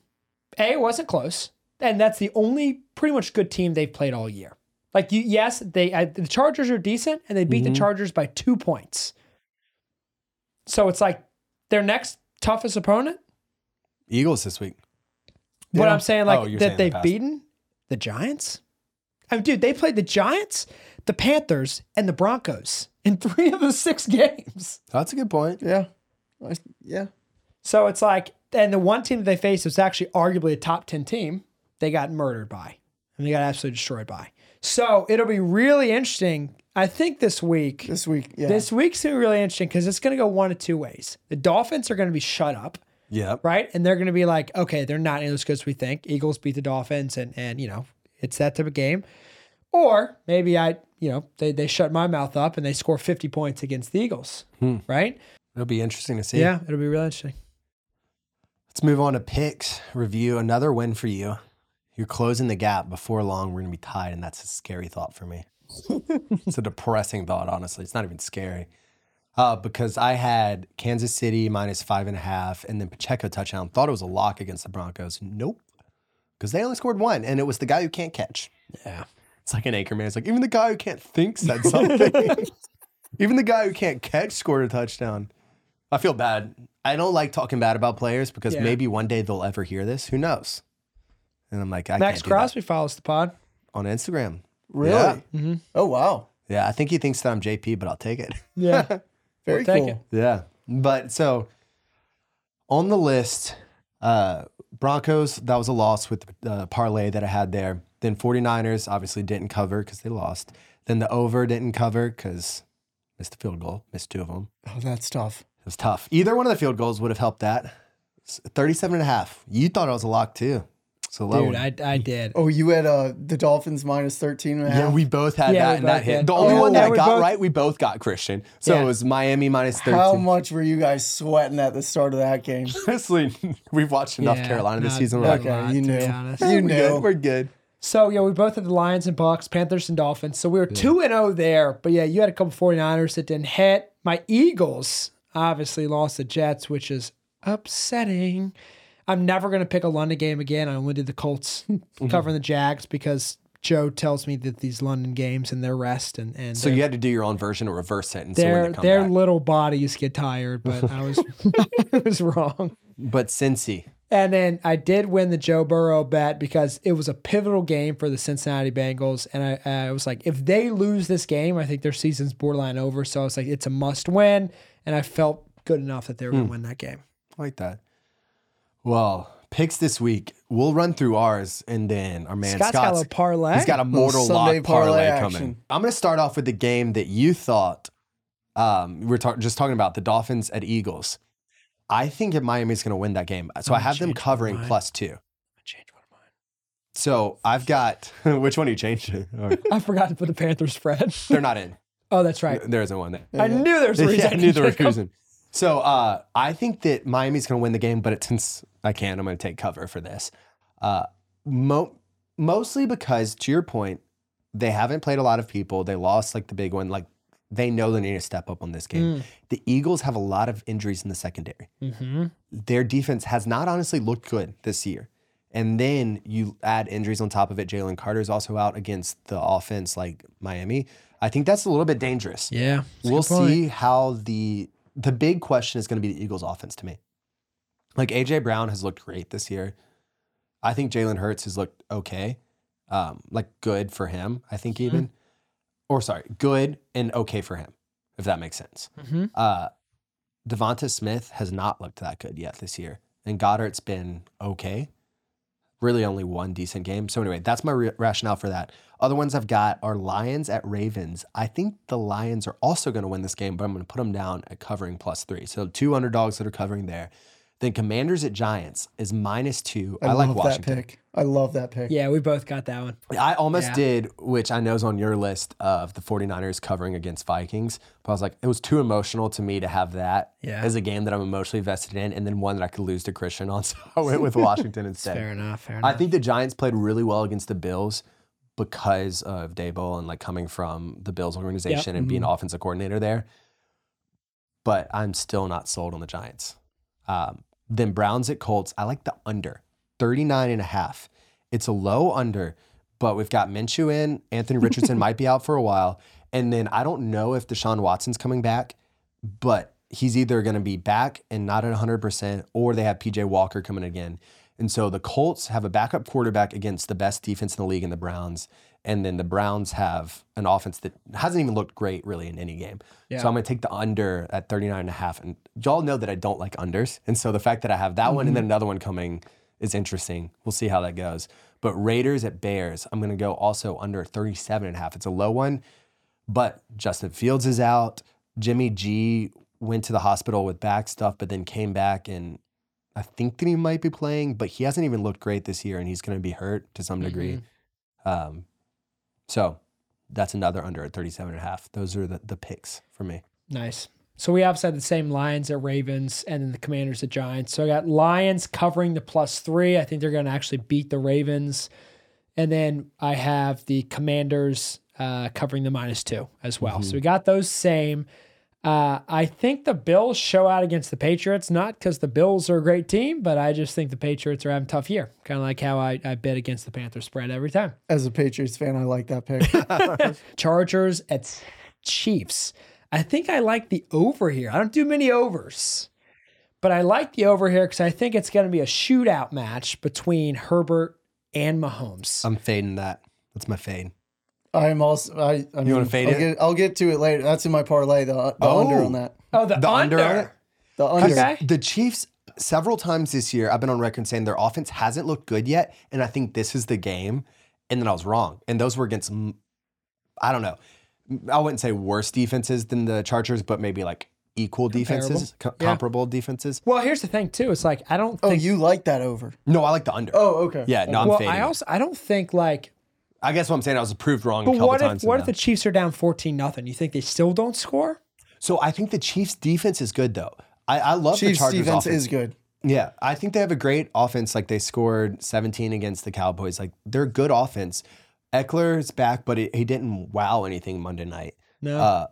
[SPEAKER 3] A it wasn't close, and that's the only pretty much good team they've played all year. Like you, yes, they I, the Chargers are decent, and they beat the Chargers by two points. So it's like their next toughest opponent.
[SPEAKER 1] Eagles this week.
[SPEAKER 3] But
[SPEAKER 4] Yeah.
[SPEAKER 3] I'm saying like
[SPEAKER 1] Oh, you're
[SPEAKER 3] that
[SPEAKER 1] saying the
[SPEAKER 3] they've
[SPEAKER 1] past.
[SPEAKER 3] beaten the Giants. I mean, dude, they played the Giants, the Panthers, and the Broncos in three of the six games.
[SPEAKER 1] That's a good point.
[SPEAKER 4] Yeah. I, yeah.
[SPEAKER 3] So it's like, and the one team that they faced was actually arguably a top ten team. They got murdered by, and they got absolutely destroyed by. So it'll be really interesting. I think this week,
[SPEAKER 4] This week. Yeah.
[SPEAKER 3] this week's gonna be really interesting because it's gonna go one of two ways. The Dolphins are gonna be shut up.
[SPEAKER 1] Yep.
[SPEAKER 3] right? And they're going to be like, okay, they're not as good as we think. Eagles beat the Dolphins, and and you know it's that type of game. Or maybe I, you know, they they shut my mouth up and they score fifty points against the Eagles,
[SPEAKER 1] Hmm.
[SPEAKER 3] right?
[SPEAKER 1] It'll be interesting to see.
[SPEAKER 3] Yeah, it'll be really interesting.
[SPEAKER 1] Let's move on to picks review. Another win for you. You're closing the gap. Before long, we're going to be tied, and that's a scary thought for me. it's a depressing thought, honestly. It's not even scary. Uh, because I had Kansas City minus five and a half, and then Pacheco touchdown. Thought it was a lock against the Broncos. Nope. Because they only scored one, and it was the guy who can't catch.
[SPEAKER 3] Yeah.
[SPEAKER 1] It's like an anchor man. It's like, even the guy who can't think said something. even the guy who can't catch scored a touchdown. I feel bad. I don't like talking bad about players because
[SPEAKER 3] Yeah.
[SPEAKER 1] maybe one day they'll ever hear this. Who knows? And I'm like, I
[SPEAKER 3] Max
[SPEAKER 1] can't do that
[SPEAKER 3] Crosby follows the pod.
[SPEAKER 1] on Instagram.
[SPEAKER 4] Really?
[SPEAKER 1] Yeah.
[SPEAKER 4] Oh wow.
[SPEAKER 1] Yeah, I think he thinks that I'm JP, but I'll take it.
[SPEAKER 3] Yeah.
[SPEAKER 4] Very
[SPEAKER 3] Well, thank
[SPEAKER 4] cool.
[SPEAKER 1] Yeah. But so on the list, uh, Broncos, that was a loss with the parlay that I had there. Then 49ers obviously didn't cover because they lost. Then the over didn't cover because missed the field goal, missed two of them.
[SPEAKER 4] Oh, that's tough.
[SPEAKER 1] It was tough. Either one of the field goals would have helped that. S- 37 and a half. You thought I was a lock too. So low.
[SPEAKER 3] Dude,
[SPEAKER 1] one.
[SPEAKER 3] I, I did.
[SPEAKER 4] Oh, you had uh the Dolphins minus 13 and a half.
[SPEAKER 1] yeah, we both had that
[SPEAKER 3] Yeah, we
[SPEAKER 1] and that
[SPEAKER 3] both
[SPEAKER 1] hit.
[SPEAKER 3] did.
[SPEAKER 1] The only
[SPEAKER 4] Oh.
[SPEAKER 1] one
[SPEAKER 4] Yeah,
[SPEAKER 1] that I
[SPEAKER 3] we
[SPEAKER 1] got
[SPEAKER 3] both-
[SPEAKER 1] right, we both got Christian. So
[SPEAKER 3] Yeah.
[SPEAKER 1] it was Miami minus 13.
[SPEAKER 4] How much were you guys sweating at the start of that game?
[SPEAKER 1] Honestly, we've watched enough
[SPEAKER 3] Yeah,
[SPEAKER 1] Carolina this
[SPEAKER 3] not-
[SPEAKER 1] season. We're
[SPEAKER 3] not
[SPEAKER 1] like,
[SPEAKER 4] Okay,
[SPEAKER 3] lot,
[SPEAKER 4] you
[SPEAKER 3] to be
[SPEAKER 4] knew.
[SPEAKER 3] honest.
[SPEAKER 4] You
[SPEAKER 1] We're good.
[SPEAKER 4] knew.
[SPEAKER 1] We're good.
[SPEAKER 3] So yeah, we both had the Lions and Bucks, Panthers and Dolphins. So we were two and zero there. But yeah, you had a couple 49ers that didn't hit. My Eagles obviously lost the Jets, which is upsetting. I'm never gonna pick a London game again. I only did the Colts
[SPEAKER 1] Mm-hmm.
[SPEAKER 3] covering the Jags because Joe tells me that these London games and their rest and and
[SPEAKER 1] So you had to do your own version of reverse sentence. to
[SPEAKER 3] their
[SPEAKER 1] win the
[SPEAKER 3] their
[SPEAKER 1] comeback.
[SPEAKER 3] little bodies get tired. But I was I was wrong.
[SPEAKER 1] but Cincy,
[SPEAKER 3] And then I did win the Joe Burrow bet because it was a pivotal game for the Cincinnati Bengals. And I, I was like, if they lose this game, I think their season's borderline over. So I was like, it's a must win. And I felt good enough that they were
[SPEAKER 1] Hmm.
[SPEAKER 3] going to win that game.
[SPEAKER 1] I like that. Well, picks this week. We'll run through ours, and then our man
[SPEAKER 3] Scott's got a
[SPEAKER 1] Scott's
[SPEAKER 3] little parlay.
[SPEAKER 1] He's got a mortal
[SPEAKER 4] Little Sunday
[SPEAKER 1] lock parlay,
[SPEAKER 4] parlay
[SPEAKER 1] coming.
[SPEAKER 4] action.
[SPEAKER 1] I'm going to start off with the game that you thought um, we were talk- just talking about the Dolphins at Eagles. I think that Miami's going to win that game, uh, so
[SPEAKER 3] I'm
[SPEAKER 1] I have them
[SPEAKER 3] changing
[SPEAKER 1] covering
[SPEAKER 3] mine.
[SPEAKER 1] plus two.
[SPEAKER 3] Change one of mine.
[SPEAKER 1] So I've got which one are you changing? All right.
[SPEAKER 3] I forgot to put the Panthers spread.
[SPEAKER 1] They're not in.
[SPEAKER 3] oh, that's right.
[SPEAKER 1] There isn't one there.
[SPEAKER 3] I knew there was a reason.
[SPEAKER 1] yeah, I knew there was a
[SPEAKER 3] couldn't pick 'em.
[SPEAKER 1] reason. So uh, I think that Miami's going to win the game, but it, since I can, I'm going to take cover for this. Uh, mo- mostly because, to your point, they haven't played a lot of people. They lost like the big one. Like they know they need to step up on this
[SPEAKER 3] Mm.
[SPEAKER 1] game. The Eagles have a lot of injuries in the secondary.
[SPEAKER 3] Mm-hmm.
[SPEAKER 1] Their defense has not honestly looked good this year. And then you add injuries on top of it. Jalen Carter's also out against the offense like Miami. I think that's a little bit dangerous
[SPEAKER 3] Yeah. that's a
[SPEAKER 1] we'll
[SPEAKER 3] good point.
[SPEAKER 1] see how the the big question is going to be the Eagles' offense to me. Like AJ Brown has looked great this year. I think Jalen Hurts has looked okay, um, like good for him. I think
[SPEAKER 3] Mm-hmm.
[SPEAKER 1] even, or sorry, good and okay for him, if that makes sense.
[SPEAKER 3] Mhm.
[SPEAKER 1] Uh, Devonta Smith has not looked that good yet this year, and Goddard's been okay. Really, only one decent game. So anyway, that's my re- rationale for that. Other ones I've got are Lions at Ravens. I think the Lions are also going to win this game, but I'm going to put them down at covering plus three. So two underdogs that are covering there. Then Commanders at Giants is minus two. I, like
[SPEAKER 4] love
[SPEAKER 1] Washington.
[SPEAKER 4] that pick. I love that pick.
[SPEAKER 3] Yeah, we both got that one.
[SPEAKER 1] I almost
[SPEAKER 3] Yeah.
[SPEAKER 1] did, which I know is on your list of the 49ers covering against Vikings, but I was like, it was too emotional to me to have that
[SPEAKER 3] Yeah.
[SPEAKER 1] as a game that I'm emotionally invested in, and then one that I could lose to Christian on. So I went with Washington instead.
[SPEAKER 3] Fair enough. Fair
[SPEAKER 1] I
[SPEAKER 3] enough.
[SPEAKER 1] think the Giants played really well against the Bills because of Dayball and like coming from the Bills organization and
[SPEAKER 3] Mm-hmm.
[SPEAKER 1] being offensive coordinator there. But I'm still not sold on the Giants. Um, then Browns at Colts. I like the under 39 and a half. It's a low under, but we've got Minshew in. Anthony Richardson might be out for a while. And then I don't know if Deshaun Watson's coming back, but he's either going to be back and not at 100%, or they have PJ Walker coming again. And so the Colts have a backup quarterback against the best defense in the league in the Browns. And then the Browns have an offense that hasn't even looked great really in any game. So I'm going to take the under at 39 and a half. And y'all know that I don't like unders. And so the fact that I have that one and then another one coming is interesting. We'll see how that goes. But Raiders at Bears, I'm going to go also under 37 and a half. It's a low one, but Justin Fields is out. Jimmy G went to the hospital with back stuff, but then came back and I think that he might be playing, but he hasn't even looked great this year, and he's going to be hurt to some degree. Um, so that's another under at 37 and a half. Those are the, the picks for me.
[SPEAKER 3] Nice. So we obviously had the same Lions at Ravens and then the Commanders at Giants. So I got Lions covering the plus three. I think they're going to actually beat the Ravens. And then I have the Commanders uh, covering the minus two as well. So we got those same. Uh, I think the Bills show out against the Patriots, not because the Bills are a great team, but I just think the Patriots are having a tough year. Kind of like how I, I bet against the Panthers spread every time.
[SPEAKER 4] As a Patriots fan, I like that pick.
[SPEAKER 3] Chargers at Chiefs. I think I like the over here. I don't do many overs, But I like the over here because I think it's going to be a shootout match between Herbert and Mahomes.
[SPEAKER 1] I'm fading that. That's my fade.
[SPEAKER 4] I'm also. I, I mean,
[SPEAKER 1] wanna fade
[SPEAKER 4] I'll
[SPEAKER 1] it?
[SPEAKER 4] Get, I'll get to it later. That's in my parlay. The, the
[SPEAKER 1] Oh.
[SPEAKER 4] under on that.
[SPEAKER 3] oh, the,
[SPEAKER 1] The
[SPEAKER 3] under.
[SPEAKER 1] under on it?
[SPEAKER 4] The under.
[SPEAKER 3] Okay.
[SPEAKER 1] The Chiefs, several times this year, I've been on record saying their offense hasn't looked good yet. And I think this is the game. And then I was wrong. And those were against, m- I don't know, I wouldn't say worse defenses than the Chargers, but maybe like equal defenses, co-
[SPEAKER 3] Yeah.
[SPEAKER 1] comparable defenses.
[SPEAKER 3] Well, here's the thing too. It's like I don't
[SPEAKER 4] Oh,
[SPEAKER 3] think.
[SPEAKER 4] you like that over?
[SPEAKER 1] No, I like the under.
[SPEAKER 4] Oh, okay.
[SPEAKER 1] yeah, no, I'm
[SPEAKER 3] well,
[SPEAKER 1] fading.
[SPEAKER 3] I
[SPEAKER 1] it.
[SPEAKER 3] also I don't think like.
[SPEAKER 1] I guess what I'm saying, I was proved wrong a
[SPEAKER 3] But
[SPEAKER 1] couple
[SPEAKER 3] what if
[SPEAKER 1] times. in
[SPEAKER 3] what if
[SPEAKER 1] that.
[SPEAKER 3] the Chiefs are down fourteen nothing? You think they still don't score?
[SPEAKER 1] so I think the Chiefs' defense is good, though. I, I love the
[SPEAKER 4] Chiefs
[SPEAKER 1] Chargers'
[SPEAKER 4] defense
[SPEAKER 1] offense.
[SPEAKER 4] is good.
[SPEAKER 1] Yeah, I think they have a great offense. Like they scored 17 against the Cowboys. Like they're a good offense. Eckler's back, but it, he didn't wow anything Monday night.
[SPEAKER 3] No.
[SPEAKER 1] Uh,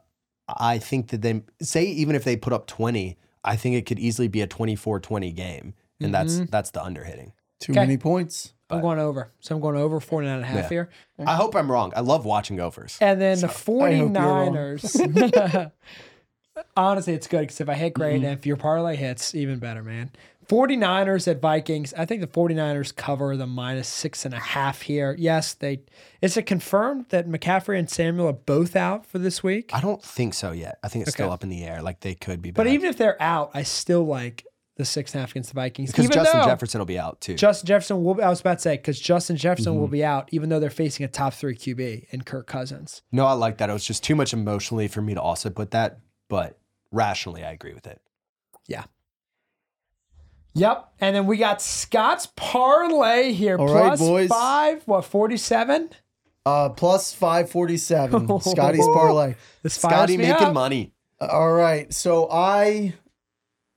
[SPEAKER 1] I think that they say even if they put up 20, I think it could easily be a 24-20 game, and that's
[SPEAKER 3] Mm-hmm.
[SPEAKER 1] that's the under hitting.
[SPEAKER 4] Too
[SPEAKER 3] Okay.
[SPEAKER 4] many points.
[SPEAKER 3] I'm going over. So I'm going over 49 and a half
[SPEAKER 1] Yeah.
[SPEAKER 3] here.
[SPEAKER 1] I hope I'm wrong. I love watching overs.
[SPEAKER 3] And then the
[SPEAKER 4] you're wrong.
[SPEAKER 3] 49ers. Honestly, it's good because if I hit great
[SPEAKER 1] Mm-hmm.
[SPEAKER 3] and if your parlay hits, even better, man. 49ers at Vikings. I think the 49ers cover the minus six and a half here. Yes, they. Is it confirmed that McCaffrey and Samuel are both out for this week?
[SPEAKER 1] I don't think so yet. I think it's still
[SPEAKER 3] Okay.
[SPEAKER 1] up in the air. Like they could be,
[SPEAKER 3] But
[SPEAKER 1] back.
[SPEAKER 3] even if they're out, I still like the six and a half against the Vikings.
[SPEAKER 1] because
[SPEAKER 3] even
[SPEAKER 1] Justin
[SPEAKER 3] though
[SPEAKER 1] Jefferson will be out too.
[SPEAKER 3] Justin Jefferson will be, I was about to say, because Justin Jefferson will
[SPEAKER 1] Mm-hmm.
[SPEAKER 3] be out, even though they're facing a top three QB and Kirk Cousins.
[SPEAKER 1] no, I like that. It was just too much emotionally for me to also put that, but rationally, I agree with it.
[SPEAKER 3] Yep. And then we got Scott's parlay here.
[SPEAKER 4] All right,
[SPEAKER 3] Plus
[SPEAKER 4] boys.
[SPEAKER 3] five, what, 47?
[SPEAKER 4] Uh, plus five forty-seven. Scotty's parlay. Uh,
[SPEAKER 3] This fires
[SPEAKER 1] Scotty
[SPEAKER 3] me
[SPEAKER 1] making
[SPEAKER 3] up.
[SPEAKER 1] money.
[SPEAKER 4] All right. So I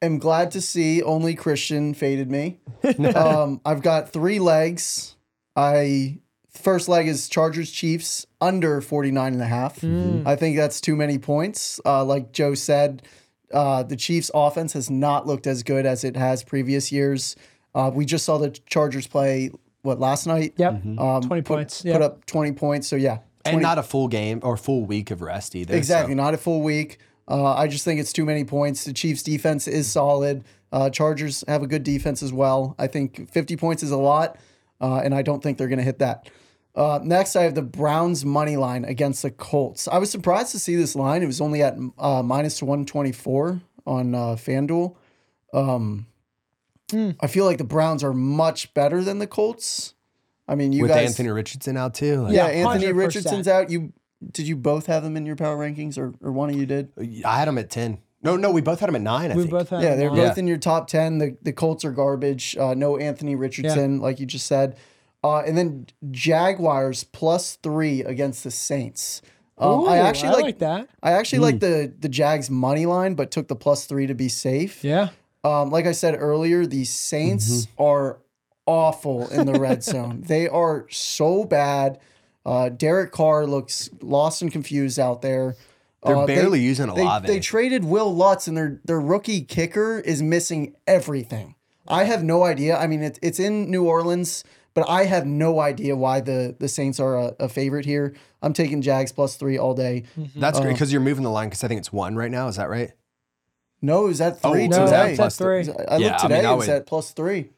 [SPEAKER 4] am glad to see only Christian faded me. um, I've got three legs. I first leg is Chargers Chiefs under 49 and a half. I think that's too many points. Uh, like Joe said, uh, the Chiefs offense has not looked as good as it has previous years. Uh, we just saw the Chargers play what last night?
[SPEAKER 3] Yep.
[SPEAKER 4] Um,
[SPEAKER 3] 20
[SPEAKER 4] put-
[SPEAKER 3] points. Yep.
[SPEAKER 4] Put up 20 points. So yeah.
[SPEAKER 1] and not a full game or full week of rest either. so-
[SPEAKER 4] Exactly, not a full week. Uh, I just think it's too many points. The Chiefs' defense is solid. Uh, Chargers have a good defense as well. I think 50 points is a lot, uh, and I don't think they're going to hit that. Uh, next, I have the Browns money line against the Colts. I was surprised to see this line. It was only at uh, minus 124 on uh, FanDuel.
[SPEAKER 1] Hmm.
[SPEAKER 4] Um, I feel like the Browns are much better than the Colts. I mean, you
[SPEAKER 1] with
[SPEAKER 4] guys.
[SPEAKER 1] Anthony Richardson out too. Like,
[SPEAKER 4] yeah,
[SPEAKER 3] Yeah,
[SPEAKER 4] Anthony
[SPEAKER 3] 100%.
[SPEAKER 4] Richardson's out. You did you both have them in your power rankings, or, or one of you did?
[SPEAKER 1] I had him at ten. No, no, we both had him at nine. I
[SPEAKER 3] We
[SPEAKER 1] think.
[SPEAKER 3] both have
[SPEAKER 4] Yeah, they're
[SPEAKER 3] nine.
[SPEAKER 4] both in your top ten. The the Colts are garbage. Uh, no Anthony Richardson, like you just said, uh, and then Jaguars plus three against the Saints. Um, I
[SPEAKER 3] Ooh,
[SPEAKER 4] actually like, Hmm.
[SPEAKER 3] that.
[SPEAKER 4] I actually like the the Jags money line, but took the plus three to be safe.
[SPEAKER 3] Yeah.
[SPEAKER 4] Um, like I said earlier, the Saints
[SPEAKER 1] Mm-hmm.
[SPEAKER 4] are awful in the red zone. They are so bad. Uh, Derek Carr looks lost and confused out there.
[SPEAKER 1] They're
[SPEAKER 4] Uh, they-
[SPEAKER 1] barely using
[SPEAKER 4] they,
[SPEAKER 1] Olave.
[SPEAKER 4] they traded Will Lutz, and their their rookie kicker is missing everything. I have no idea. I mean, it's it's in New Orleans, but I have no idea why the the Saints are a, a favorite here. I'm taking Jags plus three all day.
[SPEAKER 1] That's
[SPEAKER 4] uh-huh.
[SPEAKER 1] great because you're moving the line because I think it's one right now. Is that right?
[SPEAKER 4] No, is that three
[SPEAKER 1] it's
[SPEAKER 3] No,
[SPEAKER 1] at
[SPEAKER 4] today?
[SPEAKER 3] that's at three.
[SPEAKER 4] I
[SPEAKER 1] Yeah, I mean,
[SPEAKER 4] looked today.
[SPEAKER 1] I
[SPEAKER 4] it was
[SPEAKER 1] would-
[SPEAKER 4] at plus three.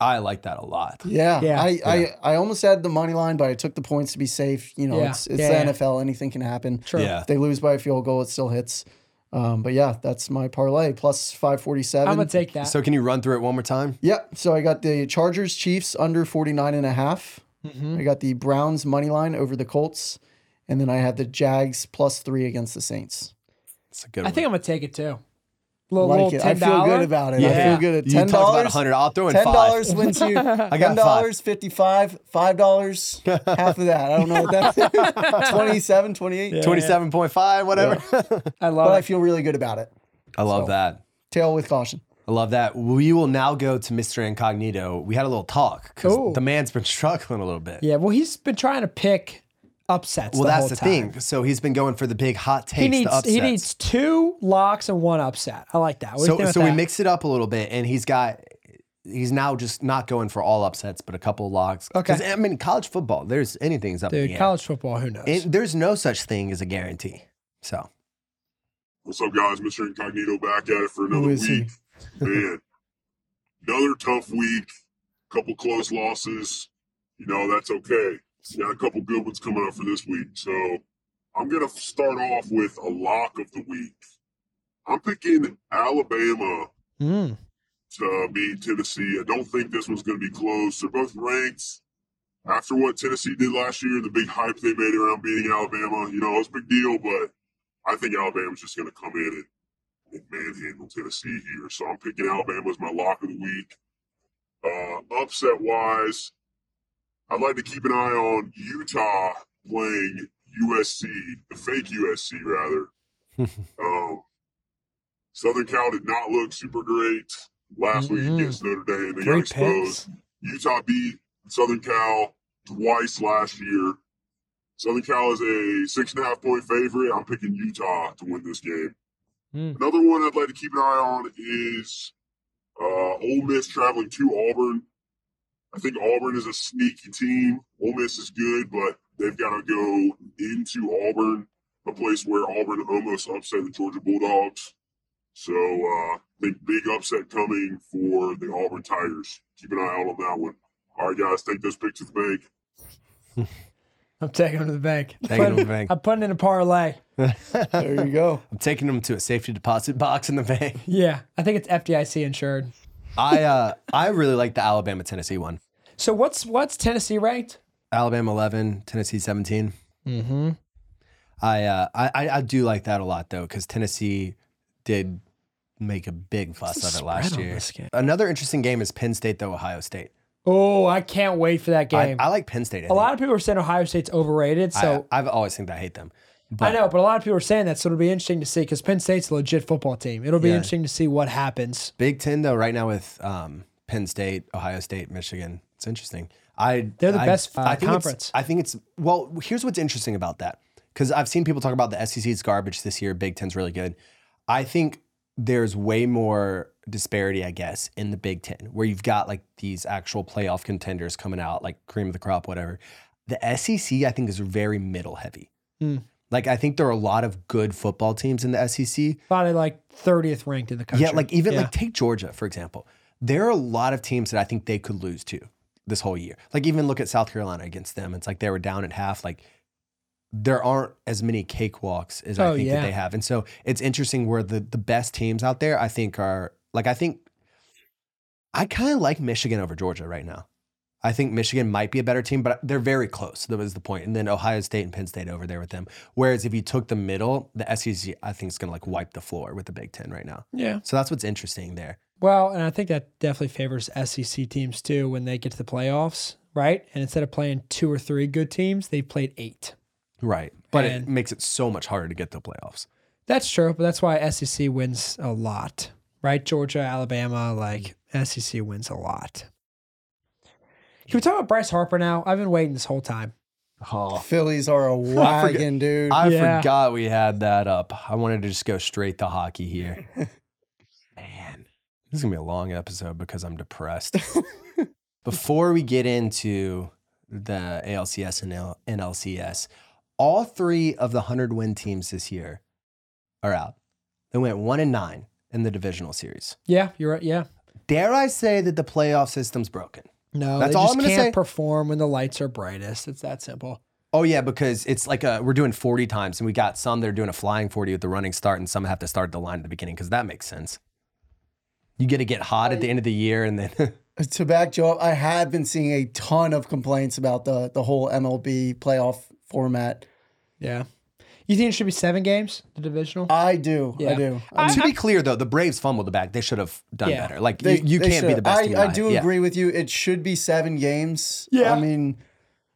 [SPEAKER 1] I like that a lot.
[SPEAKER 4] Yeah,
[SPEAKER 3] Yeah.
[SPEAKER 4] I, I I almost had the money line, but I took the points to be safe. You know,
[SPEAKER 3] Yeah.
[SPEAKER 4] it's it's
[SPEAKER 3] Yeah, yeah.
[SPEAKER 4] the NFL. Anything can happen.
[SPEAKER 3] True.
[SPEAKER 1] Yeah.
[SPEAKER 4] If they lose by a field goal, it still hits. Um, but yeah, that's my parlay plus five forty seven.
[SPEAKER 3] I'm going to take that.
[SPEAKER 1] So can you run through it one more time?
[SPEAKER 4] Yep. So I got the Chargers Chiefs under 49 and a half.
[SPEAKER 1] Mm-hmm.
[SPEAKER 4] I got the Browns money line over the Colts. And then I had the Jags plus three against the Saints.
[SPEAKER 1] It's a good.
[SPEAKER 3] I think I'm going to take it too. Little,
[SPEAKER 4] Like
[SPEAKER 3] little
[SPEAKER 4] it.
[SPEAKER 3] $10.
[SPEAKER 4] I feel good about it. I
[SPEAKER 3] Yeah.
[SPEAKER 4] feel good at
[SPEAKER 1] one. You
[SPEAKER 4] ten
[SPEAKER 1] talked about
[SPEAKER 4] dollars.
[SPEAKER 1] hundred. I'll throw in
[SPEAKER 4] Ten
[SPEAKER 1] five.
[SPEAKER 4] dollars wins you. I
[SPEAKER 1] got
[SPEAKER 4] ten dollars, fifty-five, five dollars, half of that. I don't know what that is. 27, 28.
[SPEAKER 1] Twenty-seven point five, whatever.
[SPEAKER 3] I
[SPEAKER 4] But I
[SPEAKER 3] love it.
[SPEAKER 4] feel really good about it.
[SPEAKER 1] I love that.
[SPEAKER 4] Tail with caution.
[SPEAKER 1] I love that. We will now go to Mr. Incognito. We had a little talk because
[SPEAKER 3] Cool.
[SPEAKER 1] the man's been struggling a little bit.
[SPEAKER 3] Yeah. Well, he's been trying to pick upsets.
[SPEAKER 1] Well,
[SPEAKER 3] the
[SPEAKER 1] that's
[SPEAKER 3] whole
[SPEAKER 1] the
[SPEAKER 3] time.
[SPEAKER 1] thing. So he's been going for the big hot takes.
[SPEAKER 3] He
[SPEAKER 1] the
[SPEAKER 3] needs,
[SPEAKER 1] upsets.
[SPEAKER 3] he needs two locks and one upset. I like that. What do you think
[SPEAKER 1] so
[SPEAKER 3] about
[SPEAKER 1] so we
[SPEAKER 3] that?
[SPEAKER 1] mix it up a little bit, and he's got he's now just not going for all upsets, but a couple locks. Okay, I mean college football, there's anything's up in
[SPEAKER 3] Dude,
[SPEAKER 1] the air.
[SPEAKER 3] college football, who knows?
[SPEAKER 1] It- there's no such thing as a guarantee. So
[SPEAKER 5] What's up, guys? Mr. Incognito back at it for
[SPEAKER 4] Who
[SPEAKER 5] another
[SPEAKER 4] is he?
[SPEAKER 5] week. man, another tough week, couple close losses. You know, that's okay. Got a couple good ones coming up for this week. So I'm going to start off with a lock of the week. I'm picking Alabama
[SPEAKER 3] Mm.
[SPEAKER 5] to beat Tennessee. I don't think this one's going to be close. They're both ranked. After what Tennessee did last year, the big hype they made around beating Alabama, you know, it was a big deal, but I think Alabama's just going to come in and, and manhandle Tennessee here. So I'm picking Alabama as my lock of the week. Uh, upset wise, I'd like to keep an eye on Utah playing USC, the fake USC, rather. um, Southern Cal did not look super great last
[SPEAKER 3] Mm-mm.
[SPEAKER 5] week against Notre Dame. They got
[SPEAKER 3] Mm-hmm. Great
[SPEAKER 5] exposed.
[SPEAKER 3] picks.
[SPEAKER 5] Utah beat Southern Cal twice last year. Southern Cal is a six and a half point favorite. I'm picking Utah to win this game.
[SPEAKER 3] Hmm.
[SPEAKER 5] Another one I'd like to keep an eye on is uh, Ole Miss traveling to Auburn. I think Auburn is a sneaky team. Ole Miss is good, but they've got to go into Auburn, a place where Auburn almost upset the Georgia Bulldogs. So uh, I think big upset coming for the Auburn Tigers. Keep an eye out on that one. All right, guys, take those pictures to the bank.
[SPEAKER 3] I'm taking him to the bank. I'm
[SPEAKER 1] Taking him to
[SPEAKER 3] putting-
[SPEAKER 1] the bank.
[SPEAKER 3] I'm putting in a parlay.
[SPEAKER 4] There you go.
[SPEAKER 1] I'm taking them to a safety deposit box in the bank.
[SPEAKER 3] Yeah, I think it's FDIC insured.
[SPEAKER 1] I uh, I really like the Alabama Tennessee one.
[SPEAKER 3] So what's what's Tennessee ranked?
[SPEAKER 1] Alabama 11, Tennessee 17.
[SPEAKER 3] Mm-hmm.
[SPEAKER 1] I uh, I I- I do like that a lot though because Tennessee did make a big fuss
[SPEAKER 3] the
[SPEAKER 1] of it last
[SPEAKER 3] spread on
[SPEAKER 1] year.
[SPEAKER 3] this game?
[SPEAKER 1] Another interesting game is Penn State though Ohio State.
[SPEAKER 3] Oh, I can't wait for that
[SPEAKER 1] I,
[SPEAKER 3] game.
[SPEAKER 1] I like Penn State. I
[SPEAKER 3] a lot of people are saying Ohio State's overrated. So
[SPEAKER 1] I, have always think that I hate them.
[SPEAKER 3] I,
[SPEAKER 1] But
[SPEAKER 3] know, but a lot of people are saying that. So it'll be interesting to see because Penn State's a legit football team. It'll be
[SPEAKER 1] Yeah.
[SPEAKER 3] interesting to see what happens.
[SPEAKER 1] Big Ten though right now with um, Penn State, Ohio State, Michigan. It's interesting. I
[SPEAKER 3] They're the
[SPEAKER 1] I-
[SPEAKER 3] best, uh,
[SPEAKER 1] I think it's-
[SPEAKER 3] conference.
[SPEAKER 1] I think it's well. Here's what's interesting about that because I've seen people talk about the SEC's garbage this year. Big Ten's really good. I think there's way more disparity, I guess, in the Big Ten where you've got like these actual playoff contenders coming out, like cream of the crop, whatever. The SEC, I think, is very middle heavy.
[SPEAKER 3] Hmm.
[SPEAKER 1] Like I think there are a lot of good football teams in the E SEC,
[SPEAKER 3] Probably like 30th ranked in the country.
[SPEAKER 1] yeah, like even
[SPEAKER 3] Yeah.
[SPEAKER 1] like take Georgia for example. There are a lot of teams that I think they could lose to this whole year. Like even look at South Carolina against them. It's like they were down at half. Like there aren't as many cakewalks as I
[SPEAKER 3] Oh,
[SPEAKER 1] think
[SPEAKER 3] yeah.
[SPEAKER 1] that they have, and so it's interesting where the the best teams out there I think are like I think I kind of like Michigan over Georgia right now. I think Michigan might be a better team, but they're very close. That was the point. And then Ohio State and Penn State over there with them. Whereas if you took the middle, the SEC I think is going to like wipe the floor with the Big Ten right now.
[SPEAKER 3] yeah.
[SPEAKER 1] So that's what's interesting there.
[SPEAKER 3] Well, and I think that definitely favors SEC teams too when they get to the playoffs, right? And instead of playing two or three good teams, they played eight.
[SPEAKER 1] Right. But
[SPEAKER 3] And-
[SPEAKER 1] it makes it so much harder to get to the playoffs.
[SPEAKER 3] That's true, but that's why SEC wins a lot, right? Georgia, Alabama, like SEC wins a lot. Can we talk about Bryce Harper now? I've been waiting this whole time.
[SPEAKER 1] Oh.
[SPEAKER 4] Phillies are a wagon, dude.
[SPEAKER 1] I
[SPEAKER 3] Yeah.
[SPEAKER 1] forgot we had that up. I wanted to just go straight to hockey here. Man, this is going to be a long episode because I'm depressed. Before we get into the ALCS and L- NLCS, all three of the 100 win teams this year are out. They went one and nine in the divisional series.
[SPEAKER 3] Yeah, you're right. Yeah.
[SPEAKER 1] Dare I say that the playoff system's broken?
[SPEAKER 3] No,
[SPEAKER 1] That's
[SPEAKER 3] they
[SPEAKER 1] all
[SPEAKER 3] just
[SPEAKER 1] I'm gonna
[SPEAKER 3] can't
[SPEAKER 1] say.
[SPEAKER 3] perform when the lights are brightest. It's that simple.
[SPEAKER 1] Oh yeah, because it's like a, we're doing forty times, and we got some that are doing a flying forty with the running start, and some have to start at the line at the beginning because that makes sense. You get to get hot at the end of the year, and then
[SPEAKER 4] to back Joe up, I have been seeing a ton of complaints about the the whole MLB playoff format.
[SPEAKER 3] Yeah. You think it should be seven games, the divisional?
[SPEAKER 4] I do,
[SPEAKER 3] Yeah.
[SPEAKER 4] I
[SPEAKER 1] to
[SPEAKER 4] do.
[SPEAKER 1] be clear though, the Braves fumbled the bag; they should have done
[SPEAKER 3] Yeah.
[SPEAKER 1] better. Like
[SPEAKER 4] They-
[SPEAKER 1] you, you
[SPEAKER 4] they
[SPEAKER 1] can't be
[SPEAKER 4] should.
[SPEAKER 1] the best.
[SPEAKER 4] I,
[SPEAKER 1] team
[SPEAKER 4] I
[SPEAKER 1] alive.
[SPEAKER 4] do
[SPEAKER 1] Yeah.
[SPEAKER 4] agree with you. It should be seven games.
[SPEAKER 3] Yeah.
[SPEAKER 4] I mean,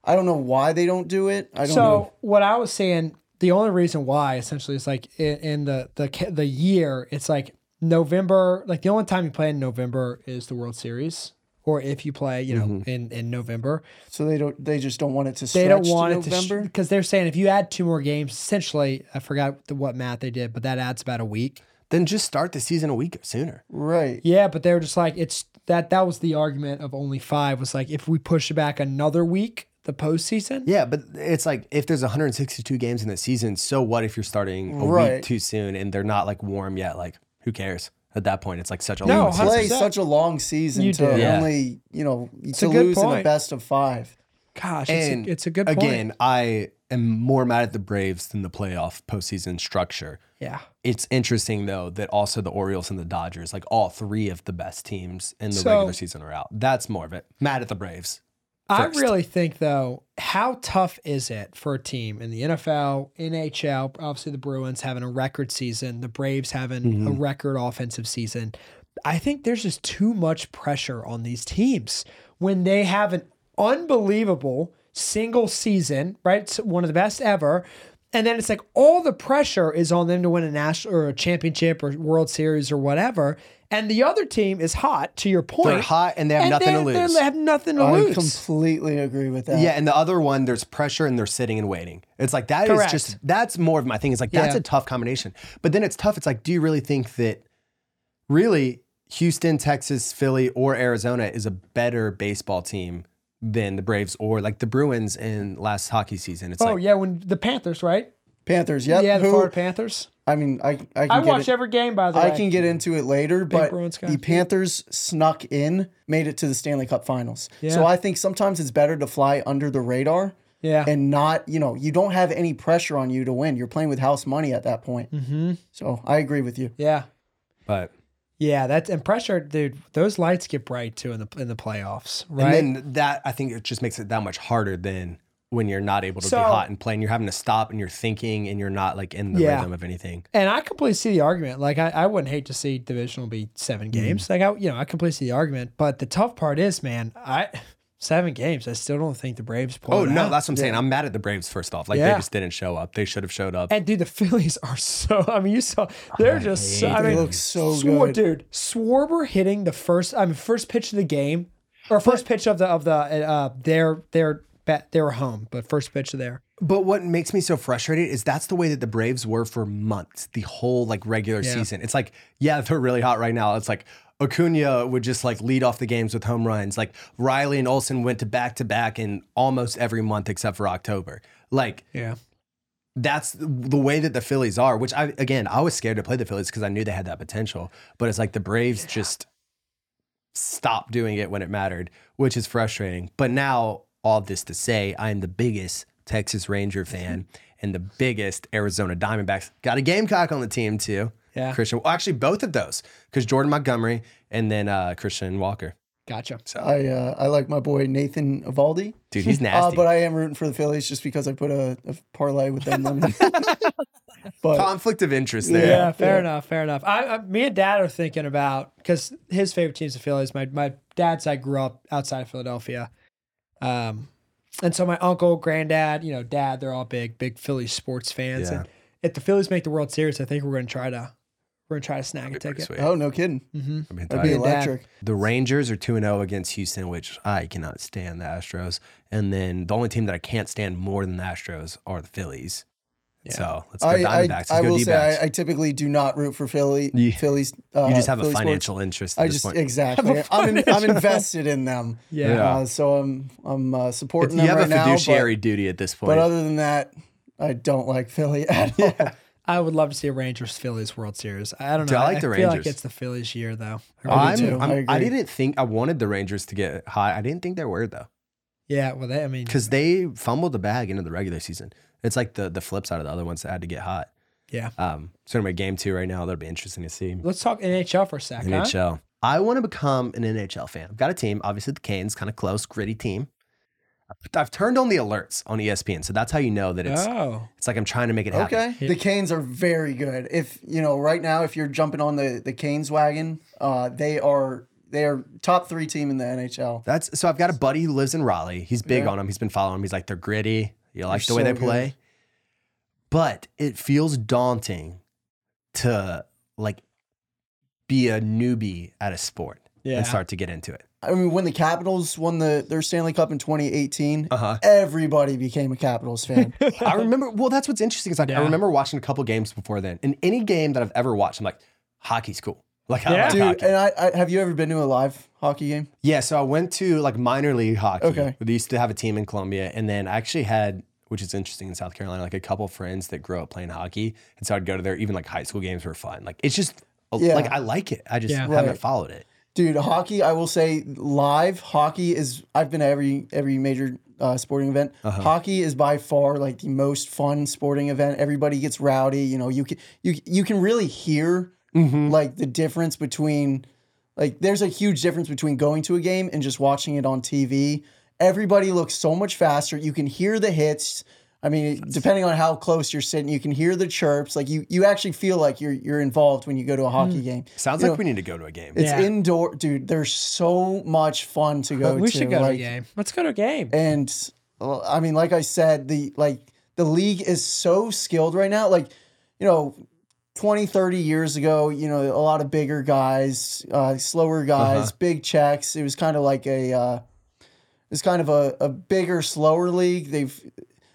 [SPEAKER 4] I don't know why they don't do it. I don't
[SPEAKER 3] so
[SPEAKER 4] know.
[SPEAKER 3] what I was saying, the only reason why essentially is like in, in the the ca- the year, it's like November. Like the only time you play in November is the World Series, or if you play, you know,
[SPEAKER 4] Mm-hmm.
[SPEAKER 3] in in November.
[SPEAKER 4] So they don't. They just don't want it to. Stretch
[SPEAKER 3] They don't want
[SPEAKER 4] to
[SPEAKER 3] it to
[SPEAKER 4] November.
[SPEAKER 3] because they're saying if you add two more games, essentially, I forgot the, what math they did, but that adds about a week.
[SPEAKER 1] Then just start the season a week sooner.
[SPEAKER 4] right.
[SPEAKER 3] Yeah, but they were just like it's that that was the argument of only five was like if we push it back another week, the postseason.
[SPEAKER 1] Yeah, but it's like if there's 162 games in the season, so what if you're starting a
[SPEAKER 4] Right.
[SPEAKER 1] week too soon and they're not like warm yet? Like who cares? at that point. It's like such a
[SPEAKER 3] No,
[SPEAKER 1] long season.
[SPEAKER 4] play
[SPEAKER 3] 100%.
[SPEAKER 4] such a long season
[SPEAKER 3] You
[SPEAKER 4] to
[SPEAKER 3] did.
[SPEAKER 1] Yeah.
[SPEAKER 4] only you know to
[SPEAKER 3] a good
[SPEAKER 4] lose in a
[SPEAKER 3] point.
[SPEAKER 4] best of five.
[SPEAKER 3] Gosh, it's a, it's a good point.
[SPEAKER 1] Again, I am more mad at the Braves than the playoff postseason structure.
[SPEAKER 3] yeah.
[SPEAKER 1] It's interesting though that also the Orioles and the Dodgers, like all three of the best teams in the
[SPEAKER 3] So-
[SPEAKER 1] regular season, are out. That's more of it. Mad at the Braves. first.
[SPEAKER 3] I really think though, how tough is it for a team in the NFL, NHL, obviously the Bruins having a record season, the Braves having a
[SPEAKER 1] Mm-hmm.
[SPEAKER 3] record offensive season. I think there's just too much pressure on these teams when they have an unbelievable single season, right? It's one of the best ever. And then it's like all the pressure is on them to win a national or a championship or World Series or whatever. And the other team is hot, to your point.
[SPEAKER 1] They're hot and they have
[SPEAKER 3] and
[SPEAKER 1] nothing to
[SPEAKER 3] they- they
[SPEAKER 1] lose.
[SPEAKER 3] have nothing to
[SPEAKER 4] I
[SPEAKER 3] lose.
[SPEAKER 4] completely agree with that.
[SPEAKER 1] Yeah, and the other one, there's pressure and they're sitting and waiting. It's like that is
[SPEAKER 3] Correct.
[SPEAKER 1] just that's more of my thing. It's like that's
[SPEAKER 3] Yeah.
[SPEAKER 1] a tough combination. But then it's tough. It's like, do you really think that really Houston, Texas, Philly, or Arizona is a better baseball team than the Braves or like the Bruins in last hockey season? It's
[SPEAKER 3] Oh
[SPEAKER 1] like
[SPEAKER 3] yeah, when the Panthers, right?
[SPEAKER 4] Panthers. Yep.
[SPEAKER 3] yeah, the
[SPEAKER 4] who-
[SPEAKER 3] Florida Panthers.
[SPEAKER 4] I mean, I I can
[SPEAKER 3] I
[SPEAKER 4] get
[SPEAKER 3] watched
[SPEAKER 4] it-
[SPEAKER 3] every game by the way.
[SPEAKER 4] I can get into it later, but
[SPEAKER 3] Bruins guy.
[SPEAKER 4] the Panthers snuck in, made it to the Stanley Cup Finals.
[SPEAKER 3] Yeah.
[SPEAKER 4] So I think sometimes it's better to fly under the radar
[SPEAKER 3] yeah.
[SPEAKER 4] and not, you know, you don't have any pressure on you to win. You're playing with house money at that point.
[SPEAKER 3] mm-hmm.
[SPEAKER 4] So I agree with you.
[SPEAKER 3] Yeah.
[SPEAKER 1] but
[SPEAKER 3] Yeah, that's and pressure, dude. Those lights get bright too in the in the playoffs, right?
[SPEAKER 1] and then that I think it just makes it that much harder than when you're not able to
[SPEAKER 3] So-
[SPEAKER 1] be hot and play and you're having to stop and you're thinking and you're not like in the
[SPEAKER 3] Yeah.
[SPEAKER 1] rhythm of anything.
[SPEAKER 3] And I completely see the argument. Like I, I wouldn't hate to see divisional be seven
[SPEAKER 4] Mm-hmm.
[SPEAKER 3] games. Like I you know, I completely see the argument. But the tough part is, man, I seven games, I still don't think the Braves pull
[SPEAKER 1] Oh
[SPEAKER 3] it
[SPEAKER 1] no,
[SPEAKER 3] out.
[SPEAKER 1] that's what I'm saying. I'm mad at the Braves first off. Like
[SPEAKER 3] Yeah.
[SPEAKER 1] they just didn't show up. They should have showed up.
[SPEAKER 3] and dude, the Phillies are so. I mean, you saw they're just. So, I
[SPEAKER 4] They
[SPEAKER 3] mean,
[SPEAKER 4] look so
[SPEAKER 3] Swar-
[SPEAKER 4] good.
[SPEAKER 3] dude. Swarber hitting the first. I mean, first pitch of the game, or first pitch of the of the uh their their bat their home, but first pitch of their.
[SPEAKER 1] But what makes me so frustrated is that's the way that the Braves were for months, the whole like regular
[SPEAKER 3] Yeah.
[SPEAKER 1] season. It's like, yeah, they're really hot right now. It's like Acuna would just like lead off the games with home runs. Like Riley and Olson went to back to back in almost every month except for October. Like
[SPEAKER 3] Yeah.
[SPEAKER 1] that's the way that the Phillies are, which I again I was scared to play the Phillies because I knew they had that potential. But it's like the Braves just stopped doing it when it mattered, which is frustrating. But now all this to say, I'm the biggest Texas Ranger fan and the biggest Arizona Diamondbacks. Got a Gamecock on the team too.
[SPEAKER 3] Yeah.
[SPEAKER 1] Christian, well, actually both of those because Jordan Montgomery and then uh, Christian Walker.
[SPEAKER 3] Gotcha.
[SPEAKER 4] I uh, I like my boy Nathan Ivaldi,
[SPEAKER 1] Dude, he's
[SPEAKER 4] uh,
[SPEAKER 1] nasty.
[SPEAKER 4] but I am rooting for the Phillies just because I put a, a parlay with them. but
[SPEAKER 1] Conflict of interest
[SPEAKER 3] Yeah,
[SPEAKER 1] there.
[SPEAKER 3] fair
[SPEAKER 4] yeah.
[SPEAKER 3] enough. Fair enough. I, I, me and dad are thinking about because his favorite team's the Phillies. My my dad's I grew up outside of Philadelphia, um, and so my uncle, granddad, you know, dad, they're all big, big Phillies sports fans.
[SPEAKER 1] Yeah.
[SPEAKER 3] And if the Phillies make the World Series, I think we're going to try to we're going to try to snag a ticket.
[SPEAKER 1] Sweet.
[SPEAKER 4] oh, no kidding,
[SPEAKER 3] Mm-hmm.
[SPEAKER 1] I mean,
[SPEAKER 4] that'd be
[SPEAKER 1] I-
[SPEAKER 3] Dad.
[SPEAKER 4] electric.
[SPEAKER 1] The Rangers are 2 0 against Houston, which I cannot stand the Astros. And then the only team that I can't stand more than the Astros are the Phillies. So let's go
[SPEAKER 4] I, I,
[SPEAKER 1] Diamondbacks. Let's
[SPEAKER 4] I
[SPEAKER 1] go
[SPEAKER 4] will
[SPEAKER 1] D
[SPEAKER 4] say
[SPEAKER 1] backs.
[SPEAKER 4] I, I typically do not root for Philly.
[SPEAKER 1] Yeah.
[SPEAKER 4] Phillies. Uh,
[SPEAKER 1] You just have a
[SPEAKER 4] Philly sports.
[SPEAKER 1] financial interest at
[SPEAKER 4] I
[SPEAKER 1] this
[SPEAKER 4] just
[SPEAKER 1] point.
[SPEAKER 4] exactly. I'm, in, I'm invested in them.
[SPEAKER 3] Yeah.
[SPEAKER 1] Yeah.
[SPEAKER 4] Uh, so I'm I'm uh,
[SPEAKER 1] It's-
[SPEAKER 4] supporting
[SPEAKER 1] you
[SPEAKER 4] them
[SPEAKER 1] have
[SPEAKER 4] right
[SPEAKER 1] a fiduciary
[SPEAKER 4] now.
[SPEAKER 1] duty at this
[SPEAKER 4] But, but
[SPEAKER 1] point.
[SPEAKER 4] other than that, I don't like Philly at all.
[SPEAKER 3] I would love to see a Rangers Phillies World Series. I don't know.
[SPEAKER 1] Dude, I like the
[SPEAKER 3] feel like
[SPEAKER 1] Rangers.
[SPEAKER 3] it's the Phillies year though. I really
[SPEAKER 1] I'm,
[SPEAKER 3] do.
[SPEAKER 4] too.
[SPEAKER 1] I'm,
[SPEAKER 4] I
[SPEAKER 1] I,
[SPEAKER 4] agree.
[SPEAKER 1] didn't think I wanted the Rangers to get high. I didn't think they were, though,
[SPEAKER 3] yeah. Well, they, I mean,
[SPEAKER 1] because they fumbled the bag into the regular season. It's like the, the flip side of the other ones that had to get hot.
[SPEAKER 3] Yeah.
[SPEAKER 1] Um, so, anyway, game two right now, that'll be interesting to see.
[SPEAKER 3] let's talk NHL for a second.
[SPEAKER 1] NHL. I want to become an NHL fan. I've got a team, obviously the Canes, kind of close, gritty team. I've- I've turned on the alerts on E ESPN, so that's how you know that it's
[SPEAKER 3] Oh,
[SPEAKER 1] it's like I'm trying to make it happen.
[SPEAKER 4] Okay. The Canes are very good. If you know, right now, if you're jumping on the the Canes wagon, uh, they are they are top three team in the NHL.
[SPEAKER 1] That's so I've got a buddy who lives in Raleigh. He's big on them. He's been following them. He's like they're gritty. You like the
[SPEAKER 4] They're
[SPEAKER 1] way
[SPEAKER 4] so
[SPEAKER 1] they play. But it feels daunting to like be a newbie at a sport
[SPEAKER 3] Yeah.
[SPEAKER 1] and start to get into it.
[SPEAKER 4] I mean, when the Capitals won the their Stanley Cup in 2018,
[SPEAKER 1] Uh-huh.
[SPEAKER 4] everybody became a Capitals fan.
[SPEAKER 1] I remember. Well, that's what's interesting. Is like I
[SPEAKER 3] Yeah.
[SPEAKER 1] remember watching a couple games before then, and any game that I've ever watched, I'm like, hockey's cool. Like I
[SPEAKER 3] Yeah.
[SPEAKER 1] like
[SPEAKER 4] Dude,
[SPEAKER 1] hockey.
[SPEAKER 4] and I, I have you ever been to a live hockey game?
[SPEAKER 1] Yeah, so I went to like minor league hockey.
[SPEAKER 4] Okay.
[SPEAKER 1] They used to have a team in Columbia, and then I actually had, which is interesting in South Carolina, like a couple friends that grew up playing hockey, and so I'd go to their even like high school games were fun. Like it's just
[SPEAKER 4] Yeah.
[SPEAKER 1] Like I like it. I just
[SPEAKER 3] Yeah.
[SPEAKER 1] haven't
[SPEAKER 4] Right.
[SPEAKER 1] followed it.
[SPEAKER 4] Dude, hockey, I will say live hockey is I've been at every every major uh, sporting event. Hockey is by far like the most fun sporting event. Everybody gets rowdy, you know, you can you you can really hear like the difference between like there's a huge difference between going to a game and just watching it on TV. Everybody looks so much faster. You can hear the hits. I mean, depending on how close you're sitting, you can hear the chirps. Like you, you actually feel like you're you're involved when you go to a hockey game.
[SPEAKER 1] Sounds
[SPEAKER 4] You
[SPEAKER 1] like
[SPEAKER 4] know,
[SPEAKER 1] we need to go to a game.
[SPEAKER 4] it's
[SPEAKER 3] Yeah.
[SPEAKER 4] indoor, dude. There's so much fun to go.
[SPEAKER 3] we
[SPEAKER 4] to.
[SPEAKER 3] should go to a
[SPEAKER 4] like,
[SPEAKER 3] game. Let's go to a game.
[SPEAKER 4] And well, I mean, like I said, the like the league is so skilled right now. Like, you know, 20, 30 years ago, you know, a lot of bigger guys, uh, slower guys, big checks. It was kind of like a, uh, it's kind of a, a bigger, slower league. They've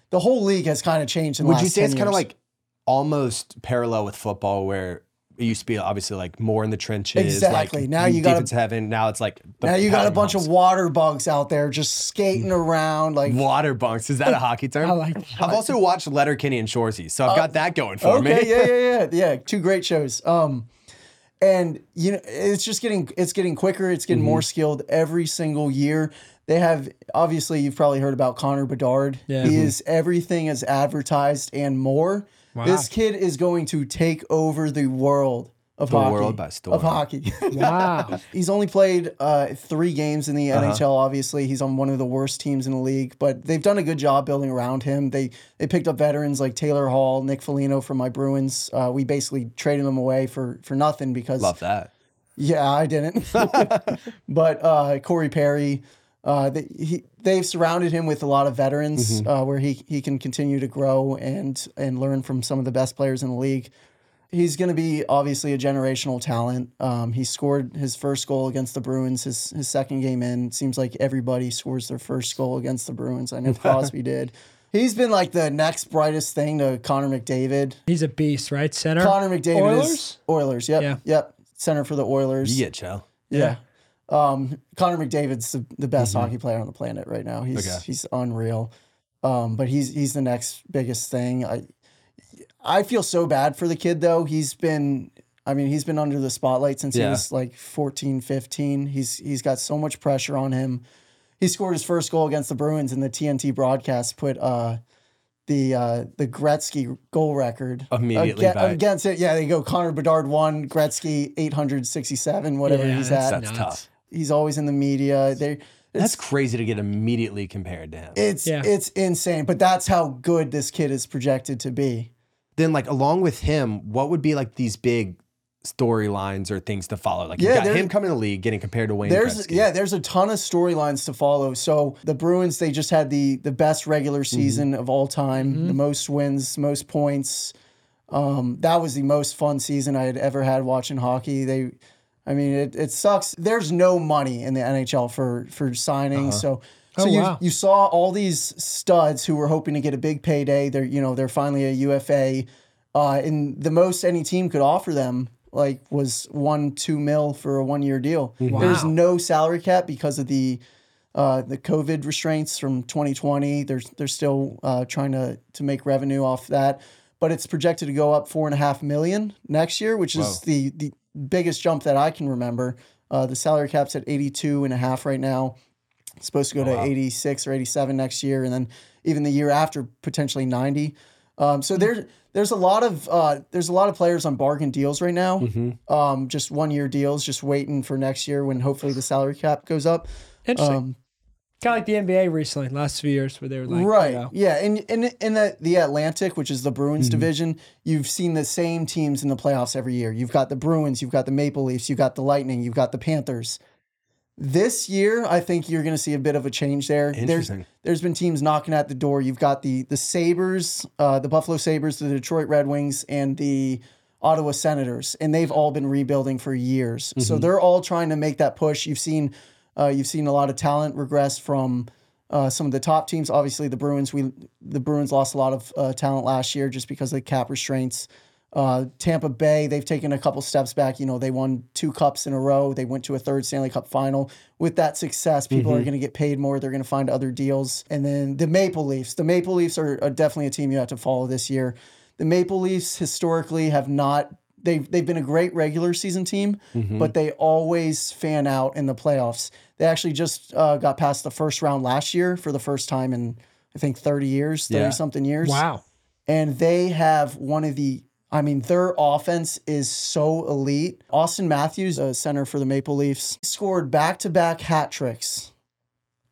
[SPEAKER 4] the whole league has kind of changed. In the
[SPEAKER 1] Would you
[SPEAKER 4] last
[SPEAKER 1] say
[SPEAKER 4] 10
[SPEAKER 1] it's kind of
[SPEAKER 4] years.
[SPEAKER 1] like almost parallel with football, where it used to be obviously like more in the trenches?
[SPEAKER 4] Exactly.
[SPEAKER 1] Like
[SPEAKER 4] Now you gotta-
[SPEAKER 1] deep into heaven. Now it's like the
[SPEAKER 4] now you got a
[SPEAKER 1] paddling
[SPEAKER 4] bunch
[SPEAKER 1] humps.
[SPEAKER 4] of water bugs out there just skating around like
[SPEAKER 1] water bunks. Is that a hockey term?
[SPEAKER 3] I like that.
[SPEAKER 1] I've also watched Letterkenny and Shoresy, so I've got that going for me.
[SPEAKER 4] Uh, okay, yeah, yeah, yeah, yeah. Two great shows. Um, and you know, it's just getting it's getting quicker. It's getting
[SPEAKER 1] Mm-hmm.
[SPEAKER 4] more skilled every single year. They have obviously you've probably heard about Connor Bedard.
[SPEAKER 3] Yeah.
[SPEAKER 1] Mm-hmm.
[SPEAKER 4] He is everything as advertised and more. This kid is going to take over the world of
[SPEAKER 1] The
[SPEAKER 4] hockey.
[SPEAKER 1] world by storm.
[SPEAKER 4] Of hockey.
[SPEAKER 3] Wow.
[SPEAKER 4] He's only played uh, three games in the
[SPEAKER 1] Uh-huh.
[SPEAKER 4] NHL. Obviously, he's on one of the worst teams in the league, but they've done a good job building around him. They they picked up veterans like Taylor Hall, Nick Foligno from my Bruins. Uh, we basically traded them away for for nothing because
[SPEAKER 1] Love that.
[SPEAKER 4] yeah, I didn't. but uh, Corey Perry, uh, they, he, they've surrounded him with a lot of veterans
[SPEAKER 3] Mm-hmm.
[SPEAKER 4] uh, where he, he can continue to grow and and learn from some of the best players in the league. He's going to be obviously a generational talent. Um, he scored his first goal against the Bruins, his, his second game in. It seems like everybody scores their first goal against the Bruins. I know Crosby did. He's been like the next brightest thing to Connor McDavid.
[SPEAKER 3] He's a beast, right? Center.
[SPEAKER 4] Connor McDavid
[SPEAKER 3] Oilers?
[SPEAKER 4] is Oilers. Yep.
[SPEAKER 3] Yeah.
[SPEAKER 4] Yep. Center for the Oilers.
[SPEAKER 1] You get chill.
[SPEAKER 4] Yeah. Um, Connor McDavid's the, the best hockey player on the planet right now. He's
[SPEAKER 1] Mm-hmm. Okay.
[SPEAKER 4] he's unreal. Um, but he's he's the next biggest thing. I I feel so bad for the kid though. He's been I mean, he's been under the spotlight since he
[SPEAKER 1] Yeah.
[SPEAKER 4] was like 14, 15. He's he's got so much pressure on him. He scored his first goal against the Bruins and the TNT broadcast put uh the uh the Gretzky goal record
[SPEAKER 1] Immediately
[SPEAKER 4] aga-
[SPEAKER 1] by-
[SPEAKER 4] against it. Yeah, they go Connor Bedard one, Gretzky 867, whatever
[SPEAKER 3] Yeah,
[SPEAKER 4] he's
[SPEAKER 3] that's
[SPEAKER 4] at
[SPEAKER 1] That's
[SPEAKER 3] nuts.
[SPEAKER 1] tough.
[SPEAKER 4] he's always in the media. They
[SPEAKER 1] That's crazy to get immediately compared to him.
[SPEAKER 4] it's
[SPEAKER 3] Yeah.
[SPEAKER 4] it's insane, but that's how good this kid is projected to be.
[SPEAKER 1] then, like along with him, what would be like these big storylines or things to follow? Like
[SPEAKER 4] Yeah,
[SPEAKER 1] you got
[SPEAKER 4] there-
[SPEAKER 1] him coming to the league, getting compared to Wayne.
[SPEAKER 4] There's
[SPEAKER 1] Gretzky.
[SPEAKER 4] yeah, there's a ton of storylines to follow. So the Bruins they just had the the best regular
[SPEAKER 1] Mm-hmm.
[SPEAKER 4] season of all time,
[SPEAKER 3] Mm-hmm.
[SPEAKER 4] the most wins, most points. Um, that was the most fun season I had ever had watching hockey. They, I mean, it, it sucks. There's no money in the NHL for for
[SPEAKER 1] Uh-huh.
[SPEAKER 4] signing. So,
[SPEAKER 3] Oh,
[SPEAKER 4] so you
[SPEAKER 3] wow.
[SPEAKER 4] you saw all these studs who were hoping to get a big payday. They're you know they're finally a UFA, uh, and the most any team could offer them like was one two mil for a one year deal. There's
[SPEAKER 3] Mm-hmm. Wow.
[SPEAKER 4] no salary cap because of the uh, the COVID restraints from 2020. They're they're still uh, trying to to make revenue off that, but it's projected to go up four and a half million next year, which is the the biggest jump that I can remember. Uh, the salary cap's at 82 and a half right now. It's supposed to go to 86 or 87 next year, and then even the year after potentially 90. Um, so there's there's a lot of uh, there's a lot of players on bargain deals right now, um, just one year deals, just waiting for next year when hopefully the salary cap goes up.
[SPEAKER 3] Interesting.
[SPEAKER 4] Um,
[SPEAKER 3] kind of like the NBA recently, last few years where they were like, you
[SPEAKER 4] right.
[SPEAKER 3] know,
[SPEAKER 4] Yeah. And in, in the, the Atlantic, which is the Bruins division, you've seen the same teams in the playoffs every year. You've got the Bruins, you've got the Maple Leafs, you've got the Lightning, you've got the Panthers. This year, I think you're going to see a bit of a change there. There's
[SPEAKER 1] Interesting.
[SPEAKER 4] there's been teams knocking at the door. You've got the the Sabers, uh, the Buffalo Sabers, the Detroit Red Wings, and the Ottawa Senators, and they've all been rebuilding for years. So they're all trying to make that push. You've seen uh, you've seen a lot of talent regress from uh, some of the top teams. Obviously, the Bruins we the Bruins lost a lot of uh, talent last year just because of the cap restraints. Uh, Tampa Bay, they've taken a couple steps back. You know, they won two cups in a row. They went to a third Stanley Cup final. With that success, people are going to get paid more. They're going to find other deals. And then the Maple Leafs. The Maple Leafs are, are definitely a team you have to follow this year. The Maple Leafs historically have not they've they've been a great regular season team, but they always fan out in the playoffs. They actually just uh, got past the first round last year for the first time in I think thirty years, thirty
[SPEAKER 1] Yeah.
[SPEAKER 4] something years
[SPEAKER 3] Wow.
[SPEAKER 4] and they have one of the I mean, their offense is so elite. Austin Matthews, a center for the Maple Leafs, scored back to back hat tricks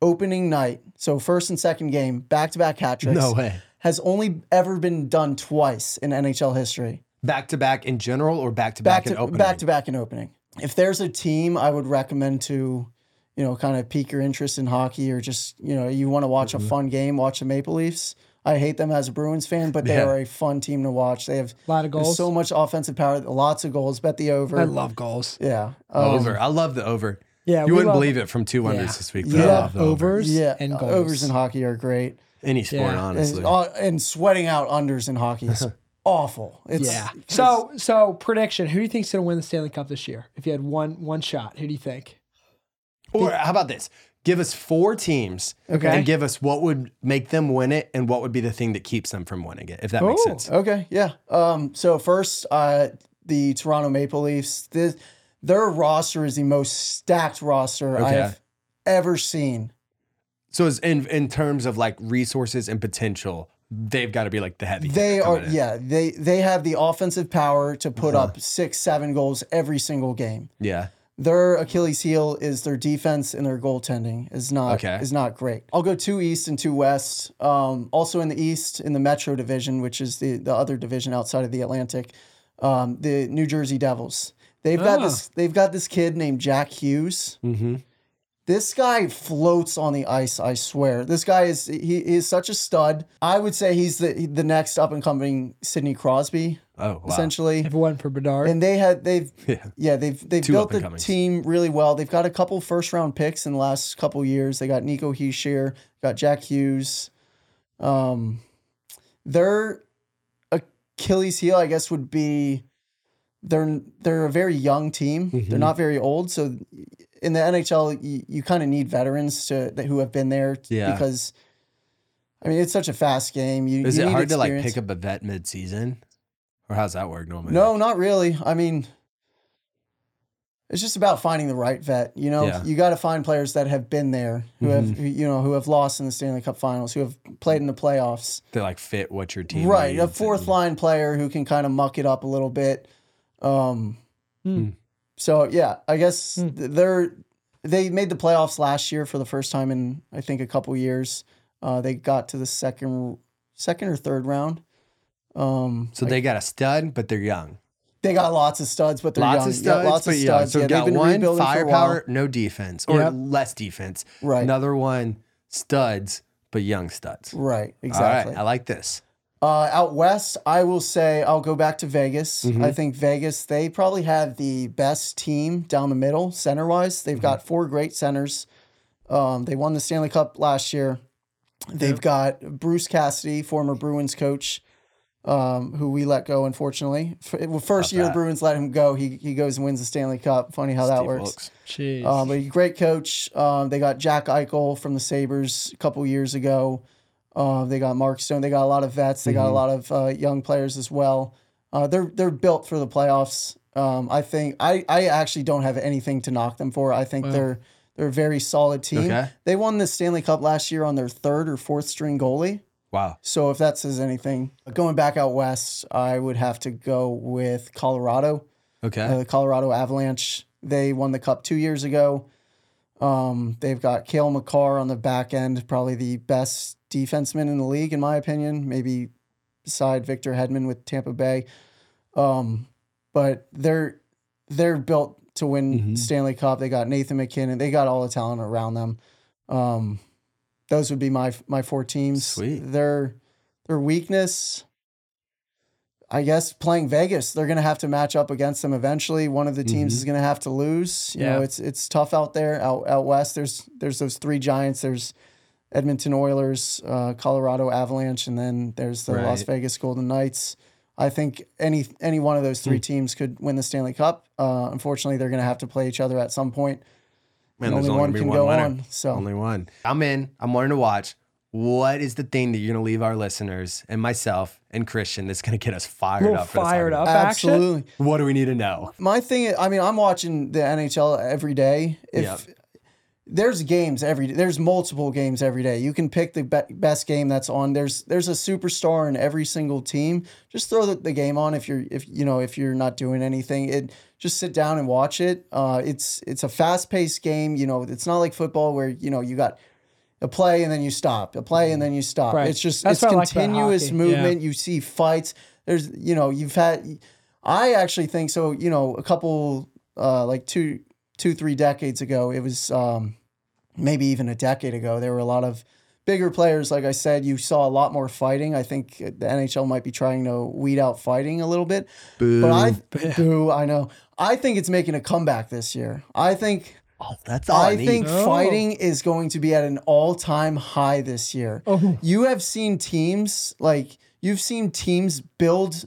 [SPEAKER 4] opening night. So, first and second game, back to back hat tricks.
[SPEAKER 1] No way.
[SPEAKER 4] Has only ever been done twice in NHL history.
[SPEAKER 1] Back to back in general or back to
[SPEAKER 4] Back
[SPEAKER 1] back in
[SPEAKER 4] to
[SPEAKER 1] opening?
[SPEAKER 4] back to back in opening. If there's a team I would recommend to, you know, kind of pique your interest in hockey or just, you know, you want to watch
[SPEAKER 1] Mm-hmm.
[SPEAKER 4] a fun game, watch the Maple Leafs. I hate them as a Bruins fan, but they
[SPEAKER 1] Yeah.
[SPEAKER 4] are a fun team to watch. They have
[SPEAKER 3] A lot of goals.
[SPEAKER 4] there's so much offensive power, lots of goals. Bet the over.
[SPEAKER 3] I love goals.
[SPEAKER 4] Yeah. Um,
[SPEAKER 1] Over. I love the over.
[SPEAKER 3] Yeah, we
[SPEAKER 1] You wouldn't
[SPEAKER 3] love-
[SPEAKER 1] believe it from two unders
[SPEAKER 3] Yeah.
[SPEAKER 1] this week. but I
[SPEAKER 4] Yeah.
[SPEAKER 1] love the
[SPEAKER 3] Overs
[SPEAKER 4] Yeah.
[SPEAKER 3] and
[SPEAKER 4] uh,
[SPEAKER 3] goals.
[SPEAKER 4] Overs in hockey are great.
[SPEAKER 1] Any sport,
[SPEAKER 3] Yeah.
[SPEAKER 1] honestly.
[SPEAKER 4] And, uh, and sweating out unders in hockey is awful. It's,
[SPEAKER 3] yeah.
[SPEAKER 4] it's-
[SPEAKER 3] So so prediction. Who do you think's gonna win the Stanley Cup this year? If you had one one shot, who do you think?
[SPEAKER 1] Or how about this? Give us four teams
[SPEAKER 3] Okay.
[SPEAKER 1] and give us what would make them win it and what would be the thing that keeps them from winning it, if that
[SPEAKER 3] Ooh.
[SPEAKER 1] makes sense.
[SPEAKER 4] Okay. Yeah. Um, so first, uh, the Toronto Maple Leafs. This, their roster is the most stacked roster
[SPEAKER 1] Okay.
[SPEAKER 4] I've ever seen.
[SPEAKER 1] So it's in in terms of like resources and potential, they've got to be like the heavy.
[SPEAKER 4] They
[SPEAKER 1] hitter
[SPEAKER 4] are
[SPEAKER 1] coming in. Uh-huh.
[SPEAKER 4] yeah, they they have the offensive power to put up six, seven goals every single game.
[SPEAKER 1] Yeah.
[SPEAKER 4] their Achilles heel is their defense and their goaltending is not
[SPEAKER 1] Okay.
[SPEAKER 4] is not great. I'll go two east and two west. Um, also in the east in the Metro division, which is the the other division outside of the Atlantic, um, the New Jersey Devils. They've got
[SPEAKER 3] Ah.
[SPEAKER 4] this they've got this kid named Jack Hughes.
[SPEAKER 1] Mm-hmm.
[SPEAKER 4] This guy floats on the ice, I swear. This guy is he, he is such a stud. I would say he's the the next up and coming Sidney Crosby
[SPEAKER 1] Oh, wow.
[SPEAKER 4] essentially.
[SPEAKER 3] If it wasn't for Bedard.
[SPEAKER 4] And they had they've
[SPEAKER 1] Yeah.
[SPEAKER 4] yeah, they've they've
[SPEAKER 1] Two
[SPEAKER 4] built the
[SPEAKER 1] up-and-comings.
[SPEAKER 4] team really well. They've got a couple first round picks in the last couple years. They got Nico Heischer, got Jack Hughes. Um, their Achilles heel, I guess, would be they're they're a very young team.
[SPEAKER 1] Mm-hmm.
[SPEAKER 4] They're not very old, so in the NHL, you, you kind of need veterans to that, who have been there
[SPEAKER 1] Yeah.
[SPEAKER 4] because. I mean, it's such a fast game. You
[SPEAKER 1] Is
[SPEAKER 4] you
[SPEAKER 1] it
[SPEAKER 4] need
[SPEAKER 1] hard to like
[SPEAKER 4] experience.
[SPEAKER 1] pick up a vet mid season? Or how's that work normally?
[SPEAKER 4] No, not really. I mean, it's just about finding the right vet. You know,
[SPEAKER 1] Yeah. Mm-hmm.
[SPEAKER 4] you got to find players that have been there, who have who- you know, who have lost in the Stanley Cup Finals, who have played in the playoffs.
[SPEAKER 1] They like fit what your team
[SPEAKER 4] right, a
[SPEAKER 1] needs
[SPEAKER 4] fourth
[SPEAKER 1] and-
[SPEAKER 4] line player who can kind of muck it up a little bit. Um,
[SPEAKER 1] Hmm.
[SPEAKER 4] So yeah, I guess th- they're they made the playoffs last year for the first time in I think a couple years. Uh, they got to the second second or third round. Um,
[SPEAKER 1] So they got a stud, but they're young.
[SPEAKER 4] they got lots of studs, but they're
[SPEAKER 1] lots
[SPEAKER 4] young.
[SPEAKER 1] of studs,
[SPEAKER 4] yeah, lots
[SPEAKER 1] but
[SPEAKER 4] of
[SPEAKER 1] young.
[SPEAKER 4] studs.
[SPEAKER 1] So
[SPEAKER 4] yeah, they've
[SPEAKER 1] got
[SPEAKER 4] been
[SPEAKER 1] one
[SPEAKER 4] rebuilding for a while.
[SPEAKER 1] firepower, no defense, or
[SPEAKER 3] Yep.
[SPEAKER 1] less defense.
[SPEAKER 4] Right.
[SPEAKER 1] Another one, studs, but young studs.
[SPEAKER 4] Right,
[SPEAKER 1] All
[SPEAKER 4] exactly.
[SPEAKER 1] right, I like this.
[SPEAKER 4] uh, out west, I will say I'll go back to Vegas.
[SPEAKER 1] Mm-hmm.
[SPEAKER 4] I think Vegas they probably have the best team down the middle center wise.
[SPEAKER 1] Mm-hmm.
[SPEAKER 4] They've got four great centers. Um, they won the Stanley Cup last year. They've got Bruce Cassidy, former Bruins coach, um, who we let go unfortunately. F- well, First year the
[SPEAKER 1] that.
[SPEAKER 4] Bruins let him go, he he goes and wins the Stanley Cup. Funny how that
[SPEAKER 1] Steve
[SPEAKER 4] works.
[SPEAKER 1] Wilkes.
[SPEAKER 3] Jeez.
[SPEAKER 4] Um, but he's a great coach. Um, they got Jack Eichel from the Sabers a couple years ago. Uh, they got Mark Stone. They got a lot of vets. They got a lot of uh, young players as well. Uh, they're they're built for the playoffs. Um, I think I I actually don't have anything to knock them for. I think they're they're a very solid team.
[SPEAKER 1] Okay.
[SPEAKER 4] They won the Stanley Cup last year on their third or fourth string goalie.
[SPEAKER 1] Wow.
[SPEAKER 4] So if that says anything, going back out west, I would have to go with Colorado
[SPEAKER 1] Okay.
[SPEAKER 4] uh, the Colorado Avalanche. They won the cup two years ago. Um, they've got Kale McCarr on the back end, probably the best defenseman in the league, in my opinion, maybe beside Victor Hedman with Tampa Bay. Um, but they're they're built to win
[SPEAKER 1] Mm-hmm.
[SPEAKER 4] Stanley Cup. They got Nathan McKinnon. They got all the talent around them. Um, those would be my my four teams.
[SPEAKER 1] Sweet.
[SPEAKER 4] Their their weakness, I guess, playing Vegas. They're going to have to match up against them eventually. One of the
[SPEAKER 1] Mm-hmm.
[SPEAKER 4] teams is going to have to lose. You
[SPEAKER 3] Yeah.
[SPEAKER 4] know, it's it's tough out there out out west. There's there's those three giants. There's Edmonton Oilers, uh, Colorado Avalanche, and then there's the Las
[SPEAKER 1] Right.
[SPEAKER 4] Vegas Golden Knights. I think any any one of those three
[SPEAKER 1] Hmm.
[SPEAKER 4] teams could win the Stanley Cup. Uh, unfortunately, they're going to have to play each other at some point.
[SPEAKER 1] Man,
[SPEAKER 4] only
[SPEAKER 1] there's only
[SPEAKER 4] one
[SPEAKER 1] gonna be
[SPEAKER 4] can
[SPEAKER 1] one
[SPEAKER 4] go
[SPEAKER 1] winner.
[SPEAKER 4] on, so.
[SPEAKER 1] Only one. I'm in. I'm wanting to watch. What is the thing that you're going to leave our listeners and myself and Christian that's going to get us fired
[SPEAKER 3] Little
[SPEAKER 1] up? for this
[SPEAKER 3] fired
[SPEAKER 1] Hunger
[SPEAKER 3] up.
[SPEAKER 1] Games?
[SPEAKER 3] action?
[SPEAKER 4] Absolutely.
[SPEAKER 1] What do we need to know?
[SPEAKER 4] My thing, I mean, I'm watching the NHL every day. If
[SPEAKER 1] Yeah.
[SPEAKER 4] there's games every, there's multiple games every day. You can pick the be- best game that's on. There's there's a superstar in every single team. Just throw the, the game on if you're if you know if you're not doing anything. It just sit down and watch it. Uh, it's it's a fast paced game. You know, it's not like football where you know you got a play and then you stop, a play and then you stop.
[SPEAKER 3] Mm-hmm. Right.
[SPEAKER 4] It's just
[SPEAKER 3] That's
[SPEAKER 4] it's
[SPEAKER 3] what I like about
[SPEAKER 4] continuous
[SPEAKER 3] hockey.
[SPEAKER 4] movement. You see fights. There's you know you've had. I actually think so. You know, a couple uh, like two two three decades ago, it was um, maybe even a decade ago. There were a lot of bigger players. Like I said, you saw a lot more fighting. I think the NHL might be trying to weed out fighting a little bit. But I boo, I know. I think it's making a comeback this year. I think
[SPEAKER 1] Oh, that's all I,
[SPEAKER 4] I
[SPEAKER 1] need.
[SPEAKER 4] think
[SPEAKER 3] Oh.
[SPEAKER 4] fighting is going to be at an all-time high this year.
[SPEAKER 3] Oh.
[SPEAKER 4] You have seen teams like you've seen teams build,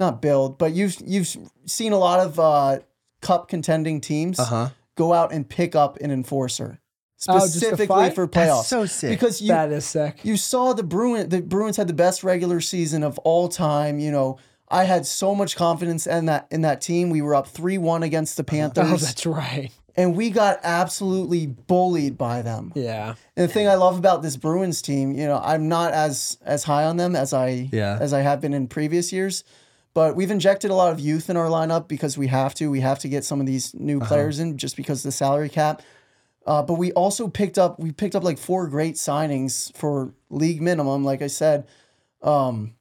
[SPEAKER 4] not build, but you've you've seen a lot of uh, cup contending teams
[SPEAKER 1] Uh-huh.
[SPEAKER 4] go out and pick up an enforcer
[SPEAKER 3] Oh, just to
[SPEAKER 4] specifically
[SPEAKER 3] fight?
[SPEAKER 4] for playoffs.
[SPEAKER 1] That's so sick.
[SPEAKER 4] Because you
[SPEAKER 3] that is sick.
[SPEAKER 4] you saw the Bruins. The Bruins had the best regular season of all time. You know, I had so much confidence in that in that team. We were up three one against the
[SPEAKER 3] Oh,
[SPEAKER 4] Panthers,
[SPEAKER 3] that's right.
[SPEAKER 4] and we got absolutely bullied by them.
[SPEAKER 3] Yeah.
[SPEAKER 4] And the thing I love about this Bruins team, you know, I'm not as as high on them as I
[SPEAKER 1] Yeah.
[SPEAKER 4] as I have been in previous years, but we've injected a lot of youth in our lineup because we have to. We have to get some of these new
[SPEAKER 3] Uh-huh.
[SPEAKER 4] players in just because of the salary cap. Uh, but we also picked up we picked up like four great signings for league minimum, like I said, um,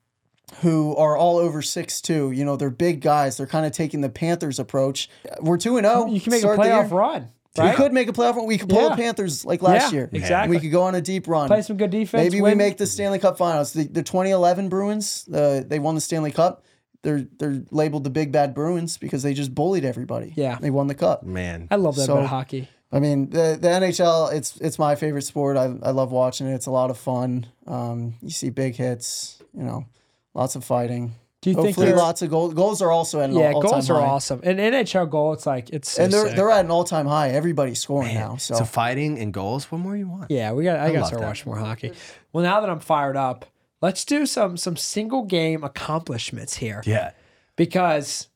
[SPEAKER 4] who are all over six two. You know, they're big guys. They're kind of taking the Panthers approach. We're two and oh zero.
[SPEAKER 3] You can make a playoff run,
[SPEAKER 4] We
[SPEAKER 3] right?
[SPEAKER 4] could make a playoff run. We could pull
[SPEAKER 3] Yeah.
[SPEAKER 4] the Panthers like last
[SPEAKER 3] Yeah,
[SPEAKER 4] year.
[SPEAKER 3] exactly.
[SPEAKER 4] We could go on a deep run.
[SPEAKER 3] Play some good defense.
[SPEAKER 4] Maybe we
[SPEAKER 3] win.
[SPEAKER 4] make the Stanley Cup Finals. The, the 2011 Bruins, uh, they won the Stanley Cup. They're they're labeled the Big Bad Bruins because they just bullied everybody.
[SPEAKER 3] Yeah.
[SPEAKER 4] they won the cup.
[SPEAKER 1] Man,
[SPEAKER 3] I love that
[SPEAKER 4] So-
[SPEAKER 3] about hockey.
[SPEAKER 4] I mean, the the NHL. It's it's my favorite sport. I I love watching it. It's a lot of fun. Um, you see big hits. You know, lots of fighting.
[SPEAKER 3] Do you think
[SPEAKER 4] Hopefully,
[SPEAKER 3] they're-
[SPEAKER 4] lots of goals. Goals are also at an
[SPEAKER 3] Yeah,
[SPEAKER 4] all, all-time
[SPEAKER 3] goals are
[SPEAKER 4] high.
[SPEAKER 3] awesome. An NHL goal, it's like it's so
[SPEAKER 4] And they're
[SPEAKER 3] sick.
[SPEAKER 4] they're at an all time high. Everybody's scoring now.
[SPEAKER 1] so. fighting and goals. What more you want?
[SPEAKER 3] yeah, we got. I, gotta
[SPEAKER 1] love
[SPEAKER 3] start
[SPEAKER 1] that.
[SPEAKER 3] watching more hockey. Well, now that I'm fired up, let's do some some single game accomplishments here
[SPEAKER 1] yeah.
[SPEAKER 3] because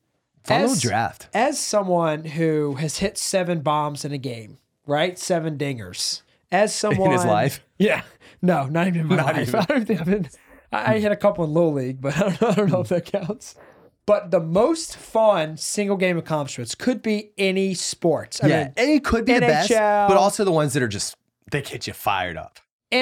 [SPEAKER 1] Follow
[SPEAKER 3] as-
[SPEAKER 1] draft.
[SPEAKER 3] as someone who has hit seven bombs in a game, right? Seven dingers. As someone
[SPEAKER 1] In his life?
[SPEAKER 3] yeah, no, not even in my life. I don't think I've been. I I hit a couple in little league, but I don't, know, I don't know if that counts. But the most fun single game accomplishments could be any sports. I
[SPEAKER 1] yeah,
[SPEAKER 3] mean,
[SPEAKER 1] and it could be the best,
[SPEAKER 3] NHL.
[SPEAKER 1] but also the ones that are just they get you fired up.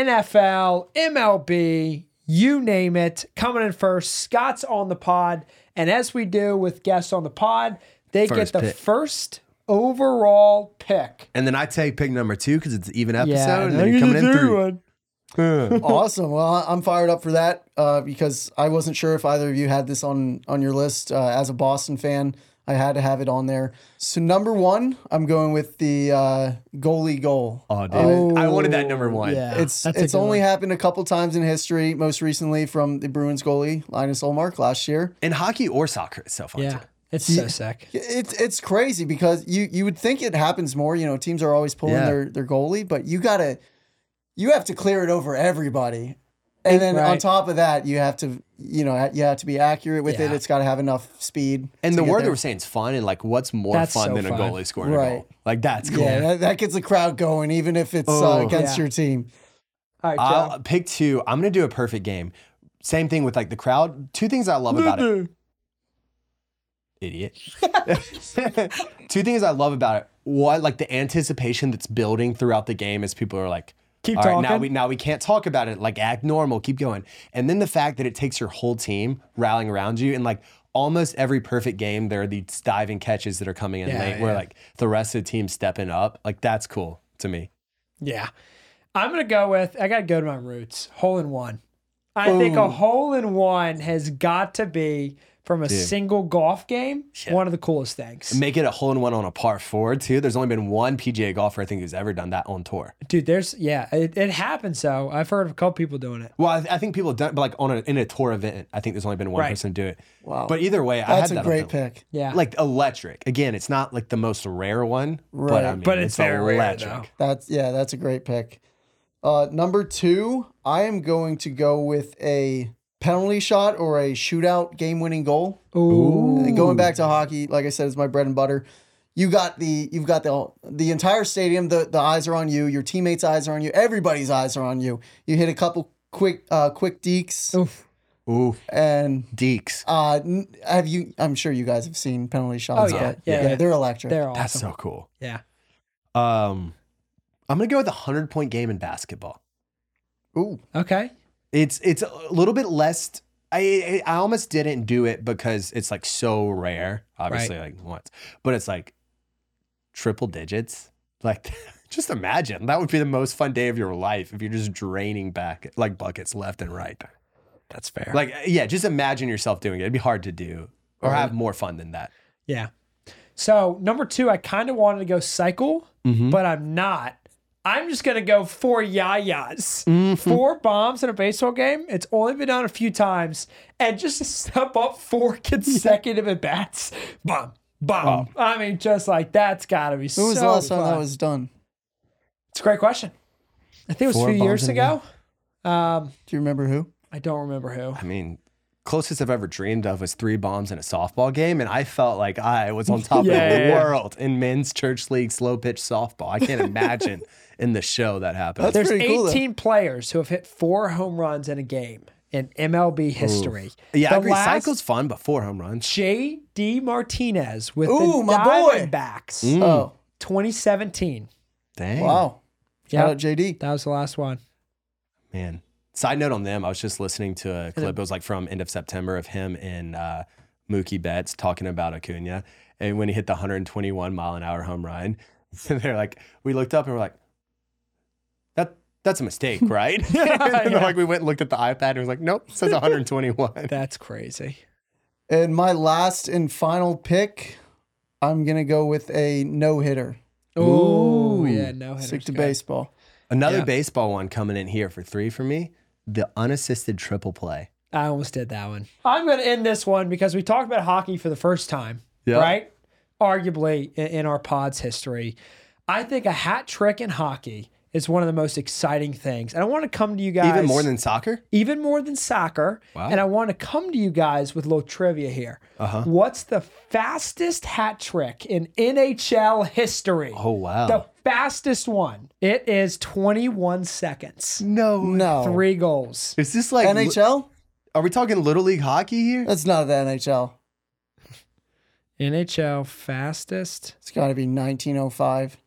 [SPEAKER 3] NFL, MLB, you name it, coming in first. Scott's on the pod. And as we do with guests on the pod, they
[SPEAKER 1] First
[SPEAKER 3] get the
[SPEAKER 1] pick.
[SPEAKER 3] first overall pick.
[SPEAKER 1] And then I take pick number two because it's an even episode, and
[SPEAKER 3] now
[SPEAKER 1] then
[SPEAKER 3] you're
[SPEAKER 1] you're coming
[SPEAKER 3] the
[SPEAKER 1] in
[SPEAKER 3] third
[SPEAKER 1] through.
[SPEAKER 3] one.
[SPEAKER 4] awesome. Well, I- I'm fired up for that uh, because I wasn't sure if either of you had this on on your list. Uh, as a Boston fan, I had to have it on there. So number one, I'm going with the uh, goalie goal.
[SPEAKER 1] Oh, dude, I wanted that number one.
[SPEAKER 3] Yeah,
[SPEAKER 4] It's
[SPEAKER 3] that's a
[SPEAKER 4] it's
[SPEAKER 3] good
[SPEAKER 4] only
[SPEAKER 3] one.
[SPEAKER 4] happened a couple times in history. Most recently from the Bruins goalie Linus Olmark last year.
[SPEAKER 1] In hockey or soccer, it's so fun.
[SPEAKER 3] yeah,
[SPEAKER 1] too.
[SPEAKER 3] it's so sick.
[SPEAKER 4] It's it's crazy because you you would think it happens more. You know, teams are always pulling
[SPEAKER 1] Yeah.
[SPEAKER 4] their their goalie, but you gotta you have to clear it over everybody, and then on
[SPEAKER 3] Right.
[SPEAKER 4] top of that, you have to you know you have to be accurate with it.
[SPEAKER 3] Yeah.
[SPEAKER 4] It's got to have enough speed.
[SPEAKER 1] And
[SPEAKER 4] to
[SPEAKER 1] the
[SPEAKER 4] get
[SPEAKER 1] word
[SPEAKER 4] there.
[SPEAKER 1] that we're saying is fun, and like, what's more
[SPEAKER 3] That's
[SPEAKER 1] fun
[SPEAKER 3] so
[SPEAKER 1] than a
[SPEAKER 3] fun.
[SPEAKER 1] goalie scoring a
[SPEAKER 4] Right.
[SPEAKER 1] goal? Like that's cool.
[SPEAKER 4] yeah, that, that gets the crowd going, even if it's uh,
[SPEAKER 1] Oh.
[SPEAKER 4] against
[SPEAKER 3] Yeah.
[SPEAKER 4] your team.
[SPEAKER 3] All right, Joe.
[SPEAKER 1] I'll pick two. I'm gonna do a perfect game. Same thing with like the crowd. Two things I love about it. Idiot. two things I love about it. One, like the anticipation that's building throughout the game as people are like,
[SPEAKER 3] Keep
[SPEAKER 1] All right, now
[SPEAKER 3] talking.
[SPEAKER 1] we now we can't talk about it. Like act normal, keep going. And then the fact that it takes your whole team rallying around you and like almost every perfect game there are these diving catches that are coming in
[SPEAKER 3] Yeah,
[SPEAKER 1] late where
[SPEAKER 3] yeah.
[SPEAKER 1] like the rest of the team's stepping up. Like that's cool to me.
[SPEAKER 3] Yeah. I'm going to go with, I got to go to my roots. Hole in one. I think a hole in one has got to be from a single golf game, one of the coolest things.
[SPEAKER 1] Make it a hole in one on a par four too. There's only been one PGA golfer I think who's ever done that on tour.
[SPEAKER 3] Dude, there's, yeah, it, it happens. So I've heard of a couple people doing it.
[SPEAKER 1] Well, I, I think people have done, but like on a, in a tour event, I think there's only been one
[SPEAKER 3] Right.
[SPEAKER 1] person do it.
[SPEAKER 4] Wow.
[SPEAKER 1] But either way, I had
[SPEAKER 4] That's
[SPEAKER 1] that
[SPEAKER 4] a
[SPEAKER 1] on
[SPEAKER 4] great
[SPEAKER 1] the-
[SPEAKER 4] pick.
[SPEAKER 3] Oh. Yeah.
[SPEAKER 1] Like electric. Again, it's not like the most rare one, but
[SPEAKER 4] Right.
[SPEAKER 1] I mean,
[SPEAKER 3] But it's
[SPEAKER 1] it's,
[SPEAKER 3] very rare,
[SPEAKER 1] electric.
[SPEAKER 3] though.
[SPEAKER 4] That's yeah, that's a great pick. Uh, number two, I am going to go with a penalty shot or a shootout game winning goal.
[SPEAKER 3] Ooh.
[SPEAKER 4] And Uh, going back to hockey, like I said, is my bread and butter. You got the you've got the the entire stadium. The the eyes are on you. Your teammates' eyes are on you. Everybody's eyes are on you. You hit a couple quick uh, quick deeks,
[SPEAKER 3] Oof.
[SPEAKER 1] Ooh,
[SPEAKER 4] and
[SPEAKER 1] Deeks.
[SPEAKER 4] uh, n- have you? I'm sure you guys have seen penalty shots.
[SPEAKER 3] Oh, yeah.
[SPEAKER 4] but
[SPEAKER 3] Yeah, yeah.
[SPEAKER 4] they're electric.
[SPEAKER 3] They're awesome.
[SPEAKER 1] That's so cool.
[SPEAKER 3] yeah.
[SPEAKER 1] Um, I'm gonna go with a hundred point game in basketball.
[SPEAKER 4] Ooh,
[SPEAKER 3] Okay.
[SPEAKER 1] It's it's a little bit less. I I I almost didn't do it because it's like so rare. Obviously, like once, but it's like triple digits. Like, just imagine that would be the most fun day of your life if you're just draining back like buckets left and right.
[SPEAKER 3] That's fair.
[SPEAKER 1] Like, uh, yeah, just imagine yourself doing it. It'd be hard to do or have more fun than that.
[SPEAKER 3] Yeah. So number two, I kind of wanted to go cycle,
[SPEAKER 4] Mm-hmm.
[SPEAKER 3] but I'm not. I'm just gonna go four yayas,
[SPEAKER 4] Mm-hmm.
[SPEAKER 3] four bombs in a baseball game. It's only been done a few times, and just to step up four consecutive at bats, bomb, bomb. I mean, just like that's gotta be.
[SPEAKER 4] when
[SPEAKER 3] so
[SPEAKER 4] was the last time
[SPEAKER 3] fun.
[SPEAKER 4] that was done?
[SPEAKER 3] It's a great question. I think it was
[SPEAKER 1] Four
[SPEAKER 3] a few
[SPEAKER 1] bombs
[SPEAKER 3] years
[SPEAKER 1] in a
[SPEAKER 3] ago. Um,
[SPEAKER 4] Do you remember who?
[SPEAKER 3] I don't remember who.
[SPEAKER 1] I mean, closest I've ever dreamed of was three bombs in a softball game, and I felt like I was on top of the
[SPEAKER 3] Yeah.
[SPEAKER 1] world in men's church league slow pitch softball. I can't imagine in the show that happened.
[SPEAKER 4] That's-
[SPEAKER 3] There's
[SPEAKER 4] pretty cool, though.
[SPEAKER 3] 18 players who have hit four home runs in a game in MLB history.
[SPEAKER 1] yeah,
[SPEAKER 3] the
[SPEAKER 1] I agree.
[SPEAKER 3] last-
[SPEAKER 1] Cycle's fun, but four home runs.
[SPEAKER 3] J.D. Martinez with
[SPEAKER 4] Ooh,
[SPEAKER 3] the
[SPEAKER 4] my boy.
[SPEAKER 3] Diamondbacks,
[SPEAKER 4] Oh,
[SPEAKER 3] 2017.
[SPEAKER 1] Dang.
[SPEAKER 4] wow!
[SPEAKER 3] Yeah,
[SPEAKER 4] Shout out JD.
[SPEAKER 3] that was the last one.
[SPEAKER 1] Man. Side note on them, I was just listening to a clip. It was like from end of September of him and uh, Mookie Betts talking about Acuna. And when he hit the 121 mile an hour home run, they're like, we looked up and we're like, that that's a mistake, right? and then,
[SPEAKER 3] Yeah.
[SPEAKER 1] like we went and looked at the iPad and it was like, nope, it says 121.
[SPEAKER 3] That's crazy.
[SPEAKER 4] And my last and final pick, I'm gonna go with a no hitter.
[SPEAKER 3] Ooh, yeah, no hitter.
[SPEAKER 4] Stick to baseball.
[SPEAKER 1] Another
[SPEAKER 3] Yeah.
[SPEAKER 1] baseball one coming in here for three for me. The unassisted triple play.
[SPEAKER 3] I almost did that one. I'm going to end this one because we talked about hockey for the first time,
[SPEAKER 1] Yeah.
[SPEAKER 3] right? Arguably in, in our pod's history. I think a hat trick in hockey is one of the most exciting things. And I want to come to you guys
[SPEAKER 1] Even more than soccer?
[SPEAKER 3] even more than soccer.
[SPEAKER 1] Wow.
[SPEAKER 3] And I want to come to you guys with a little trivia here. Uh-huh. What's the fastest hat trick in NHL history?
[SPEAKER 1] Oh, wow.
[SPEAKER 3] The fastest one. It is 21 seconds.
[SPEAKER 1] no.
[SPEAKER 4] No
[SPEAKER 3] Three goals.
[SPEAKER 1] Is this like
[SPEAKER 4] NHL.
[SPEAKER 1] Are we talking Little League hockey here?
[SPEAKER 4] That's not the NHL.
[SPEAKER 3] NHL fastest.
[SPEAKER 4] It's got to be 1905.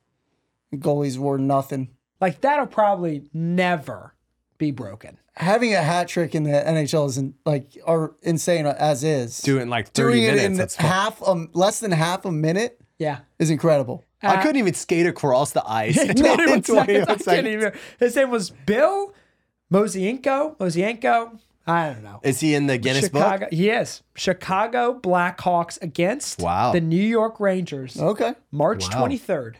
[SPEAKER 4] The goalies wore nothing.
[SPEAKER 3] Like that'll probably never be broken.
[SPEAKER 4] Having a hat trick in the NHL isn't like are insane as is.
[SPEAKER 1] Doing like 30
[SPEAKER 4] Doing
[SPEAKER 1] minutes.
[SPEAKER 4] it in
[SPEAKER 1] that's fun.
[SPEAKER 4] half um less than half a minute
[SPEAKER 3] Yeah.
[SPEAKER 4] is incredible.
[SPEAKER 1] I
[SPEAKER 3] Uh,
[SPEAKER 1] couldn't even skate across the ice. in
[SPEAKER 3] 21 seconds. I
[SPEAKER 1] 21
[SPEAKER 3] can't even. His name was Bill Mosienko. Mosienko. I don't know.
[SPEAKER 1] Is he in the Guinness
[SPEAKER 3] Chicago,
[SPEAKER 1] Book?
[SPEAKER 3] Yes. Chicago Blackhawks against
[SPEAKER 1] Wow. Oh.
[SPEAKER 3] the New York Rangers,
[SPEAKER 4] Okay.
[SPEAKER 3] March
[SPEAKER 1] Wow.
[SPEAKER 3] 23rd,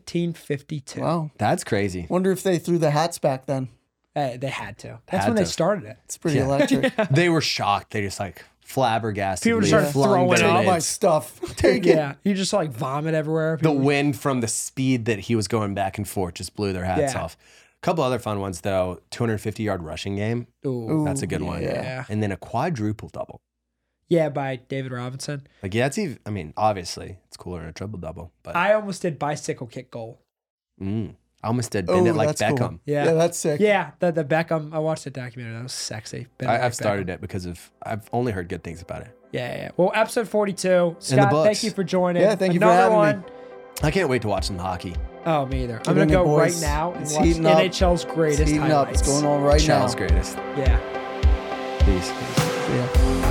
[SPEAKER 3] 1952.
[SPEAKER 4] Wow.
[SPEAKER 1] That's crazy.
[SPEAKER 4] Wonder if they threw the hats back then.
[SPEAKER 3] Uh, they had to. That's
[SPEAKER 1] Had
[SPEAKER 3] when they
[SPEAKER 1] to.
[SPEAKER 3] started it.
[SPEAKER 4] It's pretty electric.
[SPEAKER 1] They were shocked. They just like flabbergasted.
[SPEAKER 3] People
[SPEAKER 1] They
[SPEAKER 3] started
[SPEAKER 1] flung
[SPEAKER 3] throwing
[SPEAKER 1] their
[SPEAKER 3] up.
[SPEAKER 4] All my
[SPEAKER 1] lids.
[SPEAKER 4] stuff. Take it.
[SPEAKER 3] Yeah. You just saw, like vomit everywhere.
[SPEAKER 1] The
[SPEAKER 3] People-
[SPEAKER 1] wind from the speed that he was going back and forth just blew their hats
[SPEAKER 3] Yeah.
[SPEAKER 1] off. A couple other fun ones though 250 yard rushing game.
[SPEAKER 3] Ooh.
[SPEAKER 1] That's a good one.
[SPEAKER 3] yeah.
[SPEAKER 1] And then a quadruple double.
[SPEAKER 3] Yeah, by David Robinson.
[SPEAKER 1] Like, yeah, it's even, I mean, obviously it's cooler than a triple double, but
[SPEAKER 3] I almost did bicycle kick goal.
[SPEAKER 1] mm, I almost did
[SPEAKER 4] Oh,
[SPEAKER 1] bend it like
[SPEAKER 4] that's cool.
[SPEAKER 1] Beckham.
[SPEAKER 3] Yeah.
[SPEAKER 4] Yeah, that's sick.
[SPEAKER 3] Yeah, the, the Beckham. I watched the documentary. That was sexy. Ben
[SPEAKER 1] I,
[SPEAKER 3] Affleck
[SPEAKER 1] I've
[SPEAKER 3] Beckham.
[SPEAKER 1] started it because of, I've only heard good things about it.
[SPEAKER 3] Yeah, yeah. Well, episode 42. Scott, thank
[SPEAKER 1] books.
[SPEAKER 3] you for joining.
[SPEAKER 4] Yeah, thank you for
[SPEAKER 3] Another
[SPEAKER 4] having me.
[SPEAKER 3] one.
[SPEAKER 1] I can't wait to watch some hockey.
[SPEAKER 3] Oh, me either. I'm
[SPEAKER 4] Get
[SPEAKER 3] going
[SPEAKER 4] in
[SPEAKER 3] to
[SPEAKER 4] there,
[SPEAKER 3] go right
[SPEAKER 4] boys.
[SPEAKER 3] now and
[SPEAKER 4] It's
[SPEAKER 3] watch
[SPEAKER 4] heating up.
[SPEAKER 3] NHL's
[SPEAKER 4] It's
[SPEAKER 3] greatest
[SPEAKER 4] heating up.
[SPEAKER 3] highlights.
[SPEAKER 4] It's going on right
[SPEAKER 1] Child's
[SPEAKER 4] now.
[SPEAKER 1] greatest.
[SPEAKER 3] Yeah.
[SPEAKER 1] Peace.
[SPEAKER 4] Yeah.